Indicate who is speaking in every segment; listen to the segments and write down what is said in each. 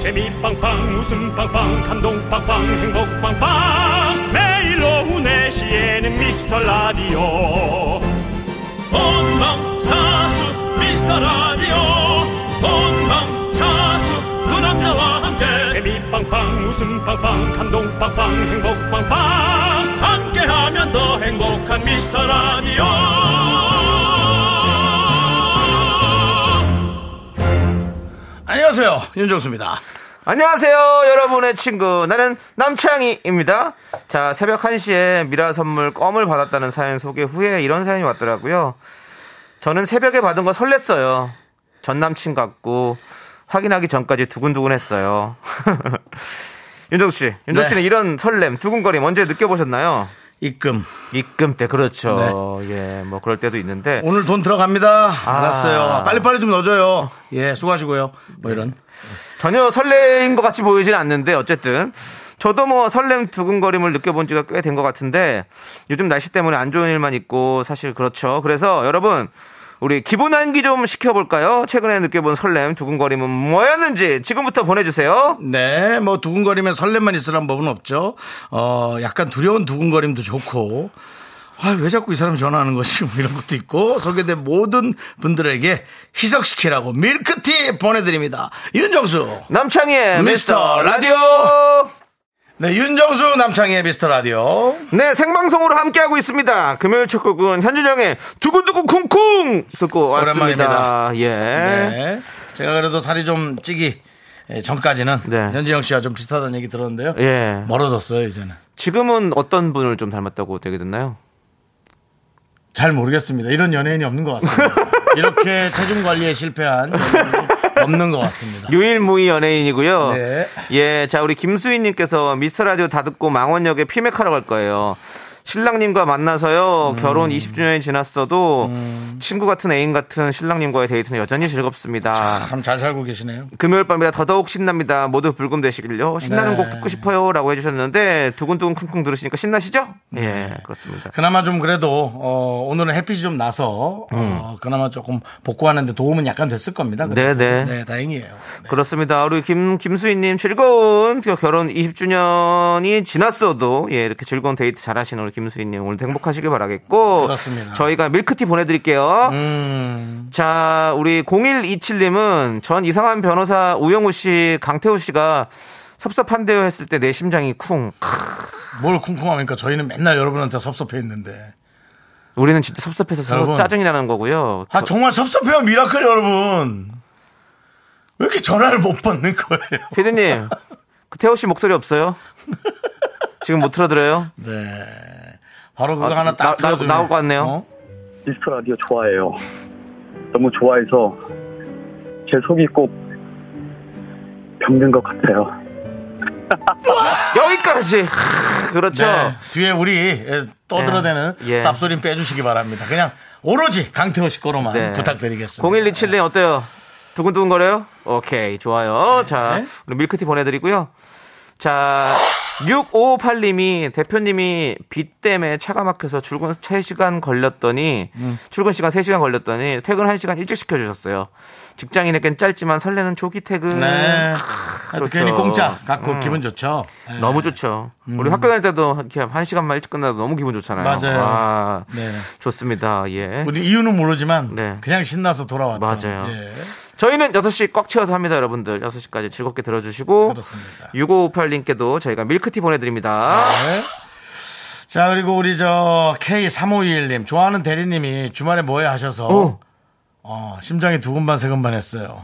Speaker 1: 재미 빵빵 웃음 빵빵 감동 빵빵 행복 빵빵 매일 오후 4시에는 미스터 라디오 본방사수 미스터 라디오 본방사수 그 남자와 함께 재미 빵빵 웃음 빵빵 감동 빵빵 행복 빵빵 함께하면 더 행복한 미스터 라디오
Speaker 2: 안녕하세요. 윤정수입니다.
Speaker 3: 안녕하세요, 여러분의 친구. 나는 남창희입니다. 자, 새벽 1시에 미라 선물 껌을 받았다는 사연 소개 후에 이런 사연이 왔더라고요. 저는 새벽에 받은 거 설렜어요. 전 남친 같고, 확인하기 전까지 두근두근 했어요. 윤정수 씨,
Speaker 2: 네.
Speaker 3: 윤정수 씨는 이런 설렘, 두근거림 언제 느껴보셨나요?
Speaker 2: 입금.
Speaker 3: 입금 때, 그렇죠. 예, 뭐 그럴 때도 있는데.
Speaker 2: 오늘 돈 들어갑니다.
Speaker 3: 아.
Speaker 2: 알았어요. 빨리빨리 좀 넣어줘요. 예, 수고하시고요. 뭐 이런.
Speaker 3: 전혀 설레인 것 같이 보이진 않는데 어쨌든 저도 뭐 설렘 두근거림을 느껴본 지가 꽤 된 것 같은데 요즘 날씨 때문에 안 좋은 일만 있고 사실 그렇죠. 그래서 여러분 우리 기분 환기 좀 시켜볼까요? 최근에 느껴본 설렘 두근거림은 뭐였는지 지금부터 보내주세요.
Speaker 2: 네, 뭐 두근거리면 설렘만 있으란 법은 없죠. 어, 약간 두려운 두근거림도 좋고. 아, 왜 자꾸 이 사람 전화하는 거지? 뭐 이런 것도 있고. 소개된 모든 분들에게 희석시키라고 밀크티 보내드립니다. 윤정수. 미스터
Speaker 3: 남창희의 미스터 라디오.
Speaker 2: 네, 윤정수 남창희의 미스터 라디오.
Speaker 3: 네 생방송으로 함께하고 있습니다. 금요일 첫 곡은 현진영의 두근두근 쿵쿵 듣고 왔습니다.
Speaker 2: 오랜만입니다.
Speaker 3: 예.
Speaker 2: 네. 제가 그래도 살이 좀 찌기 전까지는
Speaker 3: 네.
Speaker 2: 현진영 씨와 좀 비슷하다는 얘기 들었는데요.
Speaker 3: 예.
Speaker 2: 멀어졌어요, 이제는.
Speaker 3: 지금은 어떤 분을 좀 닮았다고 되게 됐나요?
Speaker 2: 잘 모르겠습니다. 이런 연예인이 없는 것 같습니다. 이렇게 체중 관리에 실패한 연예인이 없는 것 같습니다.
Speaker 3: 유일무이 연예인이고요.
Speaker 2: 네.
Speaker 3: 예, 자 우리 김수희님께서 미스 라디오 다 듣고 망원역에 피맥하러 갈 거예요. 신랑님과
Speaker 2: 음.
Speaker 3: 만나서요. 결혼 20주년이 지났어도 친구 같은 애인 같은 신랑님과의 데이트는 여전히 즐겁습니다.
Speaker 2: 참 잘 살고 계시네요.
Speaker 3: 금요일 밤이라 더더욱 신납니다. 모두 불금 되시길요. 신나는
Speaker 2: 네.
Speaker 3: 곡 듣고 싶어요라고 해주셨는데 두근두근 쿵쿵 들으시니까 신나시죠?
Speaker 2: 네.
Speaker 3: 예, 그렇습니다.
Speaker 2: 그나마 좀 그래도 어, 오늘은 햇빛이 좀 나서 어, 그나마 조금 복구하는데 도움은 약간 됐을 겁니다. 그래도.
Speaker 3: 음. 네, 네.
Speaker 2: 네, 다행이에요.
Speaker 3: 그렇습니다. 우리 김 김수희님 즐거운 결혼 20주년이 지났어도 예 이렇게 즐거운 데이트 잘하시는 우리 김수희님 오늘 행복하시길 바라겠고
Speaker 2: 그렇습니다. 음.
Speaker 3: 저희가 밀크티 보내드릴게요. 자 우리 0127님은 전 이상한 변호사 우영우 씨 강태호 씨가 섭섭한데요 했을 때 내 심장이 쿵.
Speaker 2: 뭘 쿵쿵합니까? 저희는 맨날 여러분한테 섭섭해 있는데.
Speaker 3: 우리는 진짜 섭섭해서 서로
Speaker 2: 여러분.
Speaker 3: 짜증이 나는 거고요.
Speaker 2: 아 정말 섭섭해요 미라클 여러분. 왜 이렇게 전화를 못 받는 거예요?
Speaker 3: 피디님 그 태호 씨 목소리 없어요? 지금 못 틀어드려요?
Speaker 2: 네. 바로 그거
Speaker 3: 아,
Speaker 2: 하나 딱
Speaker 3: 나- 나-
Speaker 2: 들어주면-
Speaker 3: 나올 것 같네요.
Speaker 2: 어?
Speaker 4: 미스터 라디오 좋아해요. 너무 좋아해서 제 속이 꼭 병든 것 같아요.
Speaker 3: 여기까지. 크, 그렇죠.
Speaker 2: 네. 뒤에 우리 예, 떠들어대는
Speaker 3: 예. 예.
Speaker 2: 쌉소리 빼주시기 바랍니다. 그냥 오로지 강태호 씨 거로만
Speaker 3: 네.
Speaker 2: 부탁드리겠습니다. 네.
Speaker 3: 0127님 어때요? 두근두근 거려요? 오케이, 좋아요. 자,
Speaker 2: 네.
Speaker 3: 우리 밀크티 보내드리고요. 자, 6558님이 대표님이 비 때문에 차가 막혀서 출근 3시간 걸렸더니
Speaker 2: 음.
Speaker 3: 출근 시간 3시간 걸렸더니 퇴근 1시간 일찍 시켜주셨어요. 직장인에겐 짧지만 설레는 조기 퇴근.
Speaker 2: 네.
Speaker 3: 크,
Speaker 2: 하여튼
Speaker 3: 그렇죠.
Speaker 2: 괜히 공짜 갖고
Speaker 3: 음.
Speaker 2: 기분 좋죠. 예.
Speaker 3: 너무 좋죠. 우리 학교 다닐 때도 이렇게 한 시간만 일찍 끝나도 너무 기분 좋잖아요.
Speaker 2: 맞아요.
Speaker 3: 와,
Speaker 2: 네.
Speaker 3: 좋습니다. 예.
Speaker 2: 우리 이유는 모르지만
Speaker 3: 네.
Speaker 2: 그냥 신나서 예, 돌아왔다.
Speaker 3: 맞아요. 저희는 6시 꽉 채워서 합니다, 여러분들. 6시까지 즐겁게 들어주시고.
Speaker 2: 그렇습니다.
Speaker 3: 6558님께도 저희가 밀크티 보내드립니다.
Speaker 2: 네. 자, 그리고 우리 저 K3521님, 좋아하는 대리님이 주말에 뭐해 하셔서,
Speaker 3: 오.
Speaker 2: 어, 심장이 두근반 세근반 했어요.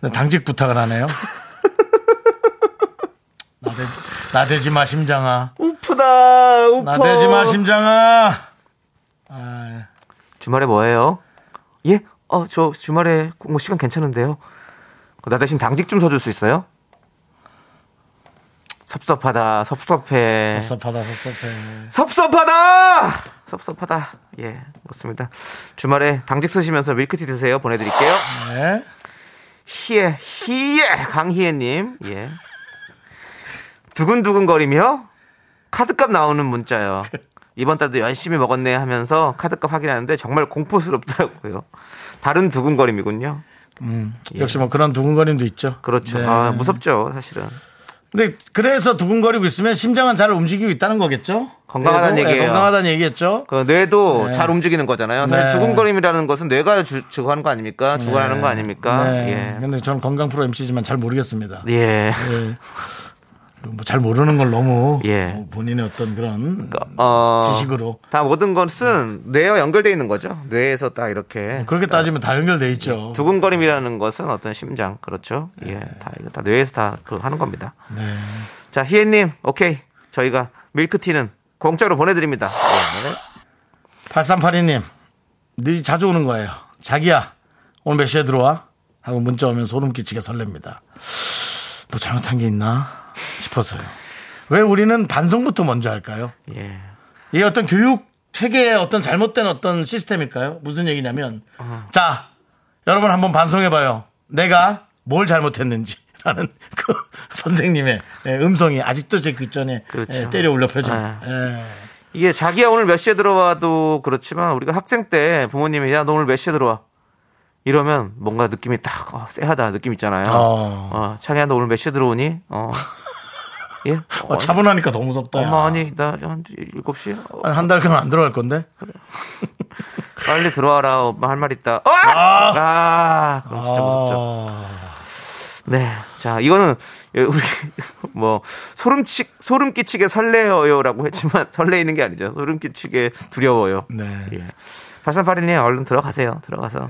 Speaker 2: 근데 당직 부탁을 하네요. 나대, 나대지 마, 심장아.
Speaker 3: 우프다, 우퍼.
Speaker 2: 나대지 마, 심장아. 아,
Speaker 3: 주말에 뭐해요? 예? 어, 저 주말에 뭐 시간 괜찮은데요? 그나 대신 당직 좀 서줄 수 있어요? 섭섭하다, 섭섭해.
Speaker 2: 섭섭하다, 섭섭해.
Speaker 3: 섭섭하다! 섭섭하다. 예, 그렇습니다. 주말에 당직 쓰시면서 밀크티 드세요. 보내드릴게요.
Speaker 2: 네.
Speaker 3: 희애, 희애, 강희애님. 예. 두근두근거리며 카드값 나오는 문자요. 이번 달도 열심히 먹었네 하면서 카드값 확인하는데 정말 공포스럽더라고요. 다른 두근거림이군요. 예.
Speaker 2: 역시 뭐 그런 두근거림도 있죠.
Speaker 3: 그렇죠.
Speaker 2: 네.
Speaker 3: 아, 무섭죠, 사실은.
Speaker 2: 근데 그래서 두근거리고 있으면 심장은 잘 움직이고 있다는 거겠죠?
Speaker 3: 건강하다는
Speaker 2: 그래도, 예,
Speaker 3: 얘기예요.
Speaker 2: 건강하다는 얘기겠죠?
Speaker 3: 그 뇌도
Speaker 2: 네.
Speaker 3: 잘 움직이는 거잖아요. 사실
Speaker 2: 네.
Speaker 3: 두근거림이라는 것은 뇌가 주, 주관하는 거 아닙니까? 주관하는 거 아닙니까?
Speaker 2: 네.
Speaker 3: 예.
Speaker 2: 근데 저는 건강 프로 MC지만 잘 모르겠습니다.
Speaker 3: 예.
Speaker 2: 예. 뭐잘 모르는 걸 너무
Speaker 3: 예.
Speaker 2: 뭐 본인의 어떤 그런
Speaker 3: 어,
Speaker 2: 지식으로
Speaker 3: 다 모든 것은 뇌와 연결돼 있는 거죠. 뇌에서 딱 이렇게
Speaker 2: 그렇게 따지면 다 연결돼 있죠.
Speaker 3: 네. 두근거림이라는 것은 어떤 심장 그렇죠. 예, 다 이거 다 뇌에서 다 그거 하는 겁니다.
Speaker 2: 네.
Speaker 3: 자, 희애님, 오케이. 저희가 밀크티는 공짜로 보내드립니다. 예, 네.
Speaker 2: 8382님, 늘 자주 오는 거예요. 자기야, 오늘 몇 시에 들어와? 하고 문자 오면 소름 끼치게 설렙니다. 뭐 잘못한 게 있나 싶어서요. 왜 우리는 반성부터 먼저 할까요?
Speaker 3: 예.
Speaker 2: 이게 어떤 교육 체계의 어떤 잘못된 어떤 시스템일까요? 무슨 얘기냐면,
Speaker 3: 어.
Speaker 2: 자, 여러분 한번 반성해봐요. 내가 뭘 잘못했는지. 라는 그 선생님의 네, 음성이 아직도 제 귓전에
Speaker 3: 그렇죠.
Speaker 2: 예, 때려 올려 펴집니다.
Speaker 3: 아.
Speaker 2: 예.
Speaker 3: 이게 자기야 오늘 몇 시에 들어와도 그렇지만 우리가 학생 때 부모님이 야 너 오늘 몇 시에 들어와 이러면 뭔가 느낌이 딱 어, 쎄하다 느낌 있잖아요.
Speaker 2: 어.
Speaker 3: 어. 창이야 너 오늘 몇 시에 들어오니? 어. 예.
Speaker 2: 어, 차분하니까 더 무섭다. 야.
Speaker 3: 엄마 아니 나한 7시 어,
Speaker 2: 아니, 한 달간 안 들어갈 건데?
Speaker 3: 빨리 들어와라 엄마 할 말 있다. 어! 아, 그럼 진짜 무섭죠.
Speaker 2: 아,
Speaker 3: 네, 자 이거는 우리 뭐 소름 치 소름 끼치게 설레어요라고 했지만 설레이는 게 아니죠. 소름 끼치게 두려워요.
Speaker 2: 네.
Speaker 3: 예. 8381님 얼른 들어가세요. 들어가서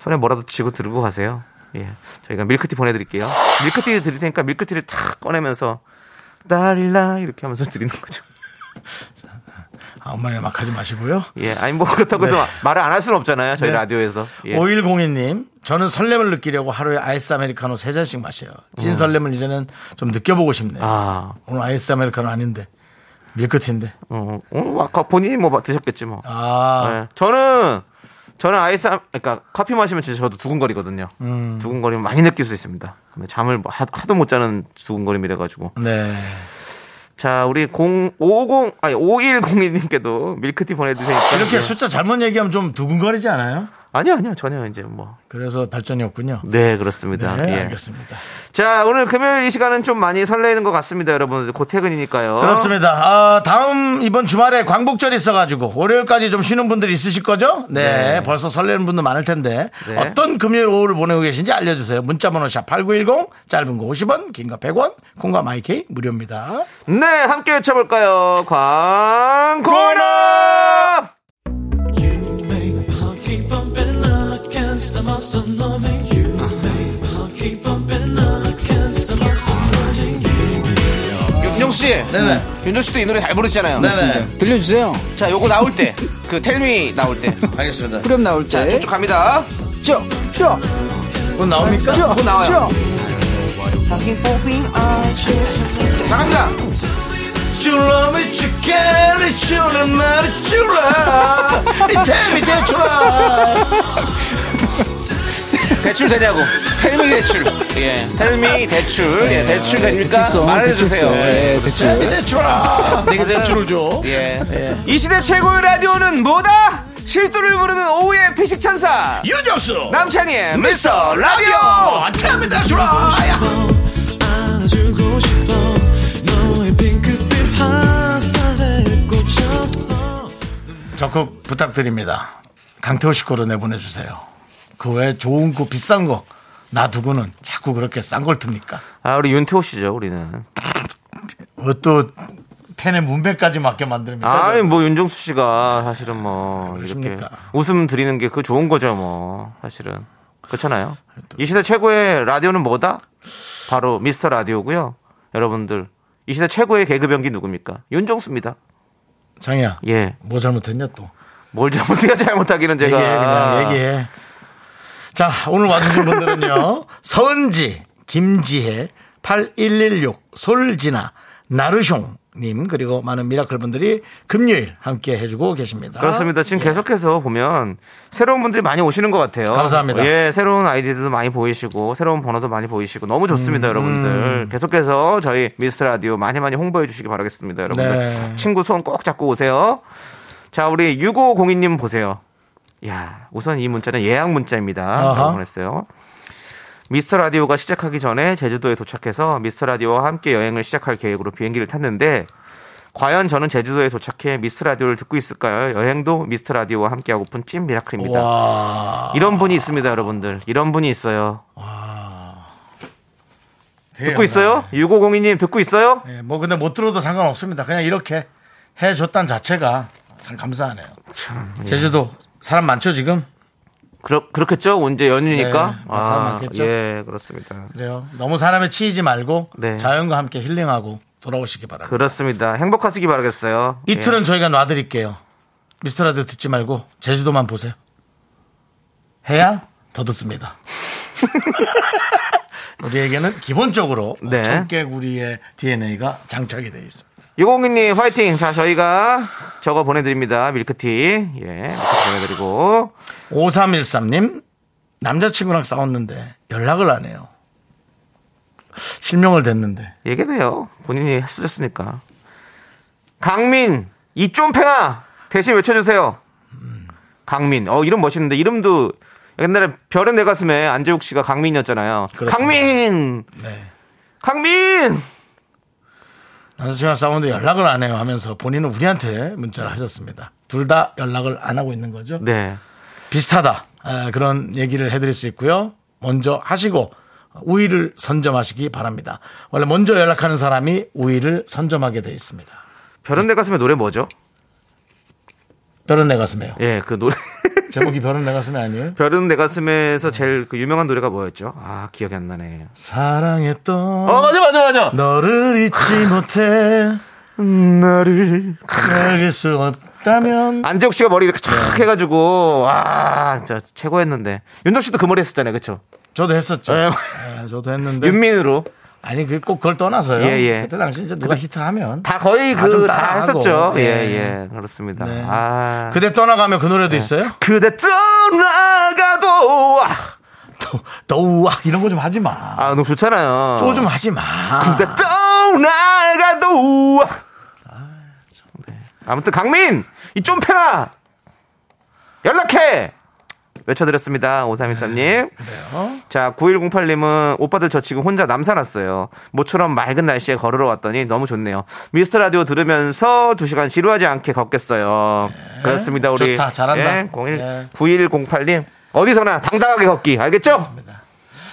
Speaker 3: 손에 뭐라도 쥐고 들고 가세요. 예. 저희가 밀크티 보내드릴게요. 밀크티 드릴 테니까 밀크티를 탁 꺼내면서 딸라 이렇게 하면서 드리는 거죠.
Speaker 2: 아, 엄마랑 막 하지 마시고요.
Speaker 3: 예. 아니 뭐 그렇다고 해서 말을 안 할 수는 없잖아요. 저희
Speaker 2: 네.
Speaker 3: 라디오에서. 예.
Speaker 2: 5102님, 저는 설렘을 느끼려고 하루에 아이스 아메리카노 세잔씩 마셔요. 찐 설렘을 이제는 좀 느껴보고 싶네요.
Speaker 3: 음. 아,
Speaker 2: 오늘 아이스 아메리카노 아닌데, 밀크티인데.
Speaker 3: 어, 어, 아까 본인이 뭐 드셨겠지 뭐.
Speaker 2: 아,
Speaker 3: 예. 저는 저는 아이스 아- 그러니까 커피 마시면 진짜 저도 두근거리거든요.
Speaker 2: 음.
Speaker 3: 두근거림 많이 느낄 수 있습니다. 근데 잠을 뭐 하- 하도 못 자는 두근거림이라 가지고
Speaker 2: 네.
Speaker 3: 자, 우리 050 아니 5102님께도 밀크티 보내 드세요.
Speaker 2: 아, 이렇게 숫자 잘못 얘기하면 좀 두근거리지 않아요?
Speaker 3: 아니요, 아니요. 전혀 이제 뭐.
Speaker 2: 그래서 발전이 없군요.
Speaker 3: 네, 그렇습니다.
Speaker 2: 네,
Speaker 3: 예.
Speaker 2: 알겠습니다.
Speaker 3: 자, 오늘 금요일 이 시간은 좀 많이 설레이는 것 같습니다, 여러분. 곧 퇴근이니까요.
Speaker 2: 그렇습니다. 아, 다음 이번 주말에 광복절이 있어가지고 월요일까지 좀 쉬는 분들이 있으실 거죠? 네,
Speaker 3: 네.
Speaker 2: 벌써 설레는 분들 많을 텐데
Speaker 3: 네.
Speaker 2: 어떤 금요일 오후를 보내고 계신지 알려주세요. 문자번호 샵 #8910 짧은 거 50원, 긴 거 100원, 콩과 마이케이 무료입니다.
Speaker 3: 네, 함께 외쳐볼까요? 광고라! 윤정 씨,
Speaker 2: 네네.
Speaker 3: 윤정 씨도 이 노래 잘 부르시잖아요.
Speaker 2: 네네.
Speaker 5: 들려주세요.
Speaker 3: 자, 요거 나올 때, 그 텔미 나올 때,
Speaker 2: 알겠습니다.
Speaker 5: 그럼 나올 때.
Speaker 3: 쭉쭉 갑니다.
Speaker 5: 쭉, 쭉,
Speaker 2: 곧 나옵니까?
Speaker 5: 쭉,
Speaker 3: 뭐 나와요?
Speaker 5: 쭉.
Speaker 3: 나갑니다.
Speaker 2: 줄라미
Speaker 3: 네
Speaker 2: 축게리 줄라 마리 줄라 이태미 대출라
Speaker 3: 대출 되냐고. 텔미 대출. 예. 텔미 대출. 예, 대출 됩니까?
Speaker 5: 대출성,
Speaker 3: 말해주세요.
Speaker 5: 대출성.
Speaker 3: 예.
Speaker 5: 예, 대출.
Speaker 2: 이태미 대출라 내게 대출을 네, 줘.
Speaker 3: 네, 예. 이 시대 최고의 라디오는 뭐다? 실수를 부르는 오후의 피식천사.
Speaker 2: 유정수
Speaker 3: 남창희의 미스터 라디오!
Speaker 2: 이태미 대출라 적극 부탁드립니다. 강태호 씨 거로 내보내주세요. 그 외 좋은 거 비싼 거 놔두고는 자꾸 그렇게 싼 걸 듭니까?
Speaker 3: 아, 우리 윤태호 씨죠, 우리는.
Speaker 2: 그것도 팬의 문배까지 맞게 만듭니까?
Speaker 3: 아니, 뭐, 윤정수 씨가 사실은 뭐, 이렇게
Speaker 2: 그러니까 그러십니까?
Speaker 3: 웃음 드리는 게 그 좋은 거죠, 뭐, 사실은. 그렇잖아요. 이 시대 최고의 라디오는 뭐다? 바로 미스터 라디오고요 여러분들, 이 시대 최고의 개그병기 누굽니까? 윤정수입니다.
Speaker 2: 장이야.
Speaker 3: 예.
Speaker 2: 뭐 잘못했냐 또.
Speaker 3: 뭘 잘못해야 잘못하기는 제가.
Speaker 2: 얘기해 예, 그냥 얘기해. 자 오늘 와주신 분들은요. 서은지, 김지혜, 8116, 솔지나, 나르숑님 그리고 많은 미라클 분들이 금요일 함께 해주고 계십니다. 예.
Speaker 3: 그렇습니다. 지금 계속해서 보면 새로운 분들이 많이 오시는 것 같아요.
Speaker 2: 감사합니다.
Speaker 3: 예, 새로운 아이디들도 많이 보이시고 새로운 번호도 많이 보이시고 너무
Speaker 2: 음.
Speaker 3: 좋습니다, 여러분들. 계속해서 저희 미스터 라디오 많이 많이 홍보해 주시기 바라겠습니다, 여러분들.
Speaker 2: 네.
Speaker 3: 친구 손 꼭 잡고 오세요. 자, 우리 6502님 보세요. 야, 우선 이 문자는 예약 문자입니다.
Speaker 2: 아하.
Speaker 3: 라고 보냈어요. 미스터 라디오가 시작하기 전에 제주도에 도착해서 미스터 라디오와 함께 여행을 시작할 계획으로 비행기를 탔는데 과연 저는 제주도에 도착해 미스터 라디오를 듣고 있을까요? 여행도 미스터 라디오와 함께 하고픈 찐 미라클입니다.
Speaker 2: 와.
Speaker 3: 이런 분이 있습니다, 여러분들. 이런 분이 있어요.
Speaker 2: 네,
Speaker 3: 듣고 있어요? 6502님 듣고 있어요?
Speaker 2: 예, 뭐 근데 못 들어도 상관없습니다. 그냥 이렇게 해줬단 자체가 참 감사하네요.
Speaker 3: 참. 예.
Speaker 2: 제주도 사람 많죠 지금?
Speaker 3: 그렇 그렇겠죠. 언제 연휴니까.
Speaker 2: 네, 사람 많겠죠?
Speaker 3: 아, 예, 그렇습니다.
Speaker 2: 그래요. 너무 사람에 치이지 말고
Speaker 3: 네.
Speaker 2: 자연과 함께 힐링하고 돌아오시기 바랍니다.
Speaker 3: 그렇습니다. 행복하시기 바라겠어요. 예.
Speaker 2: 이틀은 저희가 놔드릴게요. 미스터라디오 듣지 말고 제주도만 보세요. 해야 더 듣습니다. 우리에게는 기본적으로
Speaker 3: 네.
Speaker 2: 청개구리의 DNA가 장착이 되어 있습니다.
Speaker 3: 예. 6502님 화이팅. 자, 저희가 저거 보내드립니다. 밀크티. 예, 밀크티 보내드리고
Speaker 2: 5313님 남자친구랑 싸웠는데 연락을 안 해요. 실명을 댔는데
Speaker 3: 얘기돼요. 본인이 쓰셨으니까. 강민 이쫌팽아 대신 외쳐주세요. 강민. 어 이름 멋있는데 이름도 옛날에 별은 내 가슴에 안재욱 씨가 강민이었잖아요.
Speaker 2: 그렇습니다.
Speaker 3: 강민.
Speaker 2: 네.
Speaker 3: 강민.
Speaker 2: 남자친구랑 싸웠는데 연락을 안 해요 하면서 본인은 우리한테 문자를 하셨습니다. 둘 다 연락을 안 하고 있는 거죠.
Speaker 3: 네.
Speaker 2: 비슷하다 아, 그런 얘기를 해드릴 수 있고요. 먼저 하시고 우위를 선점하시기 바랍니다. 원래 먼저 연락하는 사람이 우위를 선점하게 돼 있습니다.
Speaker 3: 별은 내 가슴에 노래 뭐죠?
Speaker 2: 별은 내 가슴에요.
Speaker 3: 예, 그 노래.
Speaker 2: 제목이 별은 내 가슴에 아니에요?
Speaker 3: 별은 내 가슴에서 제일 그 유명한 노래가 뭐였죠? 아, 기억이 안 나네.
Speaker 2: 사랑했던
Speaker 3: 어, 맞아, 맞아, 맞아.
Speaker 2: 너를 잊지 못해
Speaker 3: 나를.
Speaker 2: 알릴 수 없다면
Speaker 3: 안재욱 씨가 머리 이렇게 착 해가지고, 와, 진짜 최고였는데. 윤덕 씨도 그 머리 했었잖아요, 그쵸?
Speaker 2: 저도 했었죠.
Speaker 3: 네.
Speaker 2: 예, 저도 했는데
Speaker 3: 윤민으로.
Speaker 2: 아니 그 꼭 그걸 떠나서요.
Speaker 3: 예, 예.
Speaker 2: 그때 당시 이제 누가 히트하면
Speaker 3: 다 거의
Speaker 2: 다좀
Speaker 3: 그, 다,
Speaker 2: 따라하고.
Speaker 3: 했었죠. 예,
Speaker 2: 예.
Speaker 3: 예, 그렇습니다.
Speaker 2: 네.
Speaker 3: 아. 네.
Speaker 2: 그대 떠나가면 그 노래도 있어요.
Speaker 3: 그대 떠나가도. 아,
Speaker 2: 더 더우와 이런 거 좀 하지 마.
Speaker 3: 아, 너무 좋잖아요.
Speaker 2: 또 좀 하지 마.
Speaker 3: 그대 떠나가도. 네. 아무튼 강민 이 쫌팽아 연락해 외쳐드렸습니다 5313님
Speaker 2: 아,
Speaker 3: 자 9108님은 오빠들 저 지금 혼자 남산 왔어요 모처럼 맑은 날씨에 걸으러 왔더니 너무 좋네요 미스터 라디오 들으면서 2시간 지루하지 않게 걷겠어요 그렇습니다 우리
Speaker 2: 네. 좋다, 잘한다.
Speaker 3: 예, 01,
Speaker 2: 예.
Speaker 3: 9108님 어디서나 당당하게 걷기 알겠죠?
Speaker 2: 그렇습니다.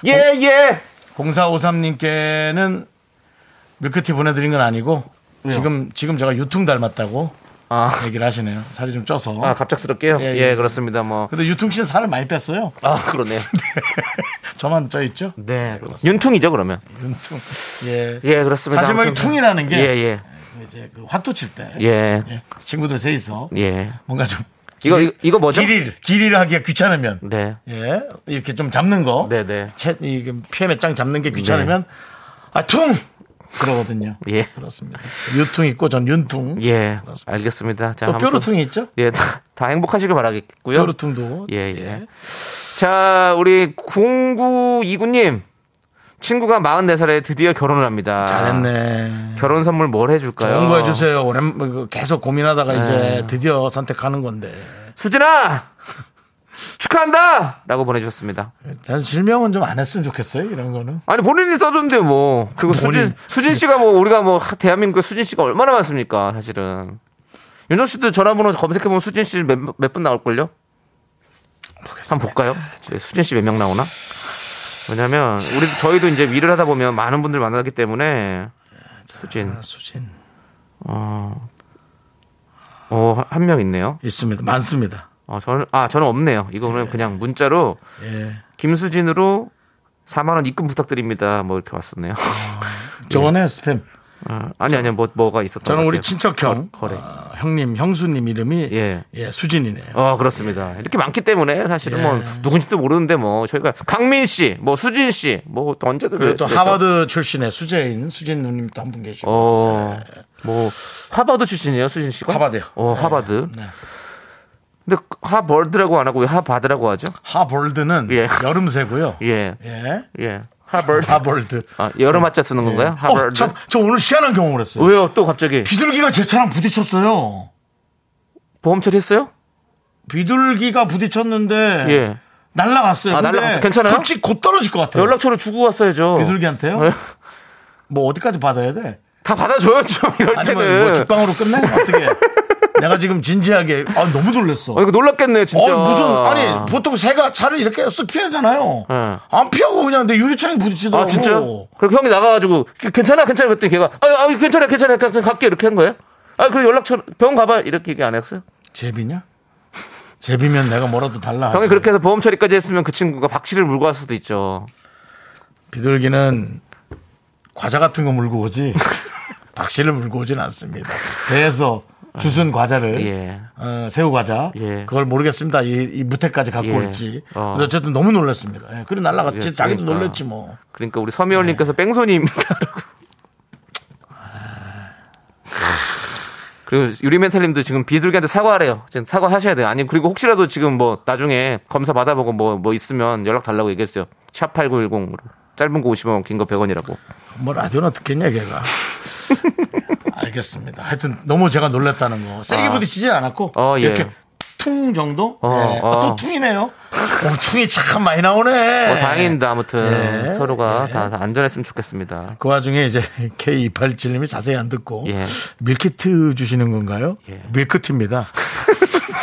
Speaker 3: 예예
Speaker 2: 0453님께는 밀크티 보내드린 건 아니고
Speaker 3: 네.
Speaker 2: 지금 지금 제가 유퉁 닮았다고
Speaker 3: 아.
Speaker 2: 얘기를 하시네요. 살이 좀 쪄서.
Speaker 3: 아 갑작스럽게요
Speaker 2: 예, 예.
Speaker 3: 예 그렇습니다 뭐
Speaker 2: 근데 유퉁 씨는 살을 많이 뺐어요.
Speaker 3: 아, 그러네.
Speaker 2: 저만 쪄 있죠?
Speaker 3: 네. 윤퉁이죠, 그러면.
Speaker 2: 윤퉁. 예.
Speaker 3: 예, 그렇습니다.
Speaker 2: 사실 뭐이
Speaker 3: 아무튼-
Speaker 2: 퉁이라는 게
Speaker 3: 예,
Speaker 2: 이제 그 화토 칠 때.
Speaker 3: 예. 예.
Speaker 2: 예. 친구들 세 있어.
Speaker 3: 예.
Speaker 2: 뭔가 좀
Speaker 3: 이거, 이거, 이거 뭐죠?
Speaker 2: 길이를 길이를 하기가 귀찮으면
Speaker 3: 네.
Speaker 2: 예 이렇게 좀 잡는 거.
Speaker 3: 네, 네.
Speaker 2: 채, 이그 피해 몇장 잡는 게 귀찮으면 아퉁 그러거든요.
Speaker 3: 예.
Speaker 2: 그렇습니다. 유퉁 있고 전 윤퉁.
Speaker 3: 예.
Speaker 2: 그렇습니다.
Speaker 3: 알겠습니다. 자,
Speaker 2: 또
Speaker 3: 아무튼-
Speaker 2: 뾰루퉁이 있죠?
Speaker 3: 예, 다, 다 행복하시길 바라겠고요.
Speaker 2: 뾰루퉁도.
Speaker 3: 예, 예. 자, 우리 0929님. 친구가 44살에 드디어 결혼을 합니다.
Speaker 2: 잘했네.
Speaker 3: 결혼 선물 뭘 해줄까요? 네.
Speaker 2: 좋은 거 해주세요. 오랜 뭐, 그 계속 고민하다가 이제 드디어 선택하는 건데.
Speaker 3: 수진아! 축하한다! 라고 보내주셨습니다.
Speaker 2: 전 실명은 좀 안 했으면 좋겠어요. 이런 거는.
Speaker 3: 아니 본인이 써줬는데 뭐 그리고
Speaker 2: 본인.
Speaker 3: 수진 수진 씨가 뭐 우리가 뭐 하- 대한민국에 수진 씨가 얼마나 많습니까 사실은 윤정 씨도 전화번호 검색해 보면 수진 씨 몇 몇 분 나올걸요? 한번 볼까요? 네, 수진 씨 몇 명 나오나? 왜냐면 우리 저희도 이제 일을 하다 보면 많은 분들 만나기 때문에 수진
Speaker 2: 아,
Speaker 3: 어.
Speaker 2: 수진
Speaker 3: 어한 명 있네요.
Speaker 2: 있습니다. 많습니다.
Speaker 3: 어 저는 아 저는 없네요. 이거는 그냥 문자로
Speaker 2: 예.
Speaker 3: 김수진으로 4만 원 입금 부탁드립니다. 뭐 이렇게 왔었네요. 예.
Speaker 2: 저번에 스팸.
Speaker 3: 어, 아니 아니 뭐 뭐가 있었던
Speaker 2: 저는
Speaker 3: 것
Speaker 2: 우리
Speaker 3: 같아요.
Speaker 2: 친척형
Speaker 3: 거- 거래.
Speaker 2: 어, 형님 형수님 이름이 예,
Speaker 3: 예.
Speaker 2: 수진이네요.
Speaker 3: 어 그렇습니다. 이렇게 많기 때문에 사실은 뭐
Speaker 2: 예.
Speaker 3: 누군지도 모르는데 뭐 저희가 강민 씨, 뭐 수진 씨, 뭐 또 언제든
Speaker 2: 그리고 또
Speaker 3: 그랬을 때죠.
Speaker 2: 하버드 출신의 수재인 수진 누님 도 한 분 계시고
Speaker 3: 어, 뭐 하버드 출신이에요 수진 씨가?
Speaker 2: 하버드요.
Speaker 3: 어 하버드.
Speaker 2: 네.
Speaker 3: 근데 하버드라고 안 하고 왜 하바드라고 하죠?
Speaker 2: 하볼드는
Speaker 3: 예.
Speaker 2: 여름새고요.
Speaker 3: 예,
Speaker 2: 예.
Speaker 3: 예, 하버드.
Speaker 2: 하볼드.
Speaker 3: 아 여름 맞자 쓰는 건가요?
Speaker 2: 네. 어,
Speaker 3: 하버드.
Speaker 2: 참, 저 오늘 희한한 경험을 했어요.
Speaker 3: 왜요? 또 갑자기
Speaker 2: 비둘기가 제 차랑 부딪혔어요.
Speaker 3: 보험 처리했어요?
Speaker 2: 비둘기가 부딪혔는데
Speaker 3: 예.
Speaker 2: 날라갔어요.
Speaker 3: 아,
Speaker 2: 근데
Speaker 3: 날라갔어요. 괜찮아요?
Speaker 2: 솔직히 곧 떨어질 것 같아요.
Speaker 3: 연락처를 주고 왔어야죠.
Speaker 2: 비둘기한테요?
Speaker 3: 네.
Speaker 2: 뭐 어디까지 받아야 돼?
Speaker 3: 다 받아줘요, 좀 이럴
Speaker 2: 아니면
Speaker 3: 때는.
Speaker 2: 뭐 죽방으로 끝내? 어떻게? 내가 지금 진지하게 아 너무 놀랬어.
Speaker 3: 어, 이거 놀랐겠네,
Speaker 2: 어,
Speaker 3: 진짜.
Speaker 2: 무슨 아니 보통 새가 차를 이렇게 쓱 피하잖아요.
Speaker 3: 네.
Speaker 2: 안 피하고 그냥 내 유리창에 부딪히더라고.
Speaker 3: 아, 진짜? 그리고 형이 나가가지고, "괜- 괜찮아, 괜찮아. 그랬더니 걔가, 아, 아 괜찮아, 괜찮아. 그냥 갈게. 이렇게 한 거예요? 아, 그리고 연락처, 병원 가봐. 이렇게 얘기 안 했어요?
Speaker 2: 제비냐? 제비면 내가 뭐라도 달라. 하지.
Speaker 3: 아, 형이 그렇게 해서 보험 처리까지 했으면 그 친구가 박씨를 물고 왔을 수도 있죠.
Speaker 2: 비둘기는 과자 같은 거 물고 오지 박씨를 물고 오진 않습니다. 배에서 주순 과자를
Speaker 3: 예.
Speaker 2: 어, 새우 과자
Speaker 3: 예.
Speaker 2: 그걸 모르겠습니다. 이, 이 무태까지 갖고
Speaker 3: 예.
Speaker 2: 올지.
Speaker 3: 어.
Speaker 2: 근데 어쨌든 너무 놀랐습니다. 예, 그래 날라갔지.
Speaker 3: 예,
Speaker 2: 자기도
Speaker 3: 그러니까.
Speaker 2: 놀랬지 뭐.
Speaker 3: 그러니까 우리 서미월님께서 뺑소니입니다. 라고. 그리고 유리멘탈님도 지금 비둘기한테 사과하래요. 지금 사과하셔야 돼요. 아니 그리고 혹시라도 지금 뭐 나중에 검사 받아보고 뭐 뭐 있으면 연락 달라고 얘기했어요. 샵 8910으로 짧은 거 50원, 긴 거 100원이라고.
Speaker 2: 뭐 라디오나 듣겠냐 걔가. 알겠습니다. 하여튼 너무 제가 놀랬다는 거. 세게
Speaker 3: 아.
Speaker 2: 부딪히진 않았고
Speaker 3: 어, 예.
Speaker 2: 이렇게 퉁 정도.
Speaker 3: 어,
Speaker 2: 예. 아,
Speaker 3: 어.
Speaker 2: 또 퉁이네요. 오, 퉁이 참 많이 나오네.
Speaker 3: 어, 다행입니다. 아무튼
Speaker 2: 예.
Speaker 3: 서로가 다, 다 안전했으면 좋겠습니다.
Speaker 2: 그 와중에 이제 K287님이 자세히 안 듣고
Speaker 3: 예.
Speaker 2: 밀키트 주시는 건가요?
Speaker 3: 예.
Speaker 2: 밀크티입니다.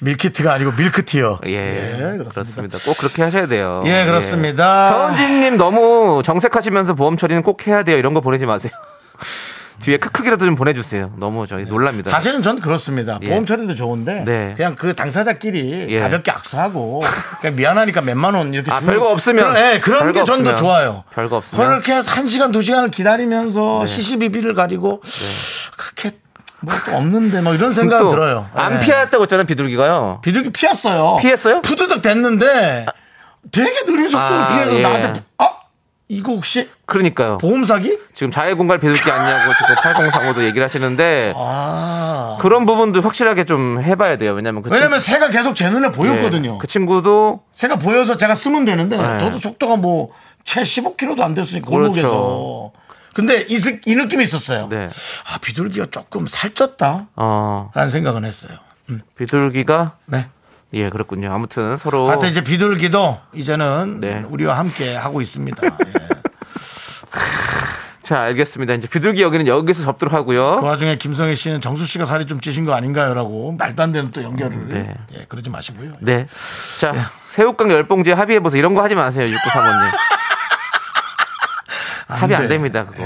Speaker 2: 밀키트가 아니고 밀크티요.
Speaker 3: 예, 그렇습니다. 꼭 그렇게 하셔야 돼요.
Speaker 2: 네, 예, 그렇습니다.
Speaker 3: 서은진님 너무 정색하시면서 보험 처리는 꼭 해야 돼요. 이런 거 보내지 마세요. 뒤에 크크기라도 좀 보내주세요. 너무 저희
Speaker 2: 네.
Speaker 3: 놀랍니다.
Speaker 2: 사실은 전 그렇습니다.
Speaker 3: 네. 예.
Speaker 2: 보험 처리도 좋은데
Speaker 3: 네.
Speaker 2: 그냥 그 당사자끼리
Speaker 3: 예.
Speaker 2: 가볍게 악수하고 그냥 미안하니까 몇만 원 이렇게
Speaker 3: 아,
Speaker 2: 주는
Speaker 3: 별거 없으면.
Speaker 2: 그런, 예, 그런
Speaker 3: 별거
Speaker 2: 게 전 더
Speaker 3: 없으면.
Speaker 2: 좋아요.
Speaker 3: 별거 없으면. 네.
Speaker 2: 그렇게 한 시간 두 시간을 기다리면서 시시비비를 가리고 그렇게 뭐 또 없는데 뭐 이런 생각
Speaker 3: 또
Speaker 2: 들어요.
Speaker 3: 안
Speaker 2: 예.
Speaker 3: 피했다고 했잖아요. 비둘기가요.
Speaker 2: 비둘기 피했어요.
Speaker 3: 피했어요?
Speaker 2: 푸드득 됐는데 되게 느린 속도로
Speaker 3: 아,
Speaker 2: 피해서
Speaker 3: 예.
Speaker 2: 나한테 부- 아 이거 혹시
Speaker 3: 그러니까요.
Speaker 2: 보험 사기?
Speaker 3: 지금 자해공갈 비둘기 아니냐고 지금 8035도 얘기를 하시는데
Speaker 2: 아
Speaker 3: 그런 부분도 확실하게 좀 해봐야 돼요. 왜냐면 그
Speaker 2: 왜냐면 새가 계속 제 눈에
Speaker 3: 친-
Speaker 2: 보였거든요.
Speaker 3: 예, 그 친구도
Speaker 2: 새가 보여서 제가 쓰면 되는데
Speaker 3: 네.
Speaker 2: 저도 속도가 뭐 최 15km도 안 됐으니까 골목에서.
Speaker 3: 그렇죠.
Speaker 2: 근데 이, 스- 이 느낌이 있었어요.
Speaker 3: 네.
Speaker 2: 아 비둘기가 조금 살쪘다라는
Speaker 3: 어
Speaker 2: 생각은 했어요. 음,
Speaker 3: 비둘기가
Speaker 2: 네.
Speaker 3: 예 그렇군요. 아무튼 서로
Speaker 2: 하여튼 이제 비둘기도 이제는
Speaker 3: 어. 네.
Speaker 2: 우리와 함께 하고 있습니다. 예.
Speaker 3: 자 알겠습니다. 이제 비둘기 여기는 여기서 접도록 하고요.
Speaker 2: 그 와중에 김성희 씨는 정수 씨가 살이 좀 찌신 거 아닌가요라고 말도 안 되는 또 연결을
Speaker 3: 네.
Speaker 2: 예, 그러지 마시고요.
Speaker 3: 네. 자, 새우깡 열봉지에 합의해보세요. 이런 거 하지 마세요, 6935님. 합의 안 예.
Speaker 2: 돼.
Speaker 3: 됩니다, 그거.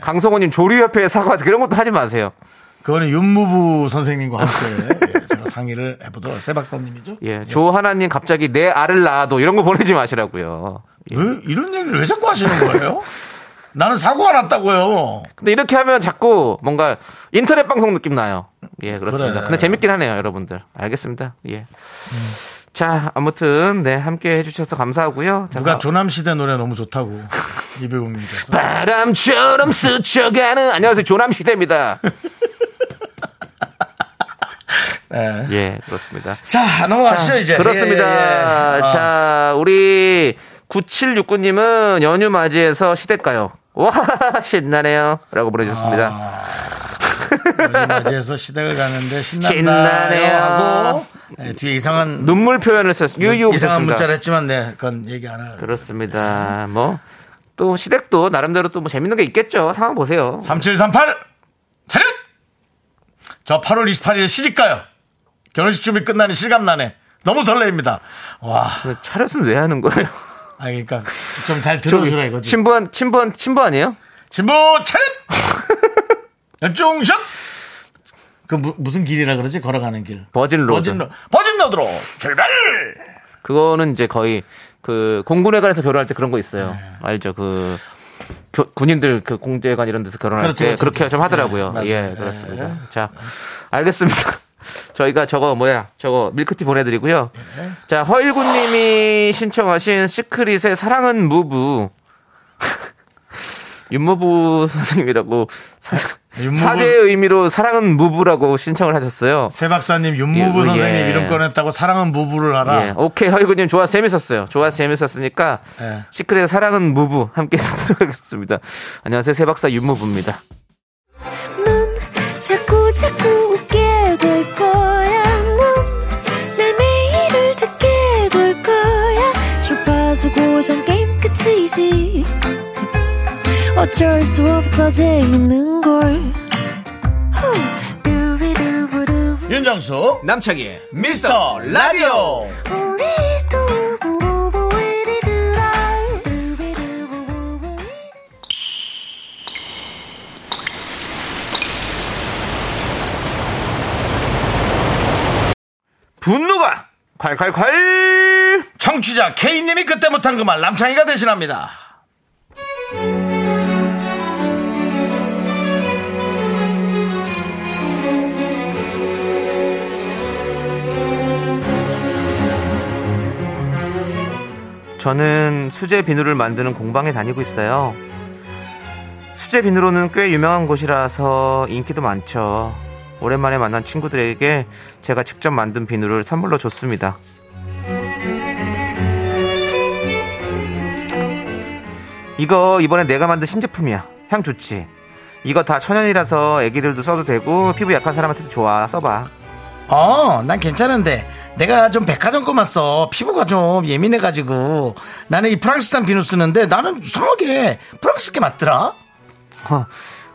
Speaker 3: 강성호님 조류협회에 사과하세요. 그런 것도 하지 마세요.
Speaker 2: 그거는 윤무부 선생님과 함께 예, 제가 상의를 해보도록 세 박사님이죠.
Speaker 3: 예. 조하나님 갑자기 내 알을 낳아도 이런 거 보내지 마시라고요. 예.
Speaker 2: 왜 이런 얘기를 왜 자꾸 하시는 거예요? 나는 사고가 났다고요.
Speaker 3: 근데 이렇게 하면 자꾸 뭔가 인터넷 방송 느낌 나요. 예, 그렇습니다.
Speaker 2: 그래.
Speaker 3: 근데 재밌긴 하네요, 여러분들. 알겠습니다. 예. 자, 아무튼, 네, 함께 해주셔서 감사하고요. 자,
Speaker 2: 누가 조남시대 노래 너무 좋다고 이배우님께서
Speaker 3: 바람처럼 스쳐가는 안녕하세요 조남시대입니다.
Speaker 2: 네.
Speaker 3: 예, 그렇습니다.
Speaker 2: 자 넘어가시죠
Speaker 3: 자,
Speaker 2: 이제
Speaker 3: 그렇습니다.
Speaker 2: 예, 예, 예. 아,
Speaker 3: 자, 우리 9769님은 연휴 맞이해서 시댁가요. 와, 신나네요. 라고 보내주셨습니다.
Speaker 2: 여기 아, 맞이해서 시댁을 가는데 신난다요
Speaker 3: 신나네요.
Speaker 2: 하고 예, 뒤에 이상한
Speaker 3: 눈물 표현을 썼,
Speaker 2: 이상한
Speaker 3: 유유 없었습니다.
Speaker 2: 문자를 했지만 네 그건 얘기 안 할.
Speaker 3: 그렇습니다. 뭐, 또 시댁도 나름대로 또 뭐 재밌는 게 있겠죠. 상황 보세요.
Speaker 2: 3738 차렷! 저 8월 28일 시집가요. 결혼식 준비 끝나니 실감나네. 너무 설레입니다. 와,
Speaker 3: 근데 차렷은 왜 하는 거예요?
Speaker 2: 아, 그러니까 좀 잘
Speaker 3: 저기
Speaker 2: 들어주라 이거지.
Speaker 3: 신부한, 신부한, 신부 아니에요?
Speaker 2: 신부 차렷! 열중샷! 그 무, 무슨 길이라 그러지? 걸어가는 길.
Speaker 3: 버진 로드.
Speaker 2: 버진로, 버진로드로 출발!
Speaker 3: 그거는 이제 거의 그 공군회관에서 결혼할 때 그런 거 있어요.
Speaker 2: 네.
Speaker 3: 알죠? 그 교- 군인들 그 공제관 이런 데서 결혼할
Speaker 2: 그렇죠,
Speaker 3: 때
Speaker 2: 그렇죠.
Speaker 3: 그렇게 좀 하더라고요.
Speaker 2: 네, 맞아요.
Speaker 3: 예, 그렇습니다. 자, 알겠습니다. 저희가 저거 뭐야? 저거 밀크티 보내드리고요.
Speaker 2: 네.
Speaker 3: 자, 허일구님이 신청하신 시크릿의 사랑은 무브. 윤무부 선생님이라고 사,
Speaker 2: 윤무부-
Speaker 3: 사제의 의미로 사랑은 무브라고 신청을 하셨어요.
Speaker 2: 세 박사님, 윤무부
Speaker 3: 예,
Speaker 2: 선생님
Speaker 3: 예.
Speaker 2: 이름 꺼냈다고 사랑은 무부를 알아.
Speaker 3: 예, 오케이 허이구님 좋아 재밌었어요. 좋아 재밌었으니까
Speaker 2: 예.
Speaker 3: 시크릿 사랑은 무브 함께 들어가겠습니다. 안녕하세요 세박사 윤무부입니다.
Speaker 6: 넌 자꾸 자꾸 웃게 될 거야. 넌
Speaker 7: 어쩔 수 없어 재밌는 걸 후. 두비두부두부.
Speaker 5: 윤정수
Speaker 3: 남창희의 미스터 라디오
Speaker 7: 우리 두부부부 우리 두라. 두비두부부부 우리
Speaker 3: 분노가 콸콸콸
Speaker 5: 청취자 K님이 그때 못한 그 말 남창희가 대신합니다.
Speaker 3: 저는 수제 비누를 만드는 공방에 다니고 있어요. 수제 비누로는 꽤 유명한 곳이라서 인기도 많죠. 오랜만에 만난 친구들에게 제가 직접 만든 비누를 선물로 줬습니다. 이거 이번에 내가 만든 신제품이야. 향 좋지? 이거 다 천연이라서 애기들도 써도 되고 피부 약한 사람한테도 좋아. 써봐.
Speaker 5: 어, 난 괜찮은데. 내가 좀 백화점 거만 써. 피부가 좀 예민해가지고. 나는 이 프랑스산 비누 쓰는데 나는 이상하게 프랑스게 맞더라.
Speaker 3: 어,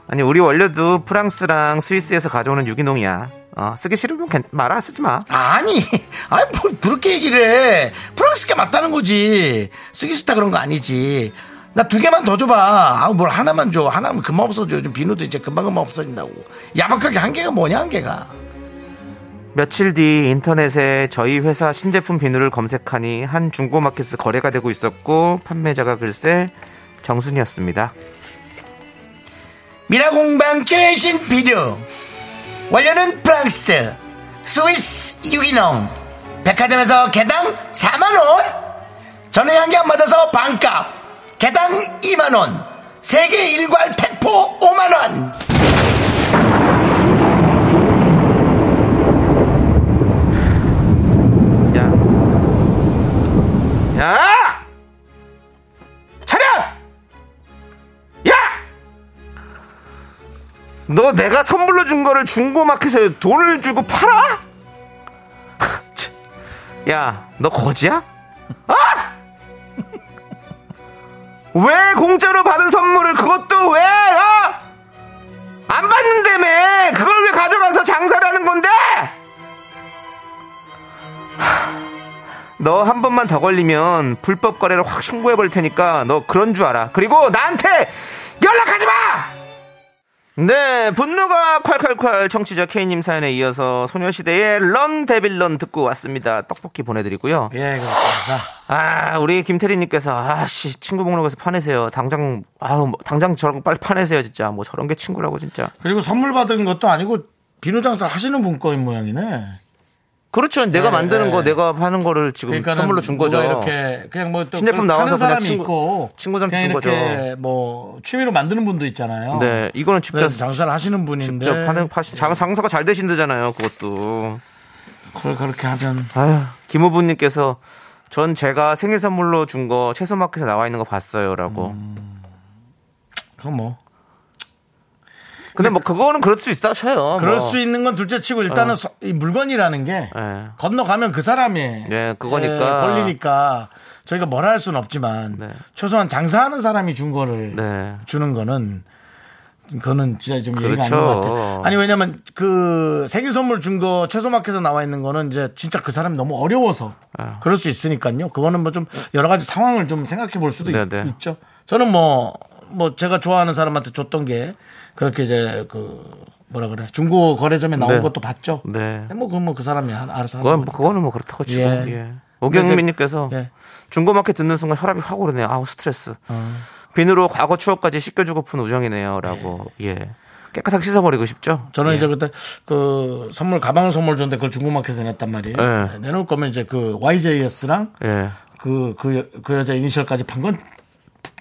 Speaker 3: 아니 우리 원료도 프랑스랑 스위스에서 가져오는 유기농이야. 어, 쓰기 싫으면 괜- 말아 쓰지 마.
Speaker 5: 아니, 아니, 뭘 그렇게 얘기를 해. 프랑스게 맞다는 거지. 쓰기 싫다 그런 거 아니지. 나 두 개만 더 줘봐. 아, 뭘 하나만 줘. 하나면 금방 없어져. 요즘 비누도 이제 금방금방 없어진다고. 야박하게 한 개가 뭐냐, 한 개가.
Speaker 3: 며칠 뒤 인터넷에 저희 회사 신제품 비누를 검색하니 한 중고마켓에서 거래가 되고 있었고 판매자가 글쎄 정순이었습니다.
Speaker 5: 미라공방 최신 비료 원료는 프랑스 스위스 유기농 백화점에서 개당 4만원 저는 향기 안 맞아서 반값 개당 2만원 세계 일괄 택포 5만원
Speaker 3: 야, 야, 차렷! 야, 너 내가 선물로 준 거를 중고마켓에 돈을 주고 팔아? 참. 야, 너 거지야? 아! 왜 공짜로 받은 선물을 그것도 왜? 어? 안 받는다며! 그걸 왜 가져가서 장사를 하는 건데? 너 한 번만 더 걸리면 불법 거래를 확 신고해 볼 테니까 너 그런 줄 알아. 그리고 나한테 연락하지 마! 네, 분노가 콸콸콸 청취자 K님 사연에 이어서 소녀시대의 런 데빌런 듣고 왔습니다. 떡볶이 보내드리고요.
Speaker 5: 예 그렇습니다
Speaker 3: 아, 우리 김태리님께서 아씨 친구 목록에서 파내세요. 당장 아우 뭐, 당장 저런 거 빨리 파내세요 진짜. 뭐 저런 게 친구라고 진짜.
Speaker 5: 그리고 선물 받은 것도 아니고 비누 장사를 하시는 분 거인 모양이네
Speaker 3: 그렇죠. 내가
Speaker 5: 네,
Speaker 3: 만드는 거,
Speaker 5: 네.
Speaker 3: 내가 하는 거를 지금 선물로 준 거죠.
Speaker 5: 이렇게 그냥 뭐또
Speaker 3: 신제품 나와서 그냥 친구- 친구들한테
Speaker 5: 그냥
Speaker 3: 준 거죠.
Speaker 5: 이렇게 뭐 취미로 만드는 분도 있잖아요
Speaker 3: 네, 이거는 직접
Speaker 5: 그래서 어. 장사를 네. 하시는 분인데
Speaker 3: 직접 파는 파시 장- 장사가 잘 되신다잖아요.
Speaker 5: 음.
Speaker 3: 그것도.
Speaker 5: 그걸 그렇게 하면
Speaker 3: 아휴, 김호부님께서 전 제가 생일 선물로 준 거 채소마켓에 나와 있는 거 봤어요라고.
Speaker 5: 음. 그건
Speaker 3: 어.
Speaker 5: 뭐
Speaker 3: 근데 뭐 그거는 그럴 수 있다 쳐요.
Speaker 5: 그럴
Speaker 3: 뭐.
Speaker 5: 수 있는 건 둘째치고
Speaker 3: 어.
Speaker 5: 일단은 서- 이 물건이라는 게
Speaker 3: 예.
Speaker 5: 건너가면 그 사람이
Speaker 3: 예, 그거니까.
Speaker 5: 걸리니까 저희가 뭐라 할 수는 없지만
Speaker 3: 네.
Speaker 5: 최소한 장사하는 사람이 준 거를
Speaker 3: 네.
Speaker 5: 주는 거는 그거는 진짜 좀 예의가
Speaker 3: 그렇죠.
Speaker 5: 아닌 것 같아. 아니 왜냐면 그 생일 선물 준 거 채소마켓에 나와 있는 거는 이제 진짜 그 사람이 너무 어려워서
Speaker 3: 아.
Speaker 5: 그럴 수 있으니까요. 그거는 뭐 좀 여러 가지 상황을 좀 생각해 볼 수도
Speaker 3: 네, 네.
Speaker 5: 있, 죠 저는 뭐, 뭐 제가 좋아하는 사람한테 줬던 게 그렇게 이제 그 뭐라 그래 중고 거래점에 나온
Speaker 3: 네.
Speaker 5: 것도 봤죠.
Speaker 3: 네.
Speaker 5: 뭐 그건 뭐 그 사람이 알- 알아서
Speaker 3: 그건
Speaker 5: 하는
Speaker 3: 뭐
Speaker 5: 거니까.
Speaker 3: 그거는 뭐 그렇다고 치고.
Speaker 5: 예.
Speaker 3: 예. 오경민님께서
Speaker 5: 예.
Speaker 3: 중고마켓 듣는 순간 혈압이 확 오르네요. 아우 스트레스.
Speaker 5: 어.
Speaker 3: 비누로 과거 추억까지 씻겨주고픈 우정이네요라고. 예. 깨끗하게 씻어버리고 싶죠.
Speaker 5: 저는
Speaker 3: 예.
Speaker 5: 이제 그때 그 선물 가방을 선물 줬는데 그걸 중고마켓에 냈단 말이에요. 네,
Speaker 3: 예.
Speaker 5: 내놓을 거면 이제 그 YJS랑
Speaker 3: 예.
Speaker 5: 그, 그, 여- 그 여자 이니셜까지 판 건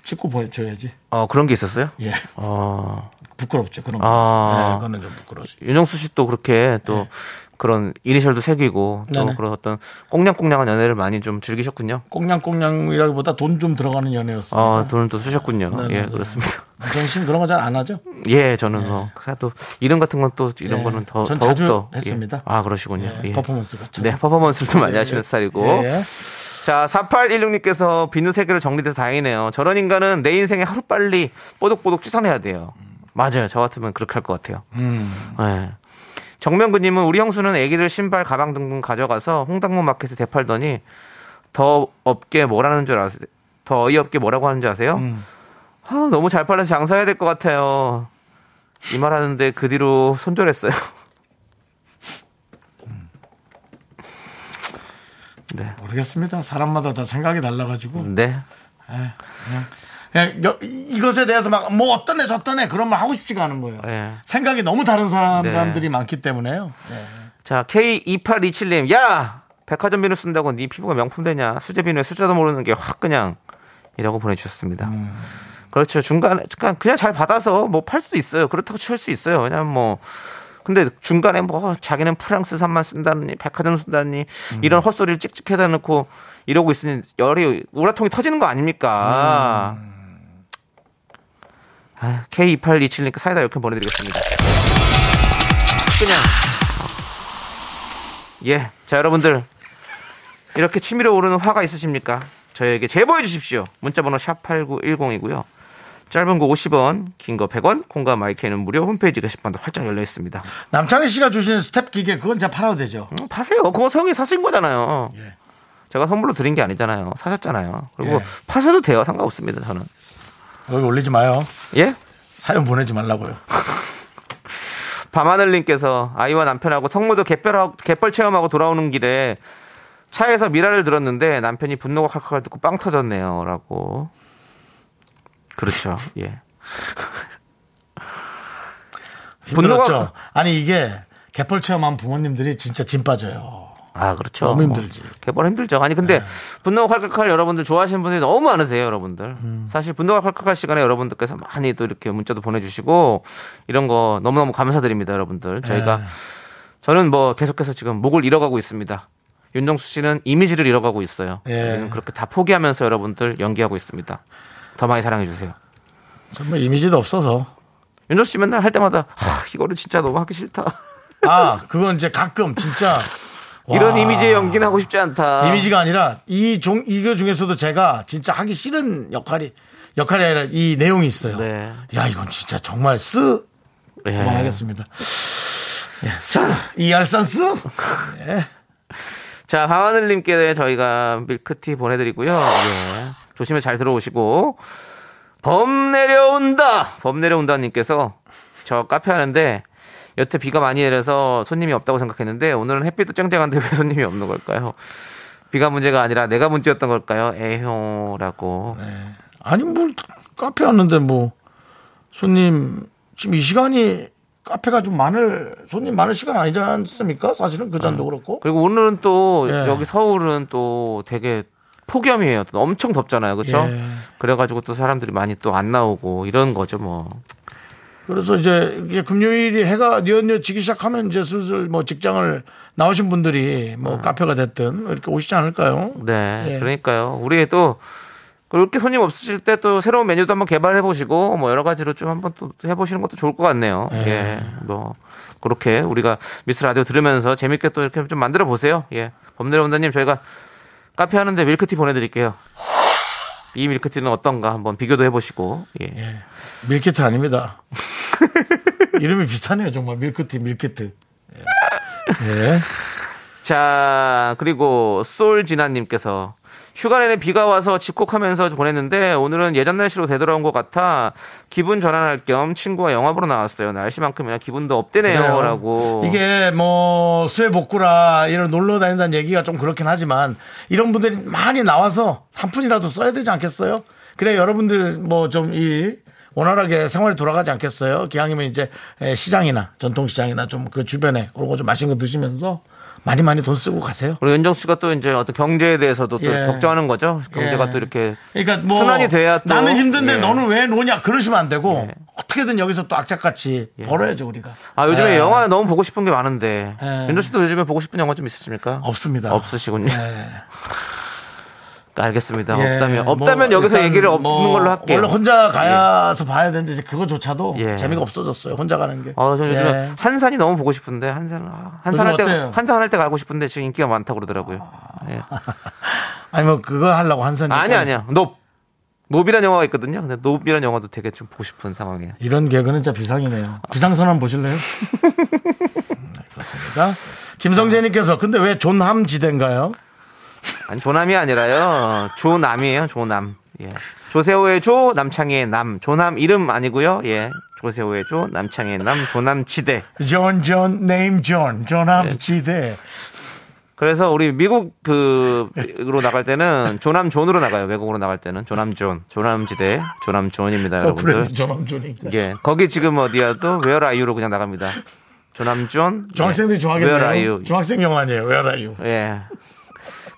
Speaker 5: 찍고 보여줘야지.
Speaker 3: 어 그런 게 있었어요?
Speaker 5: 예.
Speaker 3: 어.
Speaker 5: 부끄럽죠. 그런 거.
Speaker 3: 아.
Speaker 5: 예, 그거는 좀 부끄러워요.
Speaker 3: 윤정수 씨 또 그렇게 또 그런 이니셜도 새기고 또
Speaker 5: 네. 네네.
Speaker 3: 그런 어떤 꽁냥꽁냥한 연애를 많이 좀 즐기셨군요.
Speaker 5: 꽁냥꽁냥이라기보다 돈 좀 들어가는 연애였어요.
Speaker 3: 어, 돈을 또 쓰셨군요.
Speaker 5: 아. 네네네.
Speaker 3: 예, 그렇습니다.
Speaker 5: 정신 그런 거 잘 안 하죠?
Speaker 3: 예, 저는 뭐, 그래도 이름 같은 건 또 이런
Speaker 5: 예.
Speaker 3: 거는 더,
Speaker 5: 전
Speaker 3: 더욱더.
Speaker 5: 자주
Speaker 3: 예.
Speaker 5: 했습니다. 네,
Speaker 3: 아, 그러시군요.
Speaker 5: 예, 퍼포먼스 같죠.
Speaker 3: 네, 퍼포먼스를 좀 많이 하시는 스타일이고.
Speaker 5: 예.
Speaker 3: 자, 4816님께서 비누 세개로 정리돼서 다행이네요. 저런 인간은 내 인생에 하루빨리 뽀독뽀독 씻어내야 돼요. 맞아요. 저 같으면 그렇게 할 것 같아요. 예. 정명근님은 우리 형수는 아기들 신발, 가방 등등 가져가서 홍당무 마켓에 대팔더니 더 없게 뭐라는 줄 아세요? 더 어이없게 뭐라고 하는 줄 아세요? 아, 너무 잘 팔려서 장사해야 될 것 같아요. 이 말 하는데 그 뒤로 손절했어요.
Speaker 5: 모르겠습니다. 사람마다 다 생각이 달라가지고.
Speaker 3: 네.
Speaker 5: 그냥 여- 이것에 대해서 막 뭐 어떤 애 저떤 애 그런 말 하고 싶지가 않은 거예요.
Speaker 3: 예.
Speaker 5: 생각이 너무 다른 사람-
Speaker 3: 네.
Speaker 5: 사람들이 많기 때문에요. 예.
Speaker 3: 자, K2827님, 야! 백화점 비누 쓴다고 네 피부가 명품 되냐? 수제 비누에 숫자도 모르는 게 확 그냥 이라고 보내주셨습니다. 그렇죠. 중간에, 그냥, 그냥 잘 받아서 뭐 팔 수도 있어요. 그렇다고 칠 수 있어요. 왜냐면 뭐, 근데 중간에 뭐 자기는 프랑스산만 쓴다니, 백화점 쓴다니, 이런 헛소리를 찍찍 해다 놓고 이러고 있으니 열이, 우라통이 터지는 거 아닙니까? 아, K2827님 사이다 이렇게 보내드리겠습니다. 그냥. 예. 자, 여러분들. 이렇게 치밀어 오르는 화가 있으십니까? 저에게 제보해 주십시오. 문자번호 샵8910이고요. 짧은 거 50원, 긴 거 100원, 콩과 마이크는 무료 홈페이지 게시판도 활짝 열려 있습니다.
Speaker 5: 남창희 씨가 주신 스텝 기계 그건 제가 팔아도 되죠.
Speaker 3: 음, 파세요. 그거 성이 사신 거잖아요.
Speaker 5: 예.
Speaker 3: 제가 선물로 드린 게 아니잖아요. 사셨잖아요. 그리고
Speaker 5: 예.
Speaker 3: 파셔도 돼요. 상관없습니다. 저는.
Speaker 5: 여기 올리지 마요.
Speaker 3: 예?
Speaker 5: 사연 보내지 말라고요.
Speaker 3: 밤하늘님께서 아이와 남편하고 성모도 갯벌, 갯벌 체험하고 돌아오는 길에 차에서 미라를 들었는데 남편이 분노가 칼칼 듣고 빵 터졌네요. 라고. 그렇죠. 예. 분노가-
Speaker 5: 분노가 아니 이게 개펄 체험한 부모님들이 진짜 진 빠져요.
Speaker 3: 아, 그렇죠.
Speaker 5: 너무 힘들지. 네.
Speaker 3: 뭐, 갯벌 힘들죠. 아니, 근데 분노가 칼칼칼 여러분들 좋아하시는 분들이 너무 많으세요. 여러분들.
Speaker 5: 음.
Speaker 3: 사실 분노가 칼칼칼 시간에 여러분들께서 많이 또 이렇게 문자도 보내주시고 이런 거 너무너무 감사드립니다. 여러분들. 저희가
Speaker 5: 예.
Speaker 3: 저는 뭐 계속해서 지금 목을 잃어가고 있습니다. 윤정수 씨는 이미지를 잃어가고 있어요.
Speaker 5: 예.
Speaker 3: 저는 그렇게 다 포기하면서 여러분들 연기하고 있습니다. 더 많이 사랑해 주세요.
Speaker 5: 정말 이미지도 없어서.
Speaker 3: 윤정수 씨 맨날 할 때마다 하, 이거를 진짜 너무 하기 싫다.
Speaker 5: 아 그건 이제 가끔 진짜 와.
Speaker 3: 이런 이미지의 연기는 하고 싶지 않다.
Speaker 5: 이미지가 아니라 이 종 이거 중에서도 제가 진짜 하기 싫은 역할이 역할이 아니라 이 내용이 있어요.
Speaker 3: 네.
Speaker 5: 야 이건 진짜 정말 쓰
Speaker 3: 예.
Speaker 5: 네. 그만하겠습니다. 예, 쓰. 이 알산 쓰. 예.
Speaker 3: 자, 방하늘님께 저희가 밀크티 보내드리고요. 예. 조심히 잘 들어오시고. 범 내려온다! 범 내려온다님께서 저 카페 하는데 여태 비가 많이 내려서 손님이 없다고 생각했는데 오늘은 햇빛도 쨍쨍한데 왜 손님이 없는 걸까요? 비가 문제가 아니라 내가 문제였던 걸까요? 에효라고.
Speaker 5: 아니 뭘 카페 왔는데 뭐 손님 지금 이 시간이 카페가 좀 많을 손님 많을 시간 아니지 않습니까? 사실은 그 잔도 그렇고.
Speaker 3: 그리고 오늘은 또
Speaker 5: 예.
Speaker 3: 여기 서울은 또 되게 폭염이에요. 또 엄청 덥잖아요. 그렇죠?
Speaker 5: 예.
Speaker 3: 그래가지고 또 사람들이 많이 또 안 나오고 이런 거죠 뭐.
Speaker 5: 그래서 이제, 이제 금요일이 해가 뉘엿뉘엿 지기 시작하면 이제 슬슬 뭐 직장을 나오신 분들이 뭐 카페가 됐든 이렇게 오시지 않을까요?
Speaker 3: 네,
Speaker 5: 예.
Speaker 3: 그러니까요. 우리 또 그렇게 손님 없으실 때 또 새로운 메뉴도 한번 개발해 보시고 뭐 여러 가지로 좀 한번 또 해보시는 것도 좋을 것 같네요. 예, 뭐 그렇게 우리가 미스 라디오 들으면서 재밌게 또 이렇게 좀 만들어 보세요. 예, 범내려온다님 저희가 카페 하는데 밀크티 보내드릴게요. 이 밀크티는 어떤가 한번 비교도 해보시고 예.
Speaker 5: 예. 밀키트 아닙니다. 이름이 비슷하네요, 정말. 밀크티, 밀키트. 예. 예.
Speaker 3: 자 그리고 솔진아님께서 휴가 내내 비가 와서 집콕하면서 보냈는데 오늘은 예전 날씨로 되돌아온 것 같아 기분 전환할 겸 친구와 영화 보러 나왔어요 날씨만큼이나 기분도
Speaker 5: 그래요.
Speaker 3: 업되네요라고
Speaker 5: 이게 뭐 수해 복구라 이런 놀러 다닌다는 얘기가 좀 그렇긴 하지만 이런 분들이 많이 나와서 한 푼이라도 써야 되지 않겠어요? 그래 여러분들 뭐 좀 이 원활하게 생활이 돌아가지 않겠어요? 그 기왕이면 이제 에, 시장이나 전통시장이나 좀 그 주변에 그런 거 좀 맛있는 거 드시면서 많이 많이 돈 쓰고 가세요.
Speaker 3: 우리 연정 씨가 또 이제 어떤 경제에 대해서도 또
Speaker 5: 예.
Speaker 3: 걱정하는 거죠 경제가
Speaker 5: 예.
Speaker 3: 또 이렇게
Speaker 5: 그러니까 뭐
Speaker 3: 순환이 돼야 또
Speaker 5: 나는 힘든데
Speaker 3: 예.
Speaker 5: 너는 왜 노냐 그러시면 안 되고 어떻게든 여기서 또 악착같이
Speaker 3: 예.
Speaker 5: 벌어야죠 우리가.
Speaker 3: 아 요즘에
Speaker 5: 예.
Speaker 3: 영화 너무 보고 싶은 게 많은데
Speaker 5: 예.
Speaker 3: 연정 씨도 요즘에 보고 싶은 영화 좀 있으십니까
Speaker 5: 없습니다.
Speaker 3: 없으시군요
Speaker 5: 예.
Speaker 3: 알겠습니다.
Speaker 5: 네. 예,
Speaker 3: 없다면
Speaker 5: 뭐
Speaker 3: 없다면 여기서
Speaker 5: 일단
Speaker 3: 얘기를 없는
Speaker 5: 뭐
Speaker 3: 걸로 할게요.
Speaker 5: 원래 혼자 가야서 봐야 되는데 이제 그거조차도
Speaker 3: 예.
Speaker 5: 재미가 없어졌어요. 혼자 가는 게.
Speaker 3: 아, 저는 요즘
Speaker 5: 예.
Speaker 3: 한산이 너무 보고 싶은데 한산 아, 한산 할 때
Speaker 5: 요즘 아, 어때요?
Speaker 3: 한산 할 때 가고 싶은데 지금 인기가 많다고 그러더라고요. 예.
Speaker 5: 아니 뭐 그거 하려고 한산.
Speaker 3: 아니 아니야. 높 높이란 영화가 있거든요. 근데 높이란 영화도 되게 좀 보고 싶은 상황이에요.
Speaker 5: 이런 개그는 진짜 비상이네요. 비상선 한번 보실래요? 음, 네, 그렇습니다. 김성재님께서 근데 왜 존함 지대인가요?
Speaker 3: 아니 조남이 아니라요. 조남이에요. 조남. 예. 조세호의 조 남창희의 남. 조남 이름 아니고요. 예. 조세호의 조 남창희의 남. 조남 지대.
Speaker 5: 존, 존, 네임 존, 존함
Speaker 3: 예.
Speaker 5: 지대. 어,
Speaker 3: 그래서 우리 미국 그로 나갈 때는 조남 존으로 나가요. 외국으로 나갈 때는 조남 존, 조남 지대, 조남 존입니다, 여러분들.
Speaker 5: 어, 그래도 존함 존이니까.
Speaker 3: 예, 거기 지금 어디야도 웨어라 아이유로 그냥 나갑니다. 조남 존.
Speaker 5: 중학생들이
Speaker 3: 예, Where are
Speaker 5: 좋아하겠네요.
Speaker 3: you?
Speaker 5: 중학생 영화 아니에요. Where are you?
Speaker 3: 예.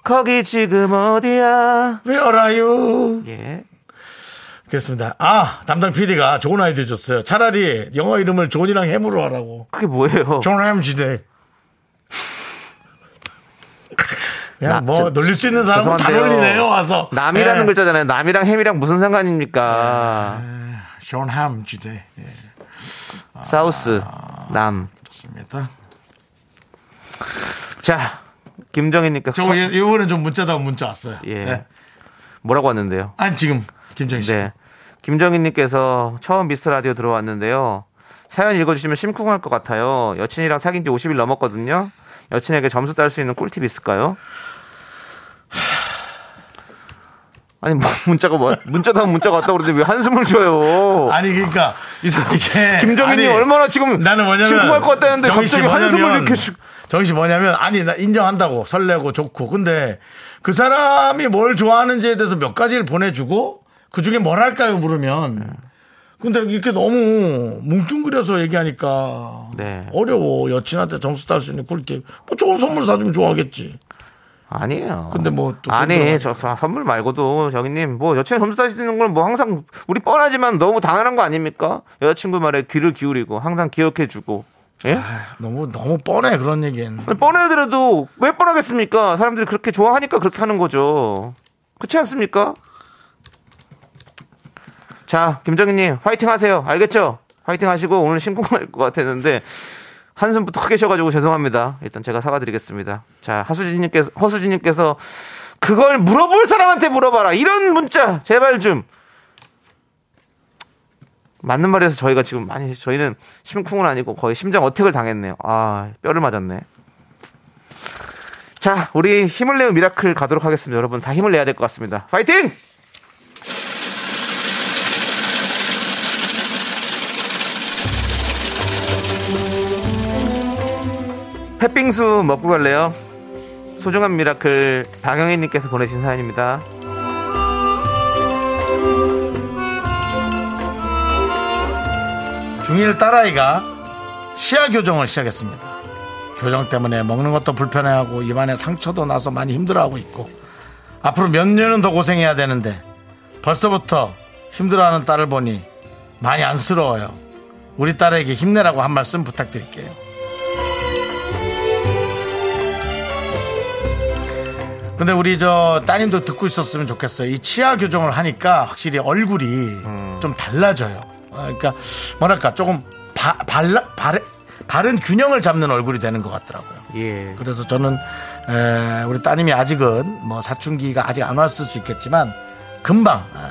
Speaker 3: 거기 지금 어디야?
Speaker 5: Where are you?
Speaker 3: 예.
Speaker 5: 그렇습니다. 아, 담당 PD가 좋은 아이디어 줬어요. 차라리 영어 이름을 존이랑 해무로 하라고.
Speaker 3: 그게 뭐예요?
Speaker 5: 존햄 지대.
Speaker 3: 나-
Speaker 5: 그냥 뭐
Speaker 3: 저-
Speaker 5: 놀릴 수 있는 사람은 다
Speaker 3: 죄송한데요.
Speaker 5: 놀리네요. 와서.
Speaker 3: 남이라는
Speaker 5: 예.
Speaker 3: 글자잖아요. 남이랑 햄이랑 무슨 상관입니까?
Speaker 5: 존함 지대. 예,
Speaker 3: 사우스 남.
Speaker 5: 그렇습니다.
Speaker 3: 자, 김정희니까
Speaker 5: 저 예, 이번에 좀 문자다 문자 왔어요.
Speaker 3: 예.
Speaker 5: 예.
Speaker 3: 뭐라고 왔는데요?
Speaker 5: 아니 지금 김정희 씨.
Speaker 3: 네. 김정희님께서 처음 미스터 라디오 들어왔는데요. 사연 읽어주시면 심쿵할 것 같아요. 여친이랑 사귄 지 50일 넘었거든요. 여친에게 점수 딸 수 있는 꿀팁 있을까요? 아니 뭐, 문자가 뭐 문자다 문자가 왔다 그러는데 왜 한숨을 쉬어요?
Speaker 5: 아니 그러니까 이게
Speaker 3: 김정희님
Speaker 5: 네. 아니,
Speaker 3: 얼마나 지금
Speaker 5: 나는 뭐냐면
Speaker 3: 심쿵할 것 같다는데
Speaker 5: 정희 씨
Speaker 3: 갑자기 한숨을
Speaker 5: 뭐냐면,
Speaker 3: 이렇게 쉬...
Speaker 5: 정희 씨 뭐냐면 아니 나 인정한다고 설레고 좋고 근데 그 사람이 뭘 좋아하는지에 대해서 몇 가지를 보내주고 그 중에 뭘 할까요 물으면 근데 이렇게 너무 뭉뚱그려서 얘기하니까
Speaker 3: 네.
Speaker 5: 어려워 여친한테 점수 딸 수 있는 꿀팁 뭐 좋은 선물 사주면 좋아하겠지
Speaker 3: 아니에요.
Speaker 5: 근데 뭐또
Speaker 3: 아니
Speaker 5: 돈
Speaker 3: 저 저- 선물 말고도 정희님 뭐 여친 점수 따시는 건 뭐 항상 우리 뻔하지만 너무 당연한 거 아닙니까? 여자친구 말에 귀를 기울이고 항상 기억해주고 예?
Speaker 5: 너무 너무 뻔해 그런 얘기는
Speaker 3: 뻔해더라도 왜 뻔하겠습니까? 사람들이 그렇게 좋아하니까 그렇게 하는 거죠. 그렇지 않습니까? 자 김정희님 화이팅 하세요. 알겠죠? 화이팅 하시고 오늘 신곡할 것 같았는데. 한숨부터 크게 쉬어가지고 죄송합니다. 일단 제가 사과드리겠습니다. 자, 하수진님께서, 허수진님께서 그걸 물어볼 사람한테 물어봐라. 이런 문자 제발 좀. 맞는 말이라서 저희가 지금 많이 저희는 심쿵은 아니고 거의 심장 어택을 당했네요. 아 뼈를 맞았네. 자 우리 힘을 내요 미라클 가도록 하겠습니다. 여러분 다 힘을 내야 될 것 같습니다. 파이팅! 팥빙수 먹고 갈래요? 소중한 미라클 박영희님께서 보내신 사연입니다.
Speaker 5: 중1 딸아이가 치아 교정을 시작했습니다. 교정 때문에 먹는 것도 불편해하고 입안에 상처도 나서 많이 힘들어하고 있고 앞으로 몇 년은 더 고생해야 되는데 벌써부터 힘들어하는 딸을 보니 많이 안쓰러워요. 우리 딸에게 힘내라고 한 말씀 부탁드릴게요. 근데 우리 저 따님도 듣고 있었으면 좋겠어요. 이 치아 교정을 하니까 확실히 얼굴이 좀 달라져요. 아, 그러니까 뭐랄까 조금 바, 발라 발 바른 균형을 잡는 얼굴이 되는 것 같더라고요.
Speaker 3: 예.
Speaker 5: 그래서 저는 에, 우리 따님이 아직은 뭐 사춘기가 아직 안 왔을 수 있겠지만 금방 아,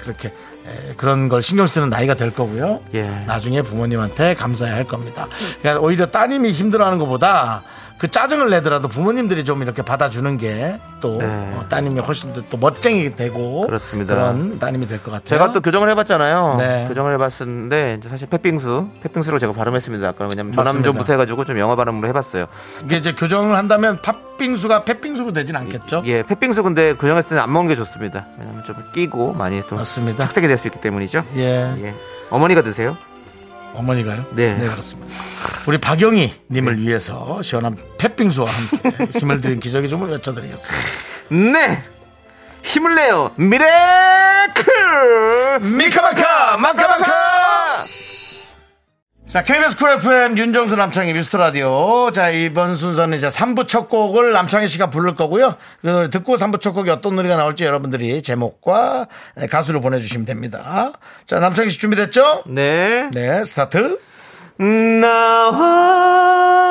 Speaker 5: 그렇게 에, 그런 걸 신경 쓰는 나이가 될 거고요.
Speaker 3: 예.
Speaker 5: 나중에 부모님한테 감사해야 할 겁니다. 그러니까 오히려 따님이 힘들어하는 것보다 그 짜증을 내더라도 부모님들이 좀 이렇게 받아주는 게 또 어,
Speaker 3: 네.
Speaker 5: 따님이 훨씬 더또 멋쟁이 되고
Speaker 3: 그렇습니다.
Speaker 5: 런 따님이 될 것 같아요.
Speaker 3: 제가 또 교정을 해봤잖아요.
Speaker 5: 네.
Speaker 3: 교정을 해봤었는데 이제 사실 팥빙수, 팥빙수로 제가 발음했습니다. 아까 왜냐면
Speaker 5: 맞습니다.
Speaker 3: 조남존부터 해가지고 좀 영어 발음으로 해봤어요.
Speaker 5: 이게 이제 교정을 한다면 팥빙수가 팥빙수로 되진 않겠죠?
Speaker 3: 예, 팥빙수 근데 교정했을 때는 안 먹는 게 좋습니다. 왜냐면 좀 끼고 많이 또
Speaker 5: 맞습니다.
Speaker 3: 착색이 될 수 있기 때문이죠.
Speaker 5: 예.
Speaker 3: 예. 어머니가 드세요.
Speaker 5: 어머니가요?
Speaker 3: 네.
Speaker 5: 그렇습니다. 우리 박영희 님을 위해서 시원한 팥빙수와 함께 힘을 드린 기적의 주문 외쳐드리겠습니다.
Speaker 3: 네. 힘을 내요. 미라클.
Speaker 5: 미카마카! 마카마카! 자, KBS 쿨 FM 윤정수 남창희 미스터 라디오. 자, 이번 순서는 이제 3부 첫 곡을 남창희 씨가 부를 거고요. 그 노래 듣고 3부 첫 곡이 어떤 노래가 나올지 여러분들이 제목과 가수를 보내주시면 됩니다. 자, 남창희 씨 준비됐죠?
Speaker 3: 네.
Speaker 5: 네, 스타트.
Speaker 3: 나와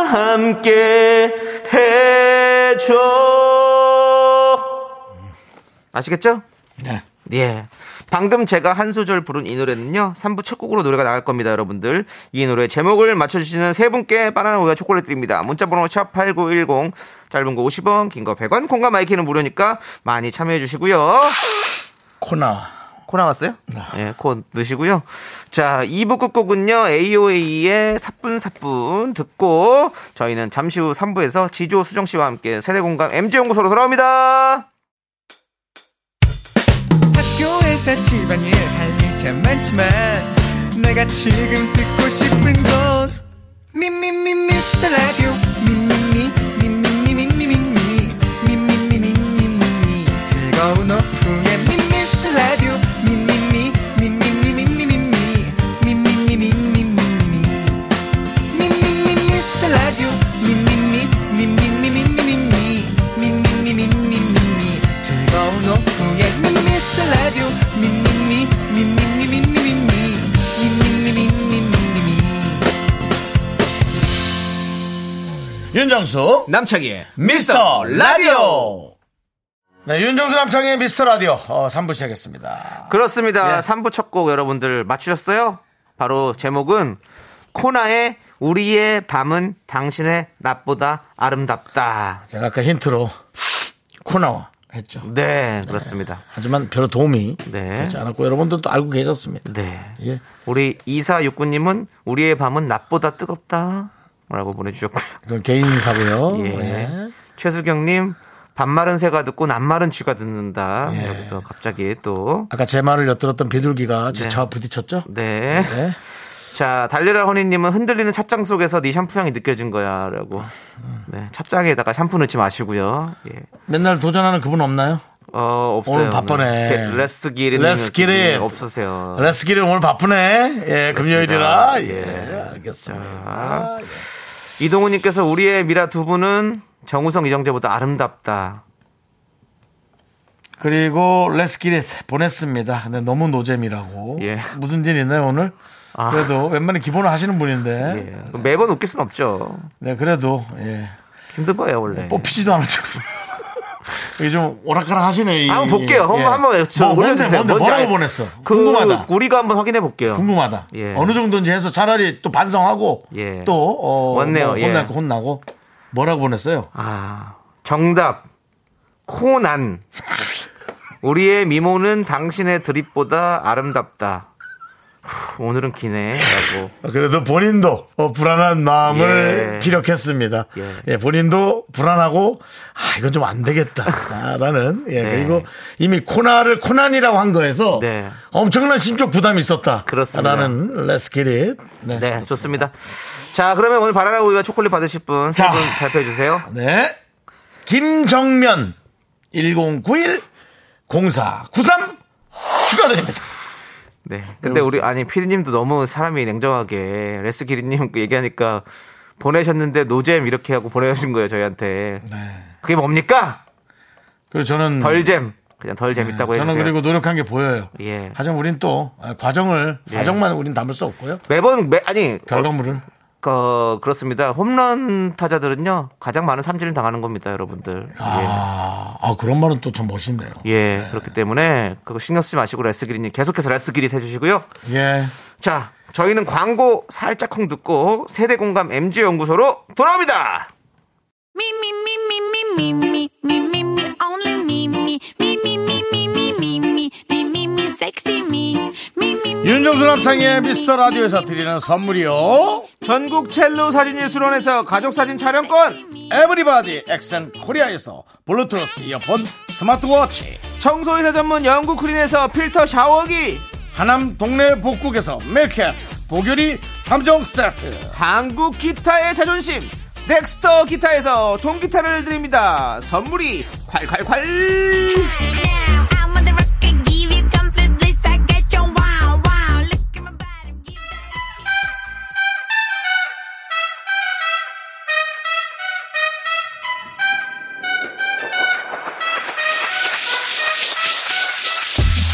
Speaker 3: 함께 해줘. 아시겠죠?
Speaker 5: 네.
Speaker 3: 예. 방금 제가 한 소절 부른 이 노래는요, 3부 첫 곡으로 노래가 나갈 겁니다, 여러분들. 이 노래 제목을 맞춰주시는 세 분께 바나나 우유 초콜릿 드립니다. 문자번호 샵8910, 짧은 거 50원, 긴 거 100원, 콩과 마이키는 무료니까 많이 참여해주시고요.
Speaker 5: 코나.
Speaker 3: 코 나왔어요? 예, 코 넣으시고요. 자, 2부 끝곡은요, AOA의 사뿐사뿐 듣고, 저희는 잠시 후 3부에서 지조 수정 씨와 함께 세대공감 MG연구소로 돌아옵니다.
Speaker 8: 학교에서 집안일 할 일 참 많지만 내가 지금 듣고 싶은 건 미미미 미스터 라디오 미미미 미미미 미미미 미미미 미미미 즐거운 오후에 미스터 라디오 미미미 미미미 미미미 미미미 미미미
Speaker 5: 윤정수.
Speaker 3: 남창희의
Speaker 5: 미스터 라디오. 네, 윤정수 남창희 미스터 라디오. 어, 3부 시작했습니다.
Speaker 3: 그렇습니다. 3부 첫 곡 여러분들 맞추셨어요? 바로 제목은 코나의 우리의 밤은 당신의 낮보다 아름답다.
Speaker 5: 제가 아까 힌트로 코나 했죠.
Speaker 3: 네, 그렇습니다.
Speaker 5: 하지만 별로 도움이
Speaker 3: 네.
Speaker 5: 되지 않았고 여러분들도 알고 계셨습니다.
Speaker 3: 네.
Speaker 5: 예.
Speaker 3: 우리 이사 육구님은 우리의 밤은 낮보다 뜨겁다. 라고 보내주셨고요.
Speaker 5: 이건 개인사고요.
Speaker 3: 예.
Speaker 5: 예.
Speaker 3: 최수경님, 반말은 새가 듣고 낱말은 쥐가 듣는다.
Speaker 5: 예.
Speaker 3: 여기서 갑자기 또.
Speaker 5: 아까 제 말을 엿들었던 비둘기가 제
Speaker 3: 네.
Speaker 5: 차와 부딪혔죠?
Speaker 3: 네.
Speaker 5: 네.
Speaker 3: 자, 달려라 허니님은 흔들리는 찻장 속에서 네 샴푸향이 느껴진 거야. 라고. 네. 찻장에다가 샴푸 넣지 마시고요. 예.
Speaker 5: 맨날 도전하는 그분 없나요?
Speaker 3: 어, 없어요.
Speaker 5: 오늘 바쁘네.
Speaker 3: 네. 레스 기린.
Speaker 5: 레스 기린.
Speaker 3: 예, 없으세요.
Speaker 5: 레스기는 오늘 바쁘네. 예, 금요일이라. 예,
Speaker 3: 예.
Speaker 5: 알겠습니다.
Speaker 3: 이동우님께서 우리의 미라 두 분은 정우성 이정재보다 아름답다.
Speaker 5: 그리고 레스기릿 보냈습니다. 근데 너무 노잼이라고.
Speaker 3: 예.
Speaker 5: 무슨 일 있나요, 오늘?
Speaker 3: 아.
Speaker 5: 그래도 웬만히 기본을 하시는 분인데.
Speaker 3: 예. 매번 웃길 순 없죠.
Speaker 5: 네, 그래도, 예.
Speaker 3: 힘든 거예요, 원래.
Speaker 5: 뽑히지도 않았죠. 이게 좀 오락가락 하시네. 이-
Speaker 3: 한번 볼게요. 한번 한번 저
Speaker 5: 예, 뭐, 뭔데,
Speaker 3: 올려주세요.
Speaker 5: 뭔데,
Speaker 3: 뭔지
Speaker 5: 뭐라고
Speaker 3: 알-
Speaker 5: 보냈어?
Speaker 3: 그
Speaker 5: 궁금하다.
Speaker 3: 우리가 한번 확인해 볼게요.
Speaker 5: 궁금하다.
Speaker 3: 예.
Speaker 5: 어느 정도인지 해서 차라리 또 반성하고
Speaker 3: 예.
Speaker 5: 또 어,
Speaker 3: 왔네요.
Speaker 5: 뭐
Speaker 3: 예.
Speaker 5: 혼나고 혼나고 뭐라고 보냈어요?
Speaker 3: 아, 정답. 코난. 우리의 미모는 당신의 드립보다 아름답다. 후, 오늘은 기네라고.
Speaker 5: 그래도 본인도 어, 불안한 마음을
Speaker 3: 예.
Speaker 5: 기력했습니다. 예.
Speaker 3: 예.
Speaker 5: 본인도 불안하고 아 이건 좀 안 되겠다라는 예,
Speaker 3: 네.
Speaker 5: 그리고 이미 코나를 코난이라고 한 거에서
Speaker 3: 네.
Speaker 5: 엄청난 심적 부담이 있었다.
Speaker 3: 그렇습니다.
Speaker 5: 라는 레스키릿. 네.
Speaker 3: 네, 좋습니다. 자, 그러면 오늘 바나나 우유와 초콜릿 받으실 분 세
Speaker 5: 자.
Speaker 3: 분 발표해 주세요.
Speaker 5: 네. 김정면 1091 0493 축하드립니다.
Speaker 3: 네. 근데 우리 아니 피디님도 너무 사람이 냉정하게 레스 기리님 그 얘기하니까 보내셨는데 노잼 이렇게 하고 보내주신 거예요 저희한테. 그게 뭡니까?
Speaker 5: 네. 그리고 저는
Speaker 3: 덜잼. 그냥 덜 재밌다고 해주세요.
Speaker 5: 네, 저는 그리고 노력한 게 보여요.
Speaker 3: 예.
Speaker 5: 하지만 우린 또 아, 과정을
Speaker 3: 예.
Speaker 5: 과정만 우린 담을 수 없고요.
Speaker 3: 매번 매 아니
Speaker 5: 결과물을
Speaker 3: 어, 그렇습니다. 홈런 타자들은요 가장 많은 삼진을 당하는 겁니다, 여러분들.
Speaker 5: 아, 아, 그런 말은 또 참 멋있네요.
Speaker 3: 예. 예, 그렇기 때문에 그거 신경 쓰지 마시고 레스기리님 계속해서 레스기리 해주시고요.
Speaker 5: 예.
Speaker 3: 자, 저희는 광고 살짝 콩 듣고 세대공감 MG 연구소로 돌아옵니다.
Speaker 7: Me, me, me, me, me, me, me, me, me, me, only me, me, me, me, me, me, me, me, me, me, me, me, sexy me, me, me, me.
Speaker 5: 윤정수 남창의 미스터 라디오에서 드리는 선물이요.
Speaker 3: 전국 첼로 사진예술원에서 가족사진 촬영권,
Speaker 5: 에브리바디 엑센 코리아에서 블루투스 이어폰 스마트워치.
Speaker 3: 청소이사 전문 영국 크린에서 필터 샤워기,
Speaker 5: 하남 동네 복국에서 밀켓 보교리 3종 세트.
Speaker 3: 한국 기타의 자존심, 넥스터 기타에서 통기타를 드립니다. 선물이 콸콸콸!
Speaker 7: Now, I'm on the rock, I give you complete bliss, I get your wow, wow, look at my body, give it-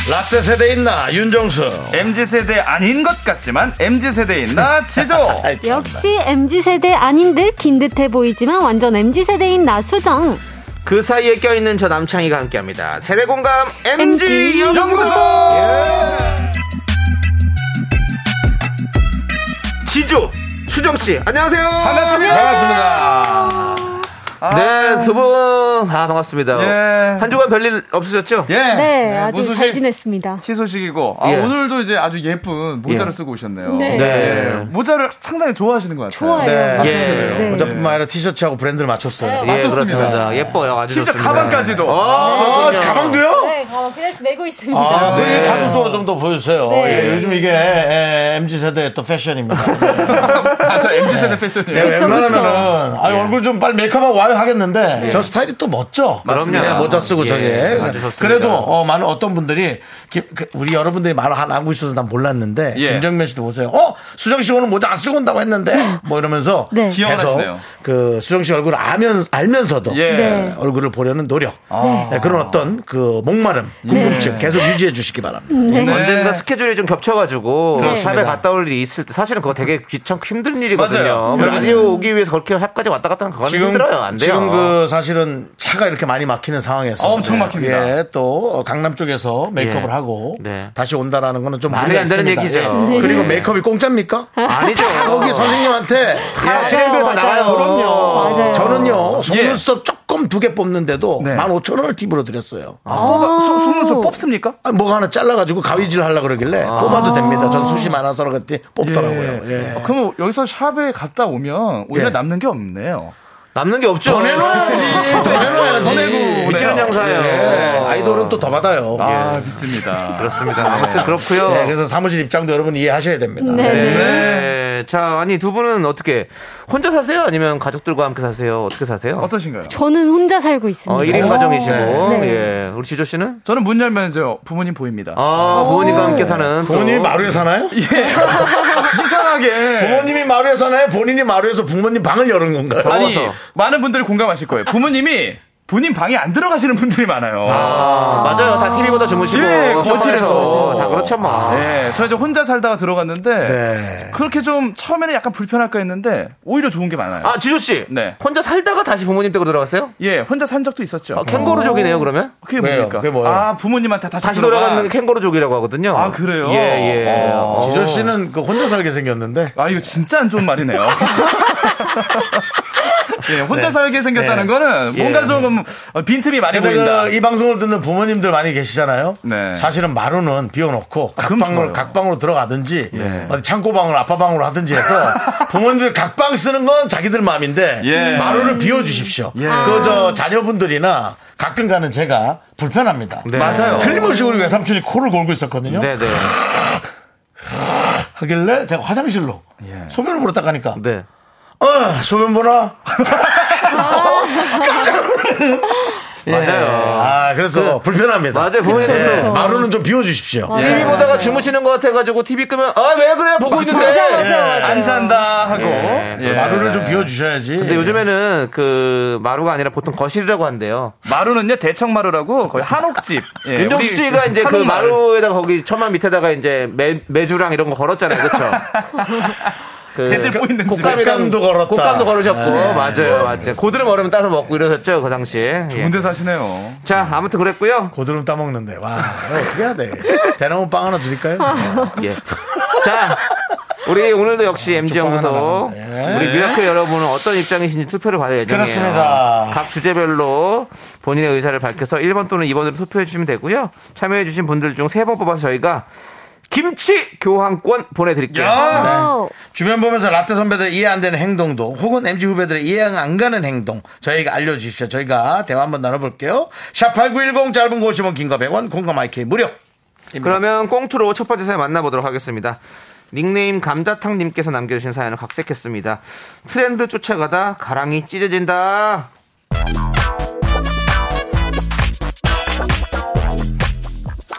Speaker 5: 라떼 세대 있나 윤정수
Speaker 9: MZ 세대 아닌 것 같지만 MZ 세대인 나 지조.
Speaker 5: 아이, 참나.
Speaker 6: 역시 MZ 세대 아닌 듯 긴 듯해 보이지만 완전 MZ 세대인 나 수정.
Speaker 3: 그 사이에 껴있는 저 남창희가 함께합니다. 세대 공감 MG
Speaker 6: MG
Speaker 3: 연구소.
Speaker 6: 연구소!
Speaker 3: 예. 지조 수정 씨 안녕하세요.
Speaker 9: 반갑습니다.
Speaker 3: 반갑습니다. 네, 두 분. 아, 반갑습니다.
Speaker 9: 예.
Speaker 3: 한 주간 별일 없으셨죠?
Speaker 9: 예.
Speaker 6: 네, 아주
Speaker 9: 무소식,
Speaker 6: 잘 지냈습니다.
Speaker 9: 희소식이고 아,
Speaker 3: 예.
Speaker 9: 오늘도 이제 아주 예쁜 모자를
Speaker 3: 예.
Speaker 9: 쓰고 오셨네요.
Speaker 6: 네.
Speaker 5: 네.
Speaker 9: 예. 모자를 상당히 좋아하시는 것 같아요.
Speaker 6: 좋아요.
Speaker 5: 네.
Speaker 6: 맞아요.
Speaker 3: 예.
Speaker 6: 네.
Speaker 5: 모자뿐만 아니라 티셔츠하고 브랜드를 맞췄어요.
Speaker 3: 예,
Speaker 9: 맞췄습니다.
Speaker 3: 그렇습니다. 예뻐요. 아주
Speaker 9: 진짜
Speaker 3: 좋습니다.
Speaker 9: 가방까지도.
Speaker 5: 아,
Speaker 3: 그렇군요.
Speaker 5: 가방도요?
Speaker 6: 네, 어, 그래서 메고 있습니다.
Speaker 5: 아, 그리고 이 가슴쪽으로 좀 더 보여주세요.
Speaker 6: 네.
Speaker 5: 예, 요즘 이게 예, MZ 세대의 또 패션입니다.
Speaker 9: 맞아, MZ 세대 패션이에요.
Speaker 5: 네, 웬만하면은
Speaker 6: 그쵸.
Speaker 5: 아 얼굴 좀 빨리 메이크업하고 와요 하겠는데 저 스타일이 또 멋져.
Speaker 3: 맞습니다.
Speaker 5: 네, 모자 쓰고
Speaker 3: 예,
Speaker 5: 저게.
Speaker 3: 아주 좋습니다.
Speaker 5: 그래도 어, 많은 어떤 분들이 김- 그, 우리 여러분들이 말을 안 하고 있어서 난 몰랐는데
Speaker 9: 예.
Speaker 5: 김정면 씨도 보세요. 어 수정 씨 오늘 모자 안 쓰고 온다고 했는데 뭐 이러면서
Speaker 6: 네.
Speaker 5: 계속
Speaker 9: 기억하시네요.
Speaker 5: 그 수정 씨 얼굴을 알면 알면서도
Speaker 9: 예.
Speaker 6: 네.
Speaker 5: 얼굴을 보려는 노력 네, 그런 어떤 그 목마름 궁금증 계속 유지해 주시기 바랍니다.
Speaker 6: 네.
Speaker 9: 네.
Speaker 3: 언젠가 스케줄이 좀 겹쳐가지고
Speaker 5: 그렇습니다.
Speaker 3: 샵에 갔다 올 일이 있을 때 사실은 그거 되게 귀찮고 힘든 일이거든요.
Speaker 9: 맞아요.
Speaker 3: 그걸 라디오 오기 위해서 그렇게 샵까지 왔다 갔다 하는 그거는 힘들어요. 안 돼요.
Speaker 5: 지금 그 사실은 차가 이렇게 많이 막히는 상황에서
Speaker 9: 어, 엄청 막힙니다.
Speaker 5: 예, 또 강남 쪽에서 메이크업을
Speaker 3: 예.
Speaker 5: 하고
Speaker 3: 네.
Speaker 5: 다시 온다라는 거는 좀
Speaker 3: 말이
Speaker 5: 무리가
Speaker 3: 안 되는
Speaker 5: 있습니다.
Speaker 3: 얘기죠.
Speaker 5: 예.
Speaker 3: 네.
Speaker 5: 그리고
Speaker 3: 네.
Speaker 5: 메이크업이 공짜입니까?
Speaker 3: 아니죠.
Speaker 5: 거기 선생님한테 예,
Speaker 3: 다
Speaker 6: 예.
Speaker 3: 출연료 다
Speaker 6: 맞아요.
Speaker 3: 나가요.
Speaker 6: 그럼요. 맞아요.
Speaker 5: 저는요 속눈썹 조금 두 개 뽑는데도
Speaker 9: 예. 네.
Speaker 5: 15,000원을 팁으로 드렸어요.
Speaker 9: 뽑아, 속- 속눈썹 뽑습니까?
Speaker 5: 아, 뭐가 하나 잘라가지고 가위질 하려 그러길래 뽑아도 됩니다. 전 숱이 많아서 그랬더니 뽑더라고요. 예.
Speaker 9: 아, 그럼 여기서 샵에 갔다 오면 오히려
Speaker 5: 예.
Speaker 9: 남는 게 없네요.
Speaker 3: 남는 게 없죠.
Speaker 5: 더 내놔야지. 네.
Speaker 9: 보내고
Speaker 3: 미치는
Speaker 9: 그래요.
Speaker 3: 장사예요.
Speaker 5: 예. 아이돌은 또 더 받아요.
Speaker 9: 아, 믿습니다.
Speaker 3: 그렇습니다. 아무튼 그렇고요.
Speaker 5: 네, 그래서 사무실 입장도 여러분 이해하셔야 됩니다.
Speaker 6: 네.
Speaker 3: 네. 자, 아니 두 분은 어떻게 혼자 사세요? 아니면 가족들과 함께 사세요? 어떻게 사세요?
Speaker 9: 어떠신가요?
Speaker 6: 저는 혼자 살고
Speaker 3: 어,
Speaker 6: 있습니다.
Speaker 3: 1인 가정이시고.
Speaker 6: 네.
Speaker 3: 예. 우리 지조 씨는?
Speaker 9: 저는 문 열면 이제 부모님 보입니다.
Speaker 3: 아, 부모님과 함께 사는 또-
Speaker 5: 부모님이 마루에 사나요?
Speaker 9: 이상하게.
Speaker 5: 부모님이 마루에 사나요? 본인이 마루에서 부모님 방을 열은 건가요?
Speaker 9: 아니
Speaker 3: 더워서.
Speaker 9: 많은 분들이 공감하실 거예요. 부모님이 본인 방에 안 들어가시는 분들이 많아요.
Speaker 3: 아, 맞아요. 다 TV보다 주무시고
Speaker 9: 예,
Speaker 3: 소파에서.
Speaker 9: 거실에서.
Speaker 3: 다 그렇죠, 뭐.
Speaker 9: 네, 저 이제 혼자 살다가 들어갔는데
Speaker 5: 네.
Speaker 9: 그렇게 좀 처음에는 약간 불편할까 했는데 오히려 좋은 게 많아요.
Speaker 3: 아, 지조 씨.
Speaker 9: 네.
Speaker 3: 혼자 살다가 다시 부모님 댁으로 들어갔어요?
Speaker 9: 예, 혼자 산 적도 있었죠.
Speaker 3: 아, 캥거루족이네요, 그러면?
Speaker 9: 그게
Speaker 5: 왜요?
Speaker 9: 뭡니까?
Speaker 5: 그게 뭐예요?
Speaker 9: 아, 부모님한테 다시,
Speaker 3: 다시
Speaker 9: 들어가.
Speaker 3: 돌아가는 게 캥거루족이라고 하거든요.
Speaker 9: 아, 그래요?
Speaker 3: 예, 예.
Speaker 9: 어.
Speaker 3: 어.
Speaker 5: 지조 씨는 그 혼자 살게 생겼는데.
Speaker 9: 아, 이거 진짜 안 좋은 말이네요. 예, 혼자
Speaker 5: 네.
Speaker 9: 살게 생겼다는
Speaker 5: 네.
Speaker 9: 거는
Speaker 3: 예.
Speaker 9: 뭔가 좀 어, 빈틈이 많이
Speaker 5: 근데
Speaker 9: 보인다.
Speaker 5: 그, 이 방송을 듣는 부모님들 많이 계시잖아요.
Speaker 9: 네.
Speaker 5: 사실은 마루는 비워놓고 각
Speaker 9: 그럼
Speaker 5: 방으로
Speaker 9: 좋아요.
Speaker 5: 각 방으로 들어가든지
Speaker 9: 예.
Speaker 5: 어디 창고 방으로 아빠 방으로 하든지 해서 부모님들 각 방 쓰는 건 자기들 마음인데
Speaker 9: 예.
Speaker 5: 마루를 비워주십시오.
Speaker 9: 예.
Speaker 5: 그 저 자녀분들이나 가끔 가는 제가 불편합니다.
Speaker 3: 네.
Speaker 9: 맞아요.
Speaker 5: 틀림없이 우리 외삼촌이 코를 골고 있었거든요.
Speaker 3: 네, 네.
Speaker 5: 하길래 제가 화장실로 소변을 보러 딱 가니까
Speaker 3: 네.
Speaker 5: 어 소변 보나
Speaker 3: 맞아요.
Speaker 5: 아 그래서 불편합니다
Speaker 3: 맞아요. 부모님도
Speaker 5: 예, 마루는 좀 비워주십시오 예.
Speaker 3: TV 보다가 주무시는 것 같아가지고 TV 끄면 아 왜 그래 보고
Speaker 6: 맞아,
Speaker 3: 있는데
Speaker 6: 맞아, 맞아.
Speaker 9: 안 잔다 하고
Speaker 3: 예,
Speaker 9: 예.
Speaker 5: 마루를 좀 비워주셔야지
Speaker 3: 근데 요즘에는 그 마루가 아니라 보통 거실이라고 한대요.
Speaker 9: 마루는요 대청 마루라고 거의 한옥집. 예, 우리
Speaker 3: 윤정수 씨가 이제 그
Speaker 9: 한옥마을.
Speaker 3: 마루에다가 거기 천막 밑에다가 이제 매, 매주랑 이런 거 걸었잖아요, 그렇죠? 그
Speaker 9: 대들 보이는 집.
Speaker 5: 곶감도 걸었다. 네.
Speaker 3: 곶감도 걸으셨고 맞아요, 맞아요. 고드름 얼음 따서 먹고 이러셨죠 그 당시에. 예.
Speaker 9: 군대 사시네요.
Speaker 3: 자, 아무튼 그랬고요.
Speaker 5: 고드름 따먹는데 와 이거 어떻게 해야 돼 대나무 빵 하나 드릴까요
Speaker 3: 예. 자, 우리 오늘도 역시 MG
Speaker 5: 쪽방
Speaker 3: 연구소
Speaker 5: 아, 하나 나가네.
Speaker 3: 우리 미라클 여러분은 어떤 입장이신지 투표를 받을 예정이에요.
Speaker 5: 그렇습니다.
Speaker 3: 각 주제별로 본인의 의사를 밝혀서 1번 또는 2번으로 투표해 주시면 되고요. 참여해 주신 분들 중 3번 뽑아서 저희가 김치 교환권 보내드릴게요.
Speaker 6: 어,
Speaker 5: 주변 보면서 라떼 선배들의 이해 안 되는 행동도 혹은 MG 후배들의 이해가 안 가는 행동 저희가 알려주십시오 저희가 대화 한번 나눠볼게요 샵8910 짧은 거 50원 긴 거 100원 공감 IK 무료
Speaker 3: 그러면 꽁투로 첫 번째 사연 만나보도록 하겠습니다. 닉네임 감자탕님께서 남겨주신 사연을 각색했습니다. 트렌드 쫓아가다 가랑이 찢어진다.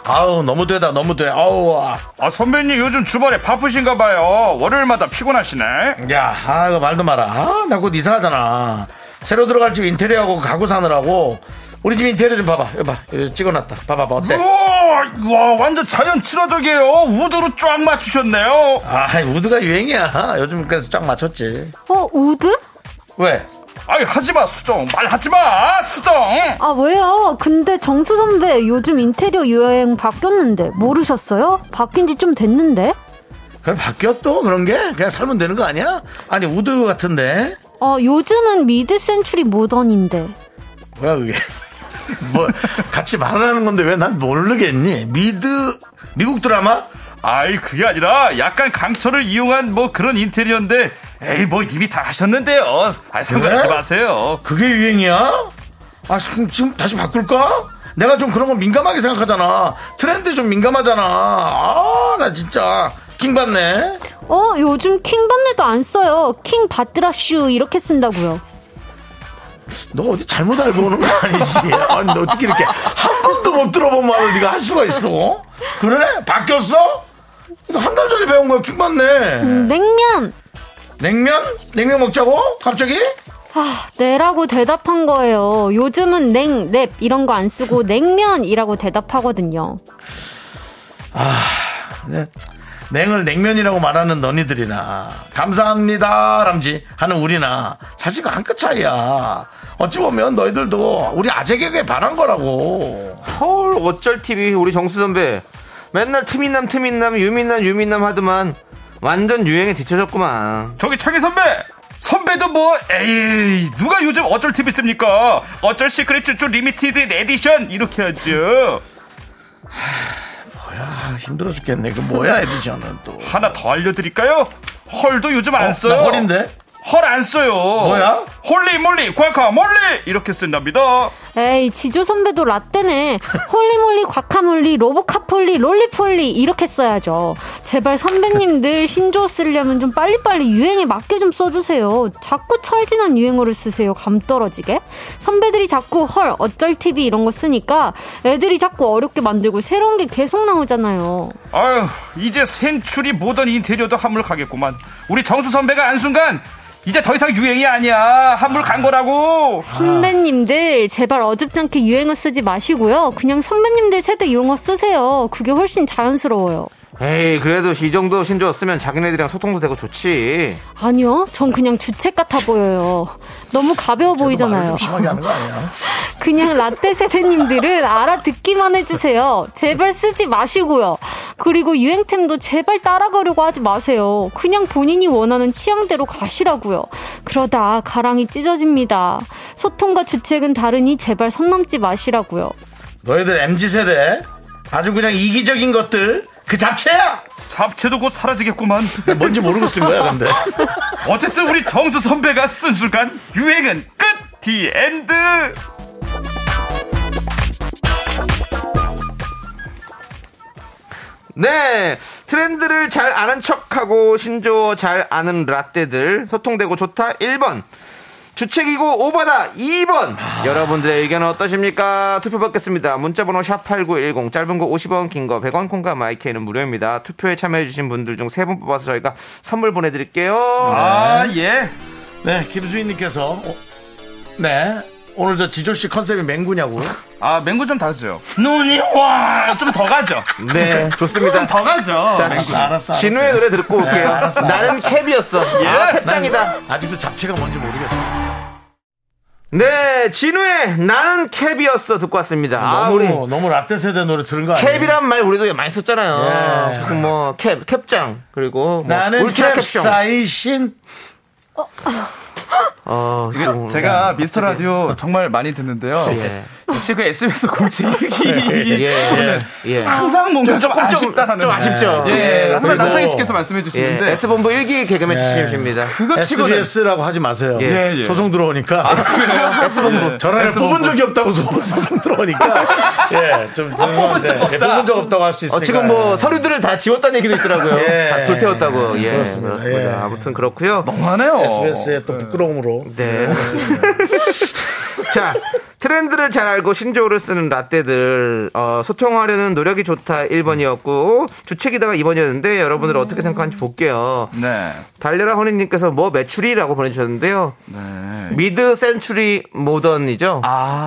Speaker 5: 아우 너무 되다 너무 돼 아우 아.
Speaker 9: 아 선배님 요즘 주말에 바쁘신가 봐요. 월요일마다 피곤하시네.
Speaker 5: 야, 아, 이거 말도 마라. 아, 나 곧 이사하잖아. 새로 들어갈 그 집 인테리어하고 가구 사느라고. 우리 집 인테리어 좀 봐봐. 여봐. 여기 찍어놨다. 봐봐봐. 어때?
Speaker 9: 오
Speaker 5: 와 완전 자연 친화적이에요. 우드로 쫙 맞추셨네요. 아 우드가 유행이야. 요즘 그래서 쫙 맞췄지.
Speaker 6: 어, 우드?
Speaker 5: 왜?
Speaker 9: 아이 하지마 수정 말하지마 수정
Speaker 6: 아, 왜요? 근데 정수 선배 요즘 인테리어 유행 바뀌었는데 모르셨어요? 바뀐 지 좀 됐는데?
Speaker 5: 그럼 바뀌었또 그런 게 그냥 살면 되는 거 아니야? 아니 우드 같은데
Speaker 6: 어, 요즘은 미드 센츄리 모던인데.
Speaker 5: 뭐야 그게? 뭐 같이 말을 하는 건데 왜 난 모르겠니? 미드 미국 드라마?
Speaker 9: 아이 그게 아니라 약간 강철을 이용한 뭐 그런 인테리어인데 에이 뭐 이미 다 하셨는데요 아이 상관하지
Speaker 5: 그래?
Speaker 9: 마세요
Speaker 5: 그게 유행이야? 아 참, 지금 다시 바꿀까? 내가 좀 그런 거 민감하게 생각하잖아. 트렌드 좀 민감하잖아. 아, 나 진짜 킹받네.
Speaker 6: 어, 요즘 킹 받네도 안 써요. 킹 받드라슈 이렇게 쓴다고요.
Speaker 5: 너 어디 잘못 알고 오는 거 아니지? 아니, 너 어떻게 이렇게 한 번도 못 들어본 말을 네가 할 수가 있어? 그래? 바뀌었어? 이거 한 달 전에 배운 거야. 킹받네.
Speaker 6: 냉면!
Speaker 5: 냉면? 냉면 먹자고? 갑자기?
Speaker 6: 아, 네라고 대답한 거예요. 요즘은 냉, 랩 이런 거 안 쓰고 냉면이라고 대답하거든요.
Speaker 5: 네. 냉을 냉면이라고 말하는 너희들이나 감사합니다 람지 하는 우리나 사실 한 끗 차이야 어찌 보면 너희들도 우리 아재 개그에 반한 거라고
Speaker 3: 헐 어쩔 TV 우리 정수 선배 맨날 트민남 트민남 유민남 유민남 하더만 완전 유행에 뒤쳐졌구만
Speaker 9: 저기 창희 선배 선배도 뭐 에이 누가 요즘 어쩔 TV 씁니까 어쩔 시크릿 쭈쭈 리미티드 에디션 이렇게 하죠
Speaker 5: 아 힘들어 죽겠네 그 뭐야 에디션은 또
Speaker 9: 하나 더 알려드릴까요 헐도 요즘 안
Speaker 5: 어,
Speaker 9: 써요
Speaker 5: 나 헐인데
Speaker 9: 헐 안 써요
Speaker 5: 뭐야?
Speaker 9: 홀리 몰리 과카 몰리 이렇게 쓴답니다
Speaker 6: 에이, 지조 선배도 라떼네. 홀리몰리, 과카몰리, 로보카폴리, 롤리폴리 이렇게 써야죠. 제발 선배님들 신조 쓰려면 좀 빨리빨리 유행에 맞게 좀 써주세요. 자꾸 철진한 유행어를 쓰세요. 감 떨어지게. 선배들이 자꾸 헐, 어쩔 TV 이런 거 쓰니까 애들이 자꾸 어렵게 만들고 새로운 게 계속 나오잖아요.
Speaker 9: 아유 이제 센츄리 모던 인테리어도 한물가겠구만 우리 정수 선배가 안 순간 이제 더 이상 유행이 아니야 한물 간 거라고
Speaker 5: 아.
Speaker 6: 선배님들 제발 어줍지 않게 유행어 쓰지 마시고요. 그냥 선배님들 세대 용어 쓰세요. 그게 훨씬 자연스러워요.
Speaker 3: 에이 그래도 이 정도 신조 쓰면 자기네들이랑 소통도 되고 좋지
Speaker 6: 아니요, 전 그냥 주책 같아 보여요. 너무 가벼워 보이잖아요.
Speaker 5: 말을 좀 심하게 하는 거 아니야
Speaker 6: 그냥 라떼 세대님들은 알아듣기만 해주세요. 제발 쓰지 마시고요. 그리고 유행템도 제발 따라가려고 하지 마세요. 그냥 본인이 원하는 취향대로 가시라고요. 그러다 가랑이 찢어집니다. 소통과 주책은 다르니 제발 선 넘지 마시라고요.
Speaker 5: 너희들 MZ 세대 아주 그냥 이기적인 것들 그 잡채야
Speaker 9: 잡채도 곧 사라지겠구만
Speaker 5: 뭔지 모르고 쓴 거야 근데
Speaker 9: 어쨌든 우리 정수 선배가 쓴 순간 유행은 끝! 디엔드!
Speaker 3: 네 트렌드를 잘 아는 척하고 신조어 잘 아는 라떼들 소통되고 좋다 1번 주책이고 오바다 2번 여러분들의 의견은 어떠십니까 투표 받겠습니다 문자번호 샵8910 짧은 거 50원 긴 거 100원 콩과 마이크는 무료입니다 투표에 참여해주신 분들 중 3분 뽑아서 저희가 선물 보내드릴게요
Speaker 9: 아, 예.
Speaker 5: 네 김수희님께서 어, 네 오늘 저 지조씨 컨셉이 맹구냐고요
Speaker 9: 아, 맹구 좀 다르죠. 눈이 와! 좀 더 가죠.
Speaker 3: 네 좋습니다
Speaker 9: 좀 더 가죠.
Speaker 3: 자,
Speaker 9: 맹구.
Speaker 5: 알았어 알았어
Speaker 3: 진우의 노래 듣고 올게요
Speaker 5: 네, 알았어,
Speaker 3: 나는 캡이었어 아, 캡짱이다
Speaker 5: 예? 아직도 잡채가 뭔지 모르겠어
Speaker 3: 네 진우의 나는 캡이었어 듣고 왔습니다 아,
Speaker 5: 너무
Speaker 3: 우리
Speaker 5: 너무 라떼 세대 노래 들은 거 아니에요?
Speaker 3: 캡이란 말 우리도 많이 썼잖아요.
Speaker 5: 예.
Speaker 3: 그리고 뭐 캡, 캡장 그리고 뭐
Speaker 5: 나는
Speaker 3: 울트라 캡장.
Speaker 5: 캡사이신
Speaker 3: 어, 좀-
Speaker 9: 제가 미스터 라디오 정말 많이 듣는데요.
Speaker 3: 예.
Speaker 9: 역시 그 SBS 공채기
Speaker 3: 예. 예. 예.
Speaker 9: 항상 뭔가 좀, 아쉽다는.
Speaker 3: 좀 아쉽죠.
Speaker 9: 예,
Speaker 3: 예.
Speaker 9: 항상
Speaker 5: 그리고-
Speaker 9: 남창희 씨께서 말씀해
Speaker 3: 예.
Speaker 9: 주시는데.
Speaker 3: S본부 1기 개그맨
Speaker 5: 예.
Speaker 3: 출신이십니다.
Speaker 9: 그거 치고는.
Speaker 5: SBS라고 하지 마세요.
Speaker 9: 예, 네. 예.
Speaker 5: 소송 들어오니까.
Speaker 3: 아, 네.
Speaker 9: S본부.
Speaker 5: 전화를 뽑은 적이 없다고 소- 소송 들어오니까. 예, 좀
Speaker 3: 아,
Speaker 5: 죄송한데. 예, 뽑은 적 없다고 할 수
Speaker 3: 어,
Speaker 5: 있으니까.
Speaker 3: 지금 뭐 서류들을 다 지웠다는 얘기도 있더라고요.
Speaker 5: 예.
Speaker 3: 다 불태웠다고. 예.
Speaker 5: 그렇습니다.
Speaker 3: 그렇습니다.
Speaker 5: 예.
Speaker 3: 아무튼 그렇고요.
Speaker 9: 하네요.
Speaker 5: SBS의 또 부끄러움으로.
Speaker 3: 네. 자, 트렌드를 잘 알고 신조어를 쓰는 라떼들 어, 소통하려는 노력이 좋다 1번이었고 주책이다가 2번이었는데
Speaker 5: 음.
Speaker 3: 여러분들 어떻게 생각하는지 볼게요.
Speaker 9: 네.
Speaker 3: 달려라 허니님께서 뭐 매출이라고 보내주셨는데요.
Speaker 5: 네.
Speaker 3: 미드 센츄리 모던이죠.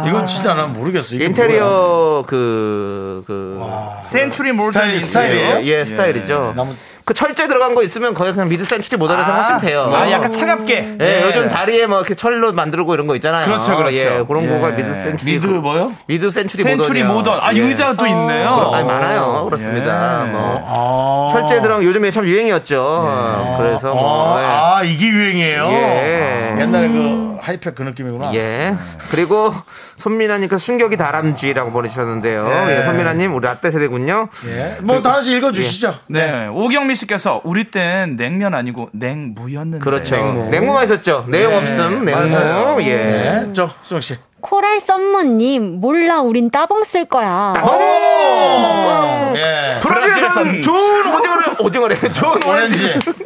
Speaker 5: 이건 진짜 난 모르겠어. 이게 뭐야.
Speaker 3: 인테리어 그, 그,
Speaker 9: 센츄리 몰드
Speaker 5: 스타일, 스타일이에요?
Speaker 3: 예, 예, 스타일이죠.
Speaker 5: 나무-
Speaker 3: 그 철제 들어간 거 있으면 거의 그냥 미드 센츄리 모델을 생각하시면 돼요.
Speaker 9: 아, 약간 차갑게.
Speaker 3: 예,
Speaker 9: 네.
Speaker 3: 요즘 다리에 뭐 이렇게 철로 만들고 이런 거 있잖아요.
Speaker 9: 그렇죠, 그렇죠.
Speaker 3: 예, 그런
Speaker 9: 예.
Speaker 3: 거가 미드 센츄리. 그
Speaker 5: 미드 뭐요?
Speaker 3: 미드 센츄리 모던.
Speaker 9: 센츄리 모던. 아, 의자도 있네요.
Speaker 3: 예. 아니, 많아요. 그렇습니다.
Speaker 9: 예.
Speaker 3: 뭐.
Speaker 5: 아.
Speaker 3: 철제 들어간 거 요즘에 참 유행이었죠.
Speaker 9: 예.
Speaker 3: 그래서 뭐.
Speaker 5: 아,
Speaker 3: 예.
Speaker 5: 아, 이게 유행이에요.
Speaker 3: 예.
Speaker 5: 옛날에 그 하이팩 그
Speaker 9: 아.
Speaker 5: 느낌이구나.
Speaker 3: 예. 그리고 손민아님께서 충격이 다람쥐라고 보내주셨는데요.
Speaker 5: 예.
Speaker 3: 예, 손민아님 우리 라떼 세대군요.
Speaker 5: 예. 뭐, 다 하나씩 읽어주시죠.
Speaker 9: 네. 오경미 씨께서 우리 땐 냉면 아니고 냉무였는데.
Speaker 3: 그렇죠.
Speaker 5: 냉모.
Speaker 3: 냉모만
Speaker 9: 예.
Speaker 3: 있었죠. 내용 없음. 냉모. 예.
Speaker 5: 네. 저, 수영씨.
Speaker 6: 코랄 썸머님 몰라 우린 따봉 쓸 거야.
Speaker 3: 어?
Speaker 5: 예.
Speaker 3: 브라질에서는
Speaker 9: 브라질에서는
Speaker 3: 좋은 오징어를 오징어래 좋은 오렌지.
Speaker 5: 오렌지.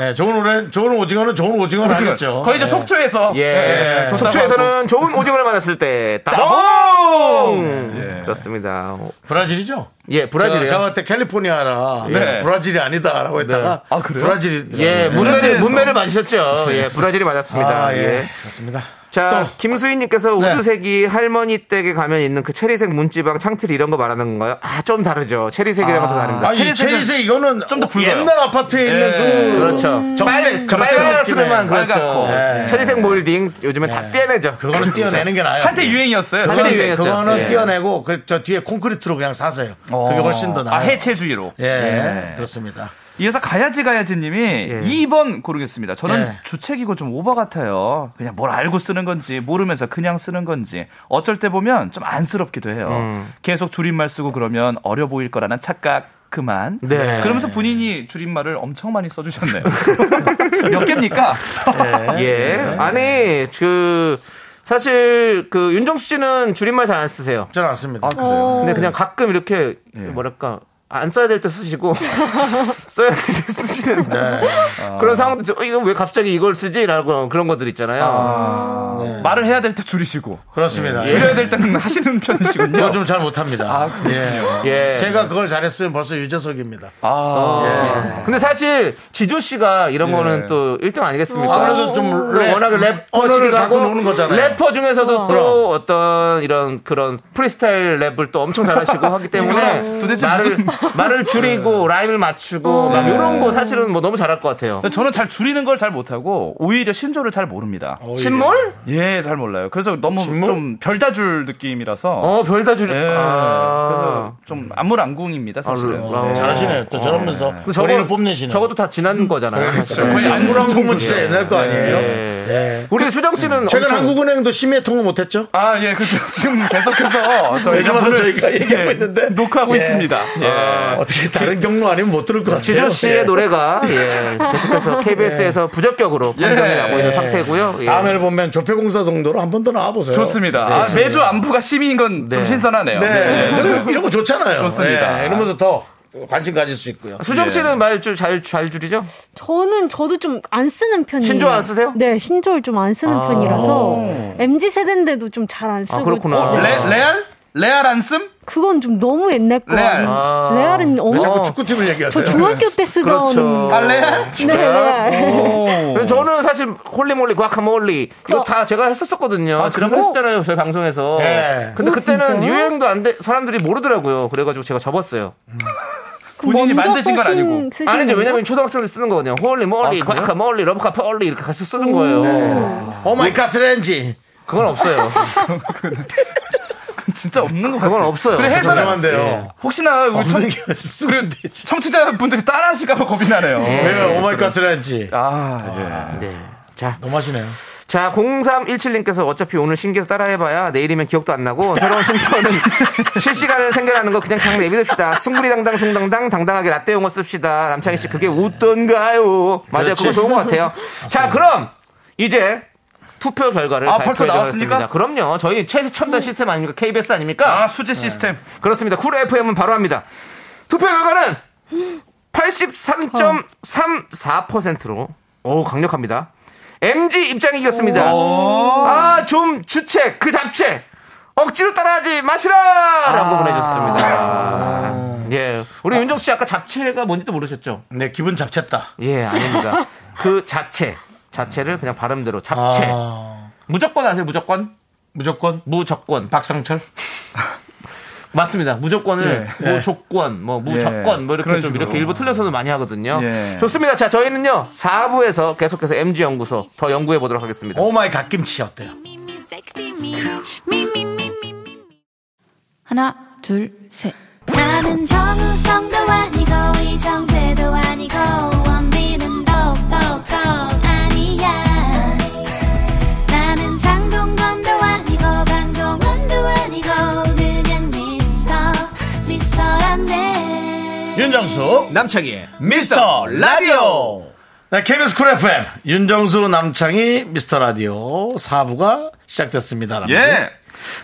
Speaker 5: 예, 좋은 오렌, 좋은 오징어는 좋은 오징어는 아니겠죠. 네.
Speaker 9: 거의 저 속초에서.
Speaker 3: 예.
Speaker 9: 좋다고
Speaker 3: 속초에서는 좋은 오징어를 만났을 때 따봉. 그렇습니다.
Speaker 5: 브라질이죠?
Speaker 3: 예,
Speaker 5: 저,
Speaker 3: 브라질이요.
Speaker 5: 저한테 캘리포니아라
Speaker 9: 네.
Speaker 5: 브라질이 아니다라고 했다가
Speaker 9: 네. 아, 그래요?
Speaker 5: 브라질이 네.
Speaker 3: 예, 문매를,
Speaker 9: 브라질에서.
Speaker 3: 문매를 맞으셨죠. 예, 브라질이 맞았습니다.
Speaker 5: 아, 예.
Speaker 3: 예.
Speaker 5: 그렇습니다.
Speaker 3: 자,
Speaker 5: 또.
Speaker 3: 김수희님께서
Speaker 5: 네.
Speaker 3: 우드색이 할머니 댁에 가면 있는 그 체리색 문지방 창틀 이런 거 말하는 건가요? 아, 좀 다르죠. 체리색이랑은 좀 다릅니다.
Speaker 5: 아, 이 체리색 이거는
Speaker 9: 좀더
Speaker 5: 어,
Speaker 9: 붉어요.
Speaker 5: 옛날 아파트에 있는 그
Speaker 3: 그렇죠.
Speaker 5: 적색, 적색 느낌의.
Speaker 3: 빨간색만 네. 그렇죠.
Speaker 9: 빨갛고.
Speaker 5: 예.
Speaker 3: 체리색 몰딩 요즘에 다 떼내죠.
Speaker 5: 그거는 떼어내는 게 나아요.
Speaker 9: 한때 유행이었어요.
Speaker 5: 그거는,
Speaker 3: 체리 유행이었어요.
Speaker 5: 그거는
Speaker 3: 예.
Speaker 5: 떼어내고 그 저 뒤에 콘크리트로 그냥 사세요. 그게 훨씬 더 나아요.
Speaker 9: 아, 해체주의로.
Speaker 5: 예,
Speaker 9: 예.
Speaker 5: 그렇습니다.
Speaker 9: 이어서 가야지 가야지 님이 2번 고르겠습니다. 저는
Speaker 5: 예.
Speaker 9: 주책이고 좀 오버 같아요. 그냥 뭘 알고 쓰는 건지 모르면서 그냥 쓰는 건지 어쩔 때 보면 좀 안쓰럽기도 해요.
Speaker 5: 음.
Speaker 9: 계속 줄임말 쓰고 그러면 어려 보일 거라는 착각 그만.
Speaker 3: 네.
Speaker 9: 그러면서 본인이 줄임말을 엄청 많이 써주셨네요. 몇 개입니까?
Speaker 5: 네.
Speaker 3: 예. 아니, 그, 사실, 그, 윤정수 씨는 줄임말 잘 안 쓰세요.
Speaker 5: 저는
Speaker 9: 아,
Speaker 5: 않습니다.
Speaker 3: 근데 그냥 가끔 이렇게,
Speaker 5: 예.
Speaker 3: 뭐랄까, 안 써야 될 때 쓰시고, 써야 될 때 쓰시는
Speaker 5: 네. 아.
Speaker 3: 그런 상황도, 있- 어, 이거 왜 갑자기 이걸 쓰지? 라고 그런 것들 있잖아요.
Speaker 5: 어. 네.
Speaker 9: 말을 해야 될 때 줄이시고
Speaker 5: 그렇습니다. 예.
Speaker 9: 줄여야 될 때는 하시는 편이시군요.
Speaker 5: 그거 좀 잘 못합니다. 예.
Speaker 3: 예.
Speaker 5: 제가 그걸 잘했으면 벌써 유재석입니다.
Speaker 9: 아,
Speaker 3: 어.
Speaker 5: 예.
Speaker 3: 근데 사실, 지조 씨가 이런 거는 또 1등 아니겠습니까?
Speaker 5: 아무래도 좀
Speaker 3: 또
Speaker 5: 랩,
Speaker 3: 워낙에 래퍼
Speaker 5: 언어를
Speaker 3: 시기도
Speaker 5: 갖고
Speaker 3: 하고
Speaker 5: 노는 거잖아요. 어.
Speaker 3: 래퍼 중에서도 또 어떤 이런 그런 프리스타일 랩을 또 엄청 잘하시고 하기 때문에
Speaker 9: 도대체
Speaker 3: 말을
Speaker 9: 무슨-
Speaker 3: 말을 줄이고
Speaker 5: 네.
Speaker 3: 라임을
Speaker 5: 어.
Speaker 3: 맞추고 막 이런 거 사실은 뭐 너무 잘할 것 같아요.
Speaker 9: 저는 잘 줄이는 걸 잘 못하고 오히려 신조를 잘 모릅니다.
Speaker 3: 신몰?
Speaker 9: 예, 잘 몰라요. 그래서 너무 좀 별다줄 느낌이라서.
Speaker 3: 어, 별다 줄이.
Speaker 9: 예.
Speaker 3: 아.
Speaker 9: 그래서 좀 안물안궁입니다, 사실은.
Speaker 3: 아,
Speaker 5: 네. 잘하시네요. 음. 또 저러면서
Speaker 3: 저거-
Speaker 5: 본인을 뽐내시는.
Speaker 3: 저것도 다 지난 거잖아요.
Speaker 5: 그렇죠.
Speaker 3: 사실은.
Speaker 9: 거의 안 쓰는
Speaker 5: 안무랑 공은
Speaker 9: 정도죠.
Speaker 5: 진짜 옛날 거 아니에요?
Speaker 3: 예.
Speaker 5: 예.
Speaker 3: 우리 수정 씨는
Speaker 5: 최근
Speaker 3: 엄청-
Speaker 5: 한국은행도 심의에 통과 못했죠?
Speaker 9: 아, 예, 그죠. 지금 계속해서
Speaker 5: 요즘은
Speaker 9: 아, 오늘,
Speaker 5: 저희가 얘기하고
Speaker 9: 예,
Speaker 5: 있는데
Speaker 9: 녹화하고
Speaker 5: 예.
Speaker 9: 있습니다. 예.
Speaker 5: 어떻게 다른 경로 아니면 못 들을 것 같아요.
Speaker 3: 지조 씨의
Speaker 5: 예.
Speaker 3: 노래가 예, 계속해서 KBS에서 부적격으로 판정이 나고 있는 상태고요. 예.
Speaker 5: 네. 예. 다음 앨범엔 조폐공사 정도로 한 번 더 나와보세요.
Speaker 9: 좋습니다.
Speaker 5: 네.
Speaker 9: 아, 매주 안부가 심의인 건 좀
Speaker 3: 네.
Speaker 9: 신선하네요.
Speaker 5: 네. 이런 거- 이런 거 좋잖아요.
Speaker 9: 좋습니다.
Speaker 5: 예. 이러면서 더 관심 가질 수 있고요.
Speaker 3: 수정
Speaker 9: 예.
Speaker 3: 씨는 말줄 잘 잘 줄이죠?
Speaker 6: 저는 저도 좀 안 쓰는 편이에요.
Speaker 3: 신조 안 쓰세요? 아.
Speaker 6: 네, 신조를 좀 안 쓰는 편이라서 MZ 세대인데도 좀 잘 안 쓰고.
Speaker 3: 그렇구나.
Speaker 6: 어,
Speaker 9: 네. 레,
Speaker 5: 네.
Speaker 9: 레알? 레알 안 씀?
Speaker 6: 그건 좀 너무 옛날 거
Speaker 9: 레알.
Speaker 6: 아니에요? 레알은
Speaker 5: 왜 자꾸
Speaker 6: 어머
Speaker 5: 축구팀을
Speaker 6: 저
Speaker 5: 얘기하세요?
Speaker 6: 중학교 때 쓰던
Speaker 3: 그렇죠.
Speaker 9: 아, 레알?
Speaker 6: 네,
Speaker 5: 어.
Speaker 6: 레알.
Speaker 9: 오.
Speaker 3: 근데 저는 사실 홀리몰리 과카몰리 이거 다 제가 했었었거든요.
Speaker 9: 아,
Speaker 3: 지난번
Speaker 9: 그래요?
Speaker 3: 했었잖아요. 저희 방송에서. 어,
Speaker 5: 네.
Speaker 3: 근데 그때는
Speaker 6: 진짜요?
Speaker 3: 유행도 안 돼. 사람들이 모르더라고요. 그래가지고 제가 접었어요.
Speaker 6: 그럼
Speaker 9: 본인이
Speaker 6: 먼저
Speaker 9: 만드신 건
Speaker 6: 쓰신-
Speaker 9: 아니고.
Speaker 6: 쓰신
Speaker 3: 아니죠.
Speaker 6: 건가?
Speaker 3: 왜냐면 초등학생들이 쓰는 거거든요. 홀리몰리
Speaker 9: 아, 그래요?
Speaker 3: 과카몰리 러브카폴리 이렇게 같이 쓰는 거예요.
Speaker 5: 오마이갓 스렌지.
Speaker 3: 그건 없어요.
Speaker 9: 진짜 없는 것 같아요.
Speaker 3: 그건 없어요.
Speaker 9: 근데 해설은
Speaker 5: 죄송한데요.
Speaker 9: 혹시나 우리 청,
Speaker 5: 없는 게 쓰고 되지.
Speaker 9: 청취자분들이 따라하실까봐 겁이 나네요.
Speaker 5: 왜 오마이갓 스렌지.
Speaker 9: 아, 예.
Speaker 3: 네. 자,
Speaker 5: 너무하시네요.
Speaker 3: 자, 0317님께서 어차피 오늘 신기해서 따라해봐야 내일이면 기억도 안 나고 새로운 신조어는 실시간을 생겨나는 거 그냥 장 내비둡시다. 숭구리당당 숭당당 당당하게 라떼 용어 씁시다. 남창희 씨 그게 웃던가요? 맞아요. 그거 좋은 것 같아요. 자, 그럼 이제 투표 결과를
Speaker 9: 아, 벌써
Speaker 3: 발표해
Speaker 9: 나왔습니까? 음.
Speaker 3: 드리겠습니다. 그럼요. 저희 최첨단 시스템 아닙니까? KBS 아닙니까?
Speaker 9: 아, 수제 시스템.
Speaker 3: 그렇습니다. 쿨 FM은 바로 합니다. 투표 결과는 83.34%로 오 강력합니다. MG 입장이 이겼습니다. 아, 좀 주책, 그 잡채. 억지로 따라하지 마시라! 라고 보내줬습니다. 예. 우리 윤정수 씨 아까 잡채가 뭔지도 모르셨죠?
Speaker 5: 네, 기분 잡쳤다.
Speaker 3: 예, 아닙니다. 그 자체. 자체를 그냥 발음대로 잡채.
Speaker 5: 아,
Speaker 3: 무조건 아세요, 무조건?
Speaker 5: 무조건
Speaker 3: 무조건.
Speaker 5: 박상철? 예,
Speaker 3: 맞습니다. 무조건을 뭐 조건, 뭐 무조건, 뭐 이렇게
Speaker 9: 그런
Speaker 3: 좀
Speaker 9: 식으로.
Speaker 3: 이렇게 일부 틀려서는 많이 하거든요.
Speaker 9: 예.
Speaker 3: 좋습니다. 자, 저희는요 4부에서 계속해서 MG 연구소 더 연구해 보도록 하겠습니다.
Speaker 5: 오마이 갓김치 어때요?
Speaker 7: me, sexy me, me, me, me, me, me.
Speaker 10: 하나, 둘, 셋.
Speaker 7: 나는 정우성도 아니고 이정재도 아니고 원빈은 더욱더 아니야 나는 장동건도 아니고 강동원도 아니고 그냥 미스터 미스터란데
Speaker 5: 윤정수 남창희의 미스터 라디오 네, KBS 쿨 FM 윤정수 남창희 미스터 라디오 4부가 시작됐습니다
Speaker 9: 예.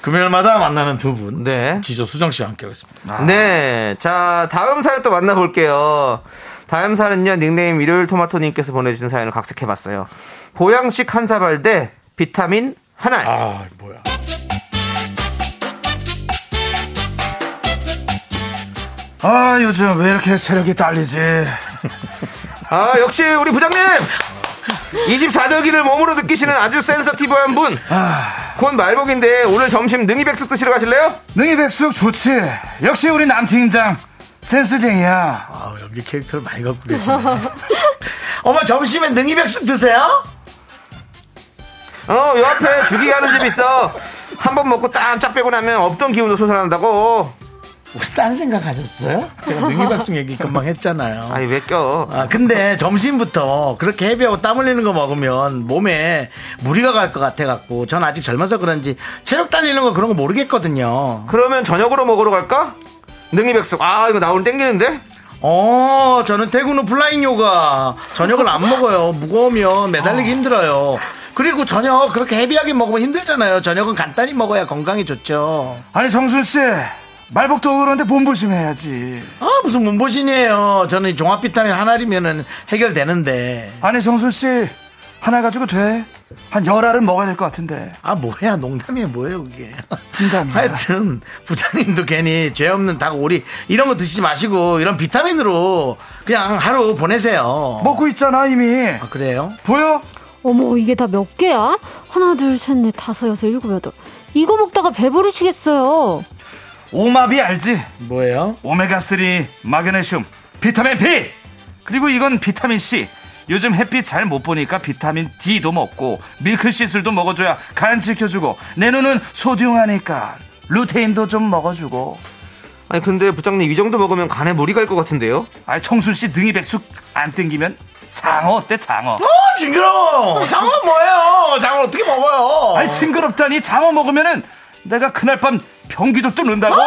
Speaker 5: 금요일마다 만나는 두분
Speaker 3: 네.
Speaker 5: 지조 수정 씨와 함께 하겠습니다
Speaker 3: 네, 자 다음 사연 또 만나볼게요. 다음 사연은요 닉네임 일요일 토마토님께서 보내주신 사연을 각색해봤어요. 보양식 한사발 대 비타민 한 알.
Speaker 5: 아 뭐야
Speaker 9: 아, 요즘 왜 이렇게 체력이 딸리지?
Speaker 3: 아 역시 우리 부장님 24절기를 몸으로 느끼시는 아주 센서티브한 분. 곧 말복인데 오늘 점심 능이백숙 드시러 가실래요?
Speaker 9: 능이 백숙 좋지. 역시 우리 남팀장 센스쟁이야.
Speaker 5: 아 여기 캐릭터를 많이 갖고 계시네 어머 점심에 능이백숙 드세요?
Speaker 3: 어, 요 앞에 주기 하는 집 있어. 한 번 먹고 땀쫙 빼고 나면 없던 기운도 솟아난다고.
Speaker 5: 혹시 딴 생각 하셨어요? 제가 능이백숙 얘기 금방 했잖아요
Speaker 3: 아니, 왜 껴?
Speaker 5: 아, 근데 점심부터 그렇게 헤비하고 땀 흘리는 거 먹으면 몸에 무리가 갈 것 같아갖고 전 아직 젊어서 그런지 체력 딸리는 거 그런 거 모르겠거든요.
Speaker 3: 그러면 저녁으로 먹으러 갈까? 능이백숙. 아, 이거 나오면 땡기는데?
Speaker 5: 어, 저는 퇴근 후 플라잉 요가. 저녁을 안 먹어요. 무거우면 매달리기 힘들어요. 그리고 저녁 그렇게 헤비하게 먹으면 힘들잖아요. 저녁은 간단히 먹어야 건강에 좋죠.
Speaker 9: 아니, 정순 씨. 말복도 그런데 몸보심해야지.
Speaker 5: 아, 무슨 문보신이에요. 저는 이 종합 비타민 하나리면은 해결되는데.
Speaker 9: 아니, 정순 씨. 하나 가지고 돼. 한 열 알은 먹어야 될 것 같은데.
Speaker 5: 아 뭐야 농담이 뭐예요 그게
Speaker 9: 진담이야.
Speaker 5: 하여튼 부장님도 괜히 죄 없는 닭 오리 이런 거 드시지 마시고 이런 비타민으로 그냥 하루 보내세요
Speaker 9: 먹고 있잖아, 이미.
Speaker 5: 아, 그래요?
Speaker 9: 보여?
Speaker 6: 어머 이게 다 몇 개야? 하나 둘 셋 넷 다섯 여섯 일곱 여덟 이거 먹다가 배부르시겠어요.
Speaker 9: 오마비 알지?
Speaker 5: 뭐예요?
Speaker 9: 오메가3, 마그네슘, 비타민 B! 그리고 이건 비타민 C. 요즘 햇빛 잘 못 보니까 비타민 D도 먹고 밀크 시슬도 먹어줘야 간 지켜주고 내 눈은 소중하니까 루테인도 좀 먹어주고
Speaker 3: 아니, 근데 부장님, 이 정도 먹으면 간에 물이 갈 것 같은데요?
Speaker 9: 아 청순 씨 능이 백숙 안 땡기면 장어 어때 장어?
Speaker 5: 어 징그러워 장어 뭐예요 장어 어떻게 먹어요
Speaker 9: 아이 징그럽다니 장어 먹으면은 내가 그날 밤 변기도 뚫는다고.
Speaker 5: 어?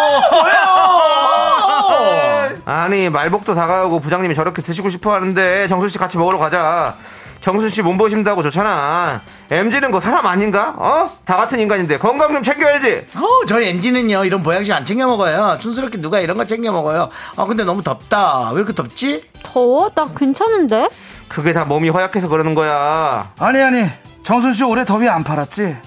Speaker 3: 아니, 말복도 다가오고 부장님이 저렇게 드시고 싶어 하는데, 정순씨 같이 먹으러 가자. 정순씨 몸보신다고 좋잖아. MG는 거 사람 아닌가? 어? 다 같은 인간인데 건강 좀 챙겨야지.
Speaker 5: 어, 저희 엔지는요 이런 보양식 안 챙겨 먹어요 촌스럽게 누가 이런 거 챙겨 먹어요 아 근데 너무 덥다 왜 이렇게 덥지?
Speaker 6: 더워? 나 괜찮은데?
Speaker 3: 그게 다 몸이 허약해서 그러는 거야.
Speaker 9: 아니 아니 정순 씨 올해 더위 안 팔았지?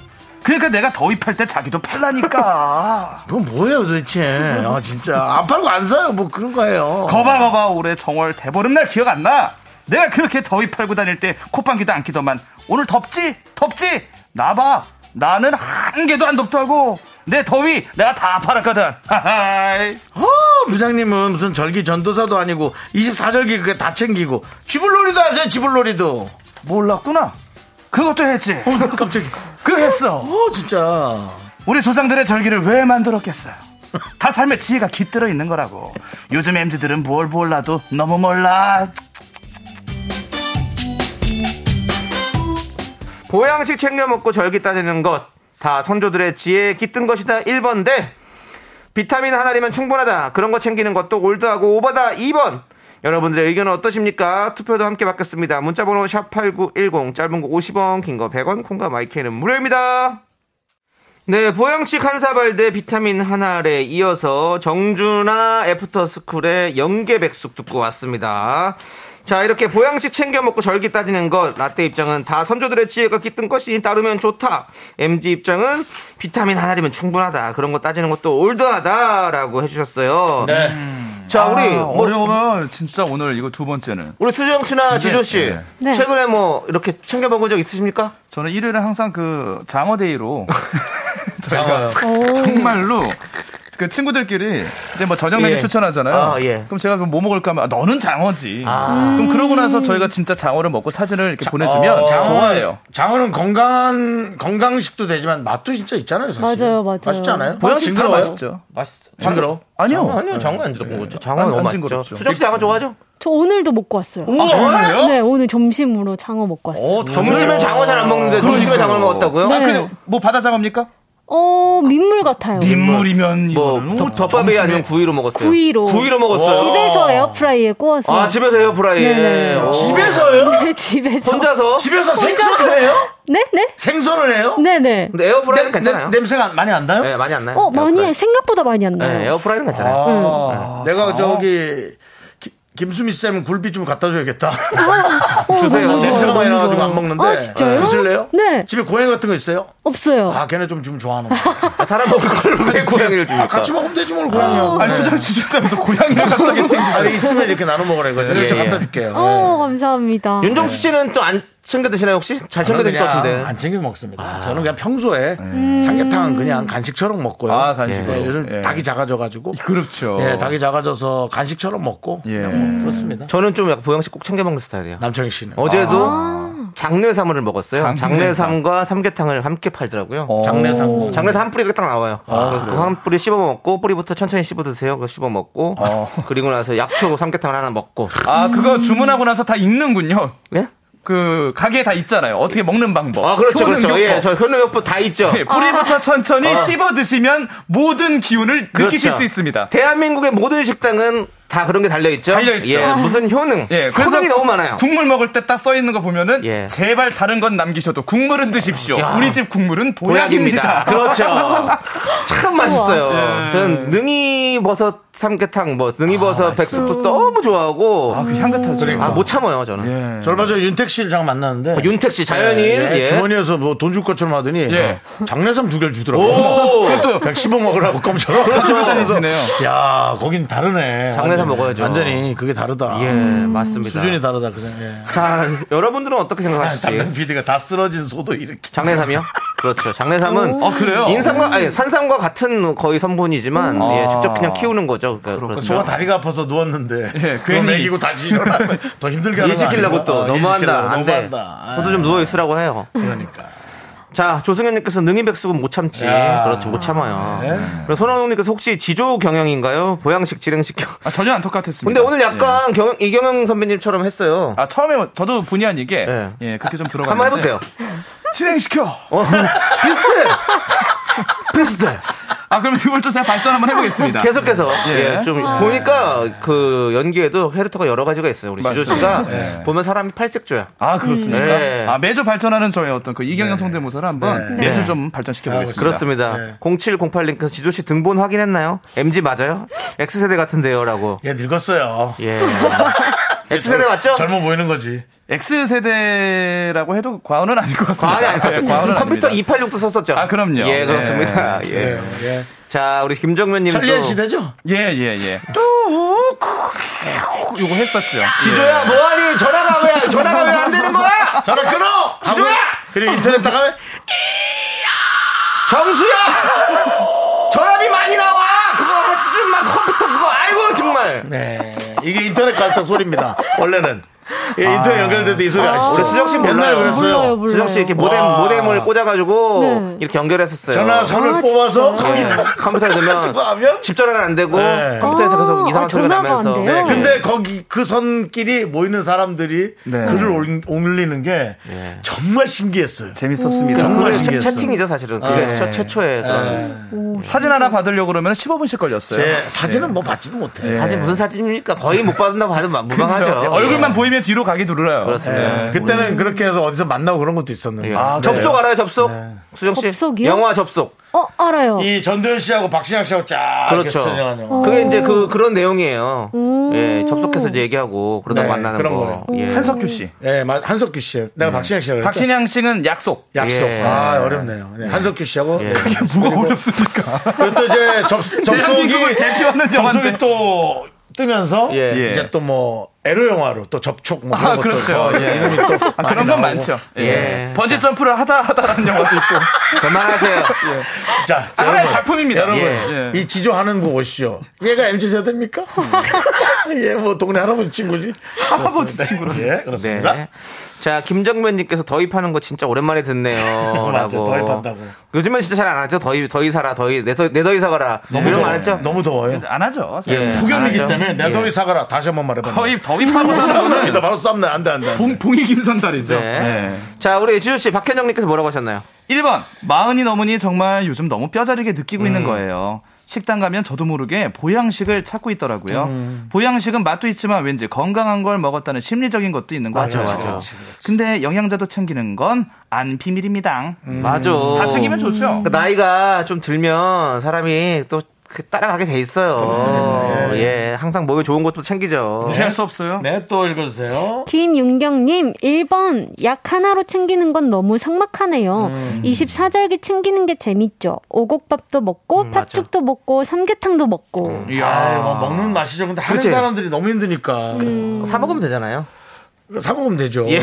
Speaker 9: 그러니까 내가 더위 팔 때 자기도 팔라니까.
Speaker 5: 그건 뭐예요 도대체 아 진짜 안 팔고 안 사요 뭐 그런
Speaker 2: 어,
Speaker 5: 거예요
Speaker 9: 거봐 거봐 올해 정월 대보름날 기억 안 나? 내가 그렇게 더위 팔고 다닐 때 콧방귀도 안 끼더만 오늘 덥지? 덥지? 나봐 나는 한 개도 안 덥다고 내 더위 내가 다 팔았거든 하하이.
Speaker 5: 어, 부장님은 무슨 절기 전도사도 아니고 24절기 그게 다 챙기고 지불놀이도 하세요 지불놀이도
Speaker 9: 몰랐구나 그것도 했지
Speaker 5: 어, 깜짝이야
Speaker 9: 그거 했어
Speaker 5: 어 진짜
Speaker 9: 우리 조상들의 절기를 왜 만들었겠어요 다 삶의 지혜가 깃들어 있는 거라고 요즘 MZ들은 뭘 몰라도 너무 몰라
Speaker 3: 보양식 챙겨 먹고 절기 따지는 것 다 선조들의 지혜에 깃든 것이다 1번데 비타민 하나리면 충분하다 그런 거 챙기는 것도 올드하고 오바다 2번 여러분들의 의견은 어떠십니까? 투표도 함께 받겠습니다 문자번호 샵8910 짧은 거 50원 긴 거 100원 콩과 마이크는 무료입니다 네, 보양식 한사발대 비타민 하나에 이어서 정준하 애프터스쿨의 연계백숙 듣고 왔습니다. 자, 이렇게 보양식 챙겨 먹고 절기 따지는 것, 라떼 입장은 다 선조들의 지혜가 깃든 것이 따르면 좋다. MG 입장은 비타민 하나리면 충분하다. 그런 거 따지는 것도 올드하다라고 해주셨어요. 네. 자, 우리
Speaker 9: 아,
Speaker 3: 뭐
Speaker 9: 어려우면 진짜 오늘 이거 두 번째는
Speaker 3: 우리 수정 씨나 지조 씨
Speaker 9: 네.
Speaker 6: 네.
Speaker 3: 최근에 뭐 이렇게 챙겨 먹은 적 있으십니까?
Speaker 9: 저는 일요일에 항상 그 장어데이로 저희가
Speaker 6: 오.
Speaker 9: 정말로 그 친구들끼리 이제 뭐 저녁 메뉴
Speaker 3: 예.
Speaker 9: 추천하잖아요.
Speaker 3: 아, 예.
Speaker 9: 그럼 제가 뭐 먹을까 하면 아, 너는 장어지.
Speaker 3: 아.
Speaker 9: 그럼 그러고 나서 저희가 진짜 장어를 먹고 사진을 이렇게 보내주면 좋아해요.
Speaker 5: 장어는 건강한 건강식도 되지만 맛도 진짜 있잖아요. 사실.
Speaker 6: 맞아요, 맞아요.
Speaker 5: 맛있지 않아요?
Speaker 9: 보양식 다
Speaker 5: 징그러워요?
Speaker 9: 맛있죠.
Speaker 3: 맛있어.
Speaker 5: 징그러워.
Speaker 9: 아니요.
Speaker 3: 아니요, 장어 안 들어보죠. 장어
Speaker 9: 안-
Speaker 3: 너무
Speaker 9: 안
Speaker 3: 맛있죠.
Speaker 9: 징그럽죠.
Speaker 3: 수정 씨 장어 좋아하죠?
Speaker 6: 저 오늘도 먹고 왔어요.
Speaker 5: 아,
Speaker 6: 네, 오늘 점심으로 장어 먹고 왔어요.
Speaker 9: 어,
Speaker 3: 점심에 장어 잘 안 먹는데 점심에
Speaker 9: 그러니까요.
Speaker 3: 장어를 먹었다고요?
Speaker 6: 네.
Speaker 9: 뭐 바다 장어입니까?
Speaker 6: 어, 민물 같아요.
Speaker 5: 민물이면
Speaker 3: 뭐
Speaker 5: 이거는
Speaker 3: 덮- 덮밥에 아니면 구이로 먹었어요.
Speaker 6: 구이로.
Speaker 3: 구이로 먹었어요.
Speaker 6: 집에서 에어프라이에 구워서.
Speaker 3: 아 집에서
Speaker 6: 네,
Speaker 3: 에어프라이에
Speaker 6: 네.
Speaker 3: 오.
Speaker 5: 집에서요?
Speaker 6: 네, 집에서.
Speaker 3: 혼자서.
Speaker 5: 집에서 생선을 해요?
Speaker 6: 네, 네,
Speaker 5: 생선을 해요?
Speaker 6: 네, 네.
Speaker 3: 근데 에어프라이는
Speaker 5: 냄-
Speaker 3: 괜찮아요.
Speaker 5: 냄- 냄새가 많이 안 나요?
Speaker 3: 네, 많이 안 나요.
Speaker 6: 어, 많이 해.
Speaker 3: 에어프라이.
Speaker 6: 생각보다 많이 안 나요.
Speaker 3: 네, 에어프라이는 괜찮아요.
Speaker 5: 아, 내가 저기 기- 김수미 쌤 굴비 좀 갖다 줘야겠다.
Speaker 3: 아,
Speaker 6: 어,
Speaker 3: 주세요.
Speaker 6: 너무 좋아요,
Speaker 5: 냄새가 많이
Speaker 6: 너무
Speaker 5: 나가지고
Speaker 6: 좋아요.
Speaker 5: 네, 안 먹는데.
Speaker 6: 아, 진짜요?
Speaker 5: 드실래요?
Speaker 6: 네.
Speaker 5: 집에 고양이 같은 거 있어요?
Speaker 6: 없어요.
Speaker 5: 아, 걔네 좀 주면 좋아하는 거.
Speaker 3: 사람 먹을 걸 왜 고양이를 주니까.
Speaker 5: 같이 먹으면 되지 뭘 고양이하고.
Speaker 9: 아니 수정 씨 준다면서 고양이랑 갑자기
Speaker 5: 아니,
Speaker 9: 챙기세요.
Speaker 5: 있으면 이렇게 나눠 먹으라 이거죠.
Speaker 3: 예,
Speaker 5: 예, 저
Speaker 3: 예.
Speaker 5: 갖다 줄게요.
Speaker 6: 어, 감사합니다.
Speaker 3: 윤정수 씨는 또 안 챙겨 드시나요 혹시? 잘 챙겨
Speaker 5: 저는
Speaker 3: 드실 것
Speaker 5: 그냥
Speaker 3: 같은데.
Speaker 5: 안 챙겨 먹습니다.
Speaker 9: 아.
Speaker 5: 저는 그냥 평소에 삼계탕은 그냥 간식처럼 먹고요.
Speaker 9: 네. 음. 아, 간식으로.
Speaker 5: 예, 요즘
Speaker 9: 예.
Speaker 5: 닭이 작아져가지고.
Speaker 9: 그렇죠.
Speaker 5: 예, 닭이 작아져서 간식처럼 먹고.
Speaker 9: 예.
Speaker 5: 음, 그렇습니다.
Speaker 3: 저는 좀 약간 보양식 꼭 챙겨 먹는 스타일이에요.
Speaker 5: 남창희 씨는.
Speaker 3: 어제도
Speaker 6: 아.
Speaker 3: 장뇌삼을 먹었어요.
Speaker 9: 장뇌삼. 어.
Speaker 3: 장뇌삼과 삼계탕을 함께 팔더라고요.
Speaker 5: 장례상.
Speaker 3: 장례에서 한 뿌리가 딱 나와요.
Speaker 9: 아,
Speaker 3: 그래서 그 한 뿌리 씹어 먹고 뿌리부터 천천히 씹어 드세요. 그거 씹어 먹고
Speaker 9: 어.
Speaker 3: 그리고 나서 약초 삼계탕을 하나 먹고.
Speaker 9: 아 그거 주문하고 나서 다 읽는군요.
Speaker 3: 예?
Speaker 9: 그 가게에 다 있잖아요. 어떻게 먹는 방법.
Speaker 3: 아 그렇죠
Speaker 9: 효능
Speaker 3: 그렇죠. 예,
Speaker 9: 요법.
Speaker 3: 저 효능요법 다 있죠.
Speaker 9: 예, 뿌리부터 천천히
Speaker 3: 아.
Speaker 9: 씹어 드시면 모든 기운을 느끼실
Speaker 3: 그렇죠.
Speaker 9: 수 있습니다.
Speaker 3: 대한민국의 모든 식당은 다 그런 게 달려 있죠.
Speaker 9: 달려있죠. 아.
Speaker 3: 예, 무슨 효능?
Speaker 9: 예,
Speaker 3: 효능이 너무 많아요.
Speaker 9: 국물 먹을 때 딱 써 있는 거 보면은
Speaker 3: 예.
Speaker 9: 제발 다른 건 남기셔도 국물은 드십시오.
Speaker 3: 야.
Speaker 9: 우리 집 국물은
Speaker 3: 보약입니다.
Speaker 9: 보약입니다. 예.
Speaker 3: 그렇죠. 참 맛있어요. 저는 능이 버섯 삼계탕, 뭐 능이 버섯 백숙도 너무 좋아하고
Speaker 9: 아, 그 향긋하죠.
Speaker 3: 아 못 참아요 저는.
Speaker 9: 예.
Speaker 5: 저 얼마 전에 윤택 씨를 잠깐 만났는데.
Speaker 3: 아, 윤택 씨 자연인
Speaker 5: 예,
Speaker 3: 예.
Speaker 5: 주머니에서 뭐 돈 줄 것처럼 하더니
Speaker 9: 예.
Speaker 5: 장례삼 두 개를 주더라고. 115 먹으라고 껌처럼.
Speaker 9: 집을
Speaker 5: 그래서
Speaker 9: 다니시네요.
Speaker 5: 야, 거긴 다르네.
Speaker 3: 장례삼 먹어야죠.
Speaker 5: 완전히 그게 다르다.
Speaker 3: 예 맞습니다.
Speaker 5: 음, 수준이 아, 다르다 그 생각. 예.
Speaker 3: 자 여러분들은 어떻게
Speaker 5: 담당
Speaker 3: 생각하실지
Speaker 5: PD가 다 쓰러진 소도 이렇게.
Speaker 3: 장례삼이요? 그렇죠. 장례삼은
Speaker 9: 아 그래요.
Speaker 5: 음.
Speaker 3: 인삼과 아니 산삼과 같은 거의 성분이지만 예, 직접 그냥 키우는 거죠. 그러니까 그렇죠.
Speaker 5: 소가 아. 다리가 아파서 누웠는데
Speaker 9: 예,
Speaker 5: 그거
Speaker 9: 괜히.
Speaker 5: 먹이고 다시 일어나면 더 힘들게 하는
Speaker 3: 일
Speaker 5: 어,
Speaker 3: 시키려고 또 너무한다. 안 돼.
Speaker 5: 너무한다. 아,
Speaker 3: 저도 좀 누워 있으라고 해요.
Speaker 5: 그러니까.
Speaker 3: 자, 조승현님께서 능이백숙은 못 참지.
Speaker 5: 야. 네.
Speaker 3: 그렇죠, 못 참아요. 그리고 손원웅님께서 혹시 지조 경영인가요? 보양식, 지랭식 경.
Speaker 9: 아, 전혀 안
Speaker 3: 근데
Speaker 9: 똑같았습니다.
Speaker 3: 오늘
Speaker 9: 예.
Speaker 3: 약간 경영- 이경영 선배님처럼 했어요.
Speaker 9: 아 처음에 저도 본의 아니게
Speaker 3: 예.
Speaker 9: 예 그렇게 좀 들어가.
Speaker 3: 한번 해보세요.
Speaker 9: 진행시켜.
Speaker 3: 어, 비슷해. 비슷해.
Speaker 9: 아 그럼 이걸 또 제가 발전 한번 해보겠습니다.
Speaker 3: 계속해서
Speaker 9: 예.
Speaker 3: 아, 예, 좀 보니까 그 연기에도 캐릭터가 여러 가지가 있어요. 우리 지조
Speaker 9: 맞습니다.
Speaker 3: 씨가
Speaker 9: 예.
Speaker 3: 보면 사람이 팔색조야.
Speaker 9: 아 그렇습니까?
Speaker 3: 네.
Speaker 9: 아 매주 발전하는 저의 어떤 그 이경영 성대모사를 한번 매주 좀 발전시켜
Speaker 3: 아,
Speaker 9: 보겠습니다.
Speaker 3: 그렇습니다. 0708님께서 지조 씨 등본 확인했나요? MG 맞아요? X세대 같은데요라고.
Speaker 5: 얘 늙었어요.
Speaker 3: 예. X세대 맞죠?
Speaker 5: 젊어 보이는 거지.
Speaker 9: X 세대라고 해도 과언은 아닐 것 같습니다.
Speaker 3: 아니, 아니,
Speaker 9: 예, 과언은
Speaker 3: 컴퓨터
Speaker 9: 아닙니다.
Speaker 3: 286도 썼었죠.
Speaker 9: 아, 그럼요.
Speaker 3: 예, 그렇습니다. 예.
Speaker 5: 예.
Speaker 3: 자, 우리 김정면님도
Speaker 5: 천리의 시대죠?
Speaker 9: 예, 예, 예. 요거 했었죠.
Speaker 3: 기조야, 뭐하니? 전화가 왜 전화가 왜 안 되는 거야?
Speaker 5: 전화 끊어! 하고 그리고 인터넷 나가면
Speaker 3: 정수야, 전화비 많이 나와. 그거 같이 좀막 컴퓨터 그거 아이고 정말.
Speaker 5: 네. 이게 인터넷 갈등 소리입니다. 원래는. 예, 인터넷 연결돼도 이 소리 아시죠?
Speaker 3: 우리 수정 씨
Speaker 5: 옛날에
Speaker 3: 몰라요.
Speaker 5: 그랬어요.
Speaker 6: 몰라요, 몰라요.
Speaker 3: 수정 씨 이렇게 모뎀
Speaker 5: 와.
Speaker 3: 모뎀을 꽂아가지고
Speaker 6: 네.
Speaker 3: 이렇게 연결했었어요.
Speaker 5: 전화 선을
Speaker 6: 아,
Speaker 5: 뽑아서
Speaker 6: 진짜.
Speaker 5: 거기
Speaker 3: 예. 컴퓨터에
Speaker 5: 가지고
Speaker 3: 넣으면
Speaker 5: 하면
Speaker 3: 집 전화가 안 되고
Speaker 5: 네.
Speaker 3: 컴퓨터에서 계속
Speaker 6: 아,
Speaker 3: 이상한 소리가
Speaker 6: 전화가 안
Speaker 3: 나면서.
Speaker 6: 돼요?
Speaker 5: 네,
Speaker 6: 네.
Speaker 5: 근데 거기 그 선끼리 모이는 사람들이
Speaker 9: 네.
Speaker 5: 글을 올- 올리는 게
Speaker 3: 예.
Speaker 5: 정말 신기했어요.
Speaker 9: 재밌었습니다.
Speaker 5: 정말
Speaker 3: 네. 그게 채-
Speaker 5: 신기했어.
Speaker 3: 채팅이죠 사실은. 그게
Speaker 9: 예.
Speaker 3: 최- 최초의 그런.
Speaker 9: 사진 하나 받으려고 그러면 15분씩
Speaker 2: 예,
Speaker 9: 걸렸어요.
Speaker 3: 네.
Speaker 5: 제 사진은 뭐 받지도 못해.
Speaker 9: 예.
Speaker 3: 사진 무슨 사진입니까? 거의 못 받는다고 봐도 마-
Speaker 9: 그렇죠.
Speaker 3: 무방하죠.
Speaker 9: 얼굴만
Speaker 3: 예.
Speaker 9: 보이면 뒤로 가기 둘러요.
Speaker 3: 그렇습니다.
Speaker 9: 예.
Speaker 2: 그때는
Speaker 3: 음.
Speaker 2: 그렇게 해서 어디서 만나고 그런 것도 있었는데.
Speaker 3: 예.
Speaker 9: 아,
Speaker 3: 접속
Speaker 9: 그래요?
Speaker 3: 알아요, 접속? 수정씨?
Speaker 6: 접속이요?
Speaker 3: 영화 접속.
Speaker 6: 어, 알아요.
Speaker 2: 이 전도현 씨하고 박신양 씨하고 쫙 이렇게
Speaker 3: 그렇죠.
Speaker 2: 쓰는 영화.
Speaker 3: 그게 이제 그, 그런 내용이에요.
Speaker 6: 음.
Speaker 3: 예, 접속해서 이제 얘기하고, 그러다
Speaker 2: 네,
Speaker 3: 만나는
Speaker 2: 그런
Speaker 3: 거.
Speaker 2: 거예요.
Speaker 3: 예.
Speaker 9: 한석규 씨.
Speaker 2: 예, 마- 한석규 씨. 내가 박신양 씨라고 그랬죠?
Speaker 9: 박신양 씨는 약속.
Speaker 2: 약속.
Speaker 3: 예.
Speaker 2: 아, 어렵네요. 네, 한석규 씨하고.
Speaker 3: 예.
Speaker 2: 그리고
Speaker 9: 뭐가 어렵습니까?
Speaker 2: 또 이제 접, 접속이
Speaker 9: 대한민국을 대표하는 영화인데.
Speaker 2: 접속이 또 뜨면서
Speaker 3: 예.
Speaker 2: 이제 또 뭐 에로 영화로 또 접촉 뭐 그런
Speaker 9: 아,
Speaker 2: 것도
Speaker 9: 그렇죠.
Speaker 2: 더
Speaker 9: 예.
Speaker 2: 이름이 또
Speaker 9: 아,
Speaker 2: 많이
Speaker 9: 그런 건
Speaker 2: 나오고.
Speaker 9: 많죠. 예.
Speaker 3: 예.
Speaker 9: 번지 점프를 하다 하다라는 영화도 있고.
Speaker 3: 그만하세요.
Speaker 2: 자,
Speaker 9: 아, 하나의
Speaker 2: 여러분,
Speaker 9: 작품입니다.
Speaker 2: 여러분,
Speaker 9: 예.
Speaker 2: 이 지조하는 거 보십시오. 얘가 MZ 세대입니까? 얘 뭐 동네 할아버지 친구지?
Speaker 9: 할아버지 친구로.
Speaker 2: 예,
Speaker 3: 네.
Speaker 2: 그렇습니다.
Speaker 3: 자, 김정면님께서 더입하는 거 진짜 오랜만에 듣네요.
Speaker 2: 맞아,
Speaker 3: 라고.
Speaker 2: 더입한다고.
Speaker 3: 요즘은 진짜 잘 안 하죠. 더위, 더위 살아, 더위, 내, 서- 내 더위 사가라. 뭐 이런 거 안 했죠?
Speaker 2: 너무 더워요.
Speaker 9: 안 하죠. 사실.
Speaker 3: 예.
Speaker 2: 네. 폭염이기
Speaker 3: 안 하죠.
Speaker 2: 때문에 내
Speaker 3: 예.
Speaker 2: 더위 사가라. 다시 한번 말해봐.
Speaker 9: 거의 더위파로
Speaker 2: 쌉납니다. 바로 쌉나. 안 돼, 안 돼. 안 돼.
Speaker 9: 봉, 봉이 김선달이죠.
Speaker 3: 네.
Speaker 9: 예.
Speaker 3: 자, 우리 지주 씨, 박현정님께서 뭐라고 하셨나요?
Speaker 9: 1번 마흔이 넘으니 정말 요즘 너무 뼈저리게 느끼고 있는 거예요. 식당 가면 저도 모르게 보양식을 찾고 있더라고요. 보양식은 맛도 있지만 왠지 건강한 걸 먹었다는 심리적인 것도 있는 것
Speaker 2: 네,
Speaker 9: 같아요.
Speaker 3: 어,
Speaker 9: 근데 영양제도 챙기는 건 안 비밀입니다.
Speaker 2: 음,
Speaker 9: 음.
Speaker 3: 맞아.
Speaker 9: 다 챙기면 좋죠.
Speaker 3: 그 나이가 좀 들면 사람이 또그 따라가게 돼 있어요. 예. 항상 몸에 좋은 것도 챙기죠.
Speaker 9: 무시할 수 없어요.
Speaker 2: 네, 또 읽어주세요.
Speaker 6: 김윤경님, 1번, 약 하나로 챙기는 건 너무 삭막하네요. 24절기 챙기는 게 재밌죠. 오곡밥도 먹고, 팥죽도 먹고, 삼계탕도 먹고.
Speaker 9: 이야.
Speaker 2: 아, 뭐 먹는 맛이죠. 근데 하는
Speaker 3: 그치?
Speaker 2: 사람들이 너무 힘드니까.
Speaker 3: 사 먹으면 되잖아요.
Speaker 2: 사먹으면 되죠.
Speaker 3: 예.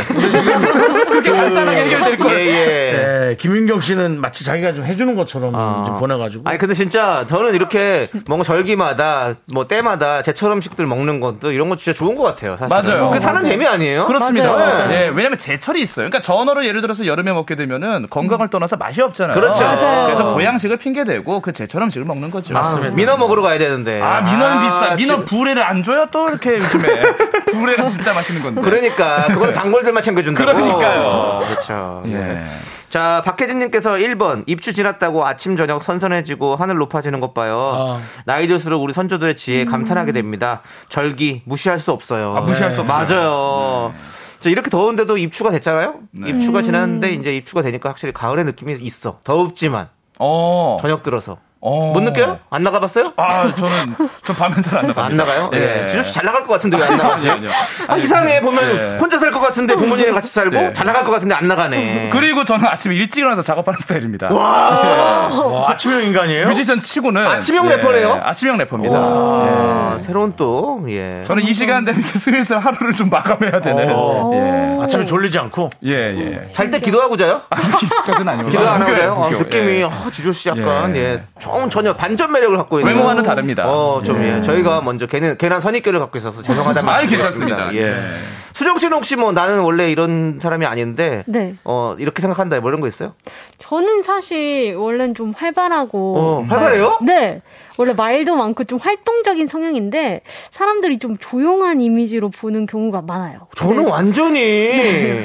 Speaker 9: 그렇게
Speaker 2: 아,
Speaker 9: 간단하게 해결될 걸.
Speaker 3: 예, 예.
Speaker 2: 네, 김윤경 씨는 마치 자기가 좀 해주는 것처럼
Speaker 3: 아.
Speaker 2: 좀 보내가지고.
Speaker 3: 아니 근데 진짜 저는 이렇게 뭔가 절기마다 뭐 때마다 제철 음식들 먹는 것도 이런 거 진짜 좋은 것 같아요. 사실.
Speaker 9: 맞아요.
Speaker 3: 그게 사는 재미 아니에요?
Speaker 9: 그렇습니다.
Speaker 3: 맞아요. 네.
Speaker 9: 예, 왜냐면 제철이 있어요. 그러니까 전어를 예를 들어서 여름에 먹게 되면은 건강을 떠나서 맛이 없잖아요.
Speaker 3: 그렇죠. 맞아요.
Speaker 9: 그래서 보양식을 핑계대고 그 제철 음식을 먹는 거죠.
Speaker 3: 아, 민어 먹으러 가야 되는데.
Speaker 9: 아, 민어는 비싸. 민어
Speaker 3: 지금-
Speaker 9: 부레를 안 줘요? 또 이렇게 요즘에. 부레가 진짜 맛있는 건데.
Speaker 3: 그러니까 그거는 단골들만 챙겨준다고.
Speaker 9: 네. 그러니까요.
Speaker 3: 그렇죠. 예.
Speaker 9: 예.
Speaker 3: 자, 박혜진님께서 1번 입추 지났다고 아침 저녁 선선해지고 하늘 높아지는 것 봐요. 나이 들수록 우리 선조들의 지혜 에 감탄하게 됩니다. 절기 무시할 수 없어요.
Speaker 9: 아, 무시할 수 없어요. 네.
Speaker 3: 맞아요. 자, 이렇게 더운데도 입추가 됐잖아요. 입추가 지났는데 이제 입추가 되니까 확실히 가을의 느낌이 있어. 더웁지만
Speaker 9: 어.
Speaker 3: 저녁 들어서
Speaker 9: 어.
Speaker 3: 못 느껴요? 안 나가봤어요?
Speaker 9: 아, 저는, 전 밤엔 잘 안 나가요.
Speaker 3: 안 나가요?
Speaker 9: 예.
Speaker 3: 예. 지조 씨잘 나갈 것 같은데 왜 안 나가지?
Speaker 9: 아니요, 아니요.
Speaker 3: 아, 이상해. 보면
Speaker 9: 예.
Speaker 3: 혼자 살 것 같은데 부모님이랑 같이 살고
Speaker 9: 네.
Speaker 3: 잘 나갈 것 같은데 안 나가네.
Speaker 9: 그리고 저는 아침에 일찍 일어나서 작업하는 스타일입니다. 예.
Speaker 2: 와, 아침형 인간이에요?
Speaker 9: 뮤지션 치고는. 예,
Speaker 3: 아침형 래퍼네요?
Speaker 9: 아침형 래퍼입니다. 네.
Speaker 3: 아, 새로운 또 예.
Speaker 9: 저는 이 시간 되면 이제 슬슬 하루를 좀 마감해야 되는.
Speaker 3: 어.
Speaker 6: 어.
Speaker 9: 예.
Speaker 2: 아침에 졸리지 않고.
Speaker 9: 예, 예.
Speaker 3: 잘 때 기도하고 자요?
Speaker 9: 기도까지는 아니고.
Speaker 3: 기도 안 하고
Speaker 9: 웃겨요,
Speaker 3: 자요? 어,
Speaker 9: 웃겨요.
Speaker 3: 느낌이
Speaker 9: 예.
Speaker 3: 어, 지조 씨 약간
Speaker 9: 예.
Speaker 3: 예. 좀 전혀 반전 매력을 갖고 있는.
Speaker 9: 외모와는 다릅니다.
Speaker 3: 어, 좀 예. 저희가 먼저 걔는 걔란 선입견을 갖고 있어서 죄송하다는
Speaker 9: 아이,
Speaker 3: 말씀
Speaker 9: 괜찮습니다.
Speaker 3: 드리겠습니다.
Speaker 9: 예.
Speaker 3: 수정 씨는 혹시 뭐 나는 원래 이런 사람이 아닌데
Speaker 6: 네.
Speaker 3: 어, 이렇게 생각한다 뭐 이런 거 있어요?
Speaker 6: 저는 사실 원래는 좀 활발하고
Speaker 3: 어, 활발해요?
Speaker 6: 말- 네. 원래 말도 많고 좀 활동적인 성향인데 사람들이 좀 조용한 이미지로 보는 경우가 많아요.
Speaker 3: 저는 완전히
Speaker 2: 네.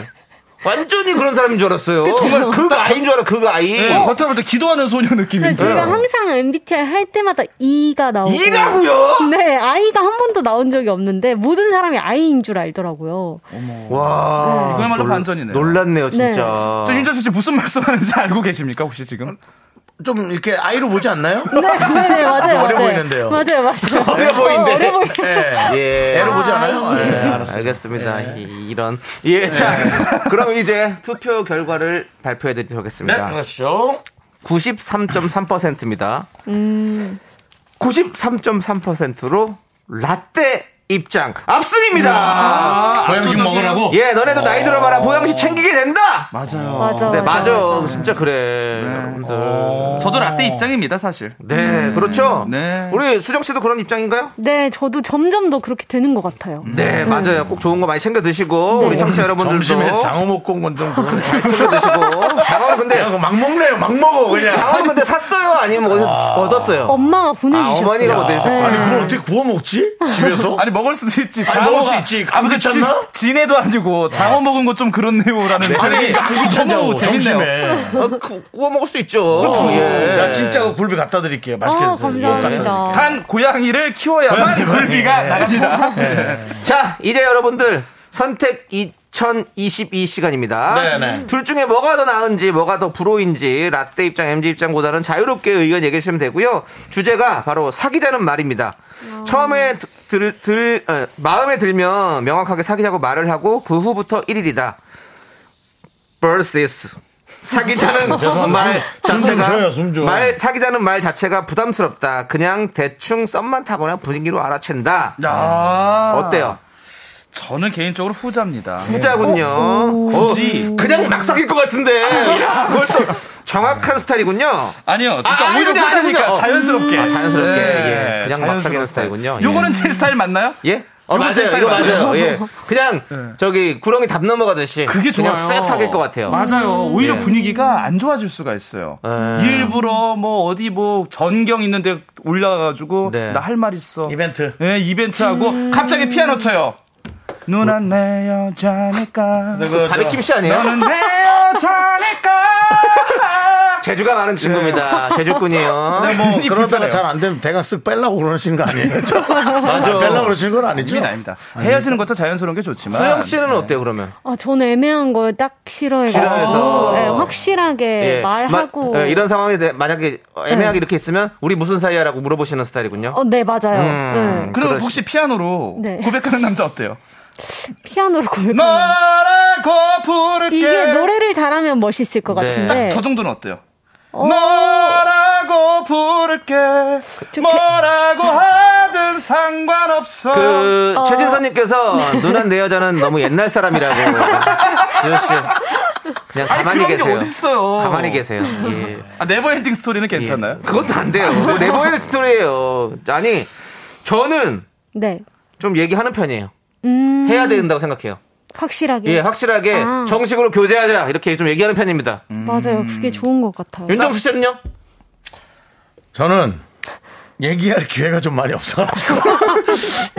Speaker 3: 완전히 그런 사람인 줄 알았어요. 정말 그 아이인 줄 알아. 그 아이.
Speaker 9: 예. 겉으로 볼 때 기도하는 소녀
Speaker 6: 근데
Speaker 9: 느낌인데.
Speaker 6: 제가 항상 MBTI 할 때마다 E가 나오고
Speaker 3: 이라고요?
Speaker 6: 네, 아이가 한 번도 나온 적이 없는데 모든 사람이 아이인 줄 알더라고요.
Speaker 3: 와.
Speaker 9: 이거야말로
Speaker 3: 아, 놀-
Speaker 9: 반전이네요.
Speaker 3: 놀랐네요,
Speaker 6: 네.
Speaker 3: 진짜.
Speaker 9: 저 윤정수 씨 무슨 말씀하는지 알고 계십니까 혹시 지금?
Speaker 2: 좀 이렇게 아이로 보지 않나요?
Speaker 6: 네, 네, 네, 맞아요.
Speaker 2: 어려
Speaker 6: 맞아요.
Speaker 2: 보이는데요.
Speaker 6: 맞아요, 맞아요.
Speaker 3: 어려 보이는데.
Speaker 6: 어, 어려 보이.
Speaker 2: 예.
Speaker 9: 네,
Speaker 3: 예.
Speaker 2: 애로 보지 않아요? 예, 알았어요.
Speaker 3: 네, 알겠습니다. 이, 런 예, 자. 그럼 이제 투표 결과를 발표해
Speaker 2: 네,
Speaker 3: 드리도록 하겠습니다.
Speaker 2: 그렇죠.
Speaker 3: 93.3%입니다.
Speaker 6: 음.
Speaker 3: 93.3%로 라떼 입장 압승입니다.
Speaker 2: 고양식 먹으라고?
Speaker 3: 예, 너네도 나이 들어봐라. 보양식 챙기게 된다.
Speaker 9: 맞아요.
Speaker 6: 맞아,
Speaker 3: 네, 맞아.
Speaker 6: 맞아.
Speaker 3: 진짜 그래. 여러분들. 어.
Speaker 9: 저도 라떼 입장입니다 사실.
Speaker 3: 네, 그렇죠.
Speaker 9: 네.
Speaker 3: 우리 수정 씨도 그런 입장인가요?
Speaker 6: 네, 저도 점점 더 그렇게 되는 것 같아요.
Speaker 3: 네, 맞아요. 꼭 좋은 거 많이 챙겨 드시고 우리 청취자 여러분들도
Speaker 2: 점심에 장어 먹고 온 건좀 그런데.
Speaker 3: 챙겨 드시고 장어는 근데
Speaker 2: 그냥 막 먹네요. 막 먹어, 그냥.
Speaker 3: 장어는 근데 샀어요? 아니면 어디서 얻었어요?
Speaker 6: 엄마가 보내주셨어요.
Speaker 3: 아, 어머니가 보내주셨구나.
Speaker 2: 아니, 그걸 어떻게 구워 먹지? 집에서?
Speaker 9: 아니 먹을 수도 있지.
Speaker 2: 아니, 먹을 수 있지. 안 귀찮나?
Speaker 9: 진해도 아니고 장어 먹은 것 좀
Speaker 2: 아니,
Speaker 9: 그렇네요라는.
Speaker 2: 뭐
Speaker 9: 표현이
Speaker 2: 안 귀찮냐고,
Speaker 9: 너무 재밌네요.
Speaker 2: 점심에.
Speaker 3: 어, 그- 구워 먹을 수 있죠.
Speaker 2: 그렇죠.
Speaker 3: 예.
Speaker 2: 어, 자, 진짜 굴비 갖다 드릴게요. 맛있게
Speaker 6: 아,
Speaker 2: 드세요. 예. 이거 갖다 드릴게요.
Speaker 6: 감사합니다.
Speaker 9: 단 고양이를 키워야만 네.
Speaker 2: 고양이,
Speaker 9: 굴비가 나갑니다.
Speaker 3: 자, 이제 여러분들 선택 2022 시간입니다.
Speaker 2: 네네.
Speaker 3: 둘 중에 뭐가 더 나은지, 뭐가 더 불호인지, 라떼 입장, MG 입장보다는 자유롭게 의견 얘기하시면 되고요. 주제가 바로 사귀자는 말입니다. 처음에 드- 들, 들, 어, 마음에 들면 명확하게 사귀자고 말을 하고, 그 후부터 1일이다. versus. 사귀자는 말
Speaker 2: 아, 숨좀
Speaker 3: 자체가
Speaker 2: 쉬어요, 숨 좀.
Speaker 3: 말 사귀자는 말 자체가 부담스럽다. 그냥 대충 썸만 타거나 분위기로 알아챈다.
Speaker 9: 아.
Speaker 3: 네. 어때요?
Speaker 9: 저는 개인적으로 후자입니다.
Speaker 3: 후자군요.
Speaker 9: 굳이.
Speaker 3: 어, 그냥 막 사귈 것 같은데. 그걸 또 정확한 스타일이군요.
Speaker 9: 아니요.
Speaker 3: 아,
Speaker 9: 그러니까 오히려
Speaker 3: 아니군요,
Speaker 9: 후자니까
Speaker 3: 아니군요.
Speaker 9: 자연스럽게. 네.
Speaker 3: 아, 자연스럽게. 예. 그냥 막
Speaker 9: 자연스럽게.
Speaker 3: 사귀는 스타일이군요. 예.
Speaker 9: 요거는 제 스타일 맞나요?
Speaker 3: 예? 어,
Speaker 9: 요건 제
Speaker 3: 맞아요.
Speaker 9: 스타일
Speaker 3: 이거
Speaker 9: 맞아요.
Speaker 3: 맞아요. 예. 그냥 저기 구렁이 답 넘어가듯이
Speaker 9: 그게 좋아요.
Speaker 3: 그냥 쓱 사귈 것 같아요.
Speaker 9: 맞아요. 오히려
Speaker 3: 예.
Speaker 9: 분위기가 안 좋아질 수가 있어요.
Speaker 3: 예.
Speaker 9: 일부러 뭐 어디 뭐 전경 있는데 올라가가지고
Speaker 3: 네.
Speaker 9: 나 할 말 있어.
Speaker 2: 이벤트.
Speaker 9: 예, 이벤트 하고 갑자기 피아노 쳐요. 누나 내 여자니까.
Speaker 2: 네, 그거
Speaker 3: 음, 바비킴 씨 아니에요?
Speaker 9: 너는 내 여자니까.
Speaker 3: 제주가 많은 친구입니다. 제주꾼이에요.
Speaker 2: 근데 뭐
Speaker 9: 이
Speaker 2: 그러다가
Speaker 9: 불편해요.
Speaker 2: 잘 안 되면 대강 쓱 빼려고 그러시는 거 아니에요?
Speaker 3: 맞아.
Speaker 2: 빼려고 그러시는 건 아니죠?
Speaker 9: 아닙니다, 아닙니다. 헤어지는 것도 자연스러운 게 좋지만.
Speaker 3: 수영 씨는 어때요, 그러면?
Speaker 6: 아, 저는 애매한 걸 딱 싫어해서
Speaker 3: 싫어해서.
Speaker 6: 네, 확실하게
Speaker 3: 예.
Speaker 6: 말하고.
Speaker 3: 마- 예, 이런 상황에 대해 만약에 애매하게
Speaker 6: 네.
Speaker 3: 이렇게 있으면 우리 무슨 사이야라고 물어보시는 스타일이군요.
Speaker 6: 어, 네 맞아요.
Speaker 3: 음.
Speaker 9: 그럼
Speaker 3: 그러시-
Speaker 9: 혹시 피아노로
Speaker 6: 네.
Speaker 9: 고백하는 남자 어때요?
Speaker 6: 네. 피아노로 고백하는.
Speaker 9: 너라고 부를게.
Speaker 6: 이게 노래를 잘하면 멋있을 것
Speaker 3: 네.
Speaker 6: 같은데.
Speaker 9: 딱저 정도는 어때요?
Speaker 6: 어,
Speaker 9: 뭐라고 부를게
Speaker 6: 저-
Speaker 9: 뭐라고 하든 상관없어 네.
Speaker 3: 그
Speaker 6: 어.
Speaker 3: 최진선님께서 누나 내 여자는 너무 옛날 사람이라고. 지효 씨, 그냥 가만히
Speaker 9: 그런 게
Speaker 3: 계세요.
Speaker 9: 어딨어요.
Speaker 3: 가만히 계세요. 예.
Speaker 9: 아, 네버엔딩 스토리는 괜찮나요?
Speaker 3: 예. 그것도 안 돼요. 네버엔 스토리예요. 아니 저는
Speaker 6: 네.
Speaker 3: 좀 얘기하는 편이에요.
Speaker 6: 음.
Speaker 3: 해야 된다고 생각해요.
Speaker 6: 확실하게.
Speaker 3: 예, 확실하게
Speaker 6: 아.
Speaker 3: 정식으로 교제하자 이렇게 좀 얘기하는 편입니다.
Speaker 6: 맞아요.
Speaker 3: 음.
Speaker 6: 그게 좋은 것 같아요.
Speaker 3: 윤정수 씨는요?
Speaker 2: 저는 얘기할 기회가 좀 많이 없어가지고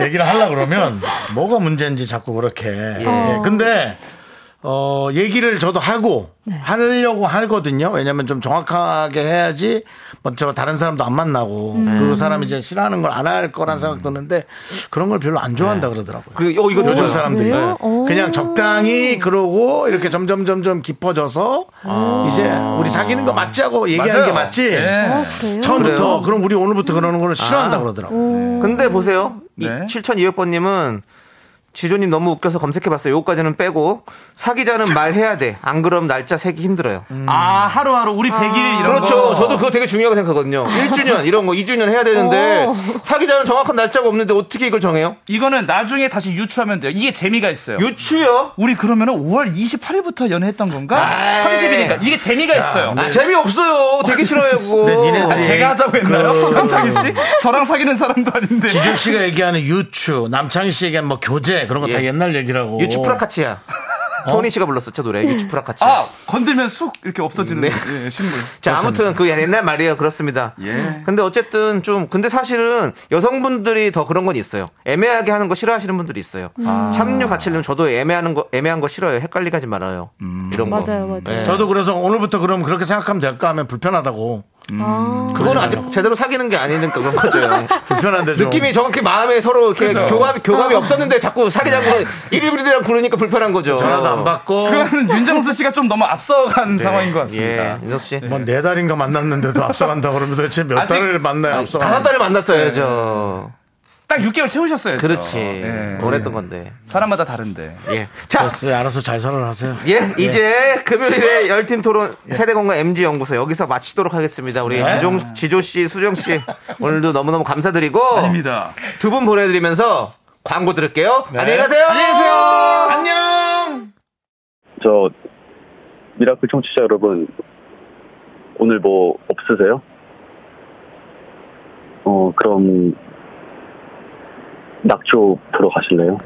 Speaker 2: 얘기를 하려 그러면 뭐가 문제인지 자꾸 그렇게. 예, 근데 어 얘기를 저도 하고 하려고 하거든요. 왜냐면 좀 정확하게 해야지 뭐저 다른 사람도 안 만나고 그 사람이 이제 싫어하는 걸 안 할 거란 생각 드는데 그런 걸 별로 안 좋아한다 그러더라고요.
Speaker 3: 그리고 어, 이거
Speaker 2: 요즘
Speaker 3: 좋아요.
Speaker 2: 사람들이
Speaker 6: 그래요? 오.
Speaker 2: 그냥 적당히 그러고 이렇게 점점 점점 깊어져서 이제 우리 사귀는 거 맞지 하고 얘기하는
Speaker 9: 맞아요.
Speaker 2: 게 맞지.
Speaker 9: 예.
Speaker 6: 어, 그래요?
Speaker 2: 처음부터 그럼 우리 오늘부터 그러는 걸 싫어한다 그러더라고.
Speaker 3: 근데 보세요. 이
Speaker 9: 네.
Speaker 3: 7200번님은 지조님 너무 웃겨서 검색해봤어요. 요거까지는 빼고 사귀자는 말 해야 돼. 안 그럼 날짜 세기 힘들어요.
Speaker 9: 아 하루하루 우리 100일 이런
Speaker 3: 그렇죠.
Speaker 9: 거
Speaker 3: 저도 그거 되게 중요하게 생각하거든요.
Speaker 6: 아.
Speaker 3: 1주년 이런 거 2주년 해야 되는데
Speaker 6: 오.
Speaker 3: 사귀자는 정확한 날짜가 없는데 어떻게 이걸 정해요?
Speaker 9: 이거는 나중에 다시 유추하면 돼요 이게 재미가 있어요
Speaker 3: 유추요?
Speaker 9: 우리 그러면 은 5월 28일부터 연애했던 건가?
Speaker 3: 아.
Speaker 9: 30일이니까 이게 재미가 있어요
Speaker 3: 아, 재미없어요. 되게 싫어요 그거.
Speaker 2: 근데 네. 니네들이-
Speaker 9: 아, 제가 하자고
Speaker 3: 그
Speaker 9: 했나요? 남창희
Speaker 3: 음.
Speaker 9: 씨? 저랑 사귀는 사람도 아닌데
Speaker 2: 기준 씨가 얘기하는 유추, 남창희 씨 얘기한 뭐 교제 그런 거 다
Speaker 3: 예.
Speaker 2: 옛날 얘기라고.
Speaker 3: 유추 프라카치야.
Speaker 2: 어?
Speaker 3: 토니 씨가 불렀었죠 노래 유추 프라카치야.
Speaker 9: 아 건들면 쑥 이렇게 없어지는
Speaker 3: 네.
Speaker 9: 예, 신물
Speaker 2: 어,
Speaker 3: 자, 아무튼 그 옛날 말이에요. 그렇습니다.
Speaker 9: 예.
Speaker 3: 근데 어쨌든 좀 근데 사실은 여성분들이 더 그런 건 있어요. 애매하게 하는 거 싫어하시는 분들이 있어요.
Speaker 2: 음.
Speaker 3: 참류 가치는 저도 애매하는 거 애매한 거 싫어요. 헷갈리게 하지 말아요. 이런 거.
Speaker 6: 맞아요, 맞아요.
Speaker 3: 예.
Speaker 2: 음. 저도 그래서 오늘부터 그럼 그렇게 생각하면 될까 하면 불편하다고.
Speaker 6: 아,
Speaker 3: 그거는 아직 제대로 사귀는 게 아니니까 그런 거죠.
Speaker 2: 네. 불편한데 좀.
Speaker 3: 느낌이 정확히 마음에 서로 이렇게
Speaker 9: 그죠.
Speaker 3: 교감 교감이 없었는데 자꾸 사귀자고 일일부리랑 부르니까 그러니까 불편한 거죠.
Speaker 2: 네. 전화도 안 받고
Speaker 9: 그건 윤정수 씨가 좀 너무 앞서간 상황인 것
Speaker 3: 예,
Speaker 9: 같습니다.
Speaker 3: 민석 씨.
Speaker 2: 뭐 네 달인가 만났는데도 앞서간다 그러면 도대체 몇
Speaker 9: 아직-
Speaker 2: 달을 만나요 앞서?
Speaker 3: 뭐, 다섯 달을
Speaker 2: 그렇죠.
Speaker 3: 만났어야죠.
Speaker 9: 딱 6개월 채우셨어요.
Speaker 3: 그렇죠. 그렇지.
Speaker 2: 네.
Speaker 9: 예.
Speaker 3: 오래했던 건데.
Speaker 9: 사람마다 다른데.
Speaker 3: 예. 자,
Speaker 2: 알았어요, 알아서 잘 살아 하세요. 예.
Speaker 3: 예, 이제 금요일에 열팀 토론 세대공간 MG 연구소 여기서 마치도록 하겠습니다. 우리
Speaker 2: 네.
Speaker 3: 지종, 지조 씨, 수정 씨 오늘도 너무너무 감사드리고
Speaker 9: 입니다.
Speaker 3: 두 분 보내드리면서 광고 들을게요.
Speaker 2: 네.
Speaker 3: 안녕히 가세요. 안녕히 계세요.
Speaker 2: 안녕.
Speaker 4: 저 미라클 청취자 여러분 오늘 뭐 없으세요? 어 그럼 낙조 보러 가실래요?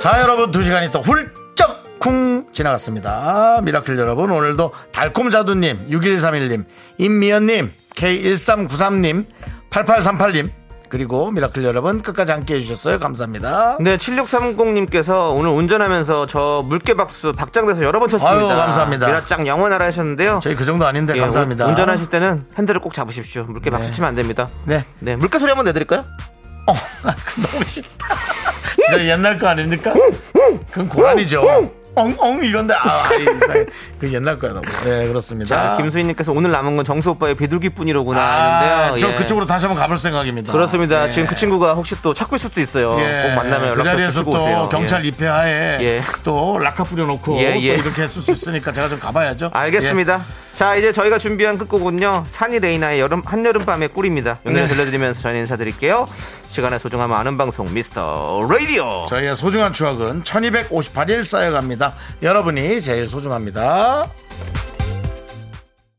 Speaker 2: 자 여러분 두 시간이 또 훌쩍 쿵 지나갔습니다. 미라클 여러분 오늘도 달콤자두님, 6131님, 임미연님, K1393님, 8838님,
Speaker 5: 그리고 미라클 여러분 끝까지 함께 해주셨어요. 감사합니다.
Speaker 3: 네, 7630님께서 오늘 운전하면서 저 물개박수 박장대서 여러 번 쳤습니다.
Speaker 5: 아유, 감사합니다.
Speaker 3: 미라짱 영원하라 하셨는데요.
Speaker 5: 저희 그 정도 아닌데
Speaker 3: 예,
Speaker 5: 감사합니다.
Speaker 3: 운- 운전하실 때는 핸들을 꼭 잡으십시오. 물개박수 치면 안 됩니다.
Speaker 5: 네.
Speaker 3: 네, 물개 소리 한번 내드릴까요?
Speaker 5: 어, 너무 싫다. 진짜 옛날 거 아닙니까? 그건 고란이죠. 엉엉 이건데 아, 아, 이상해. 그 옛날 거야 너무. 네
Speaker 3: 자,
Speaker 5: 그렇습니다.
Speaker 3: 김수희님께서 오늘 남은 건 정수 오빠의 비둘기뿐이로구나
Speaker 5: 아,
Speaker 3: 하는데요.
Speaker 5: 저
Speaker 3: 예.
Speaker 5: 그쪽으로 다시 한번 가볼 생각입니다.
Speaker 3: 그렇습니다.
Speaker 5: 예.
Speaker 3: 지금 그 친구가 혹시 또 찾고 있을 수도 있어요.
Speaker 5: 예.
Speaker 3: 꼭 만나면
Speaker 5: 그
Speaker 3: 연락처
Speaker 5: 자리에서
Speaker 3: 주시고
Speaker 5: 또
Speaker 3: 오세요.
Speaker 5: 경찰
Speaker 3: 예.
Speaker 5: 입회하에
Speaker 3: 예.
Speaker 5: 또 락카 뿌려놓고
Speaker 3: 예, 예.
Speaker 5: 또 이렇게 했을 수 있으니까 제가 좀 가봐야죠. 예.
Speaker 3: 알겠습니다. 자, 이제 저희가 준비한 끝곡은요. 산이 레이나의 여름, 한여름밤의 꿀입니다. 이 노래
Speaker 5: 네.
Speaker 3: 들려드리면서 저희 인사드릴게요. 시간의 소중함 아는 방송, 미스터 라디오.
Speaker 5: 예. 저희의 소중한 추억은 1258일 쌓여갑니다. 여러분이 제일 소중합니다.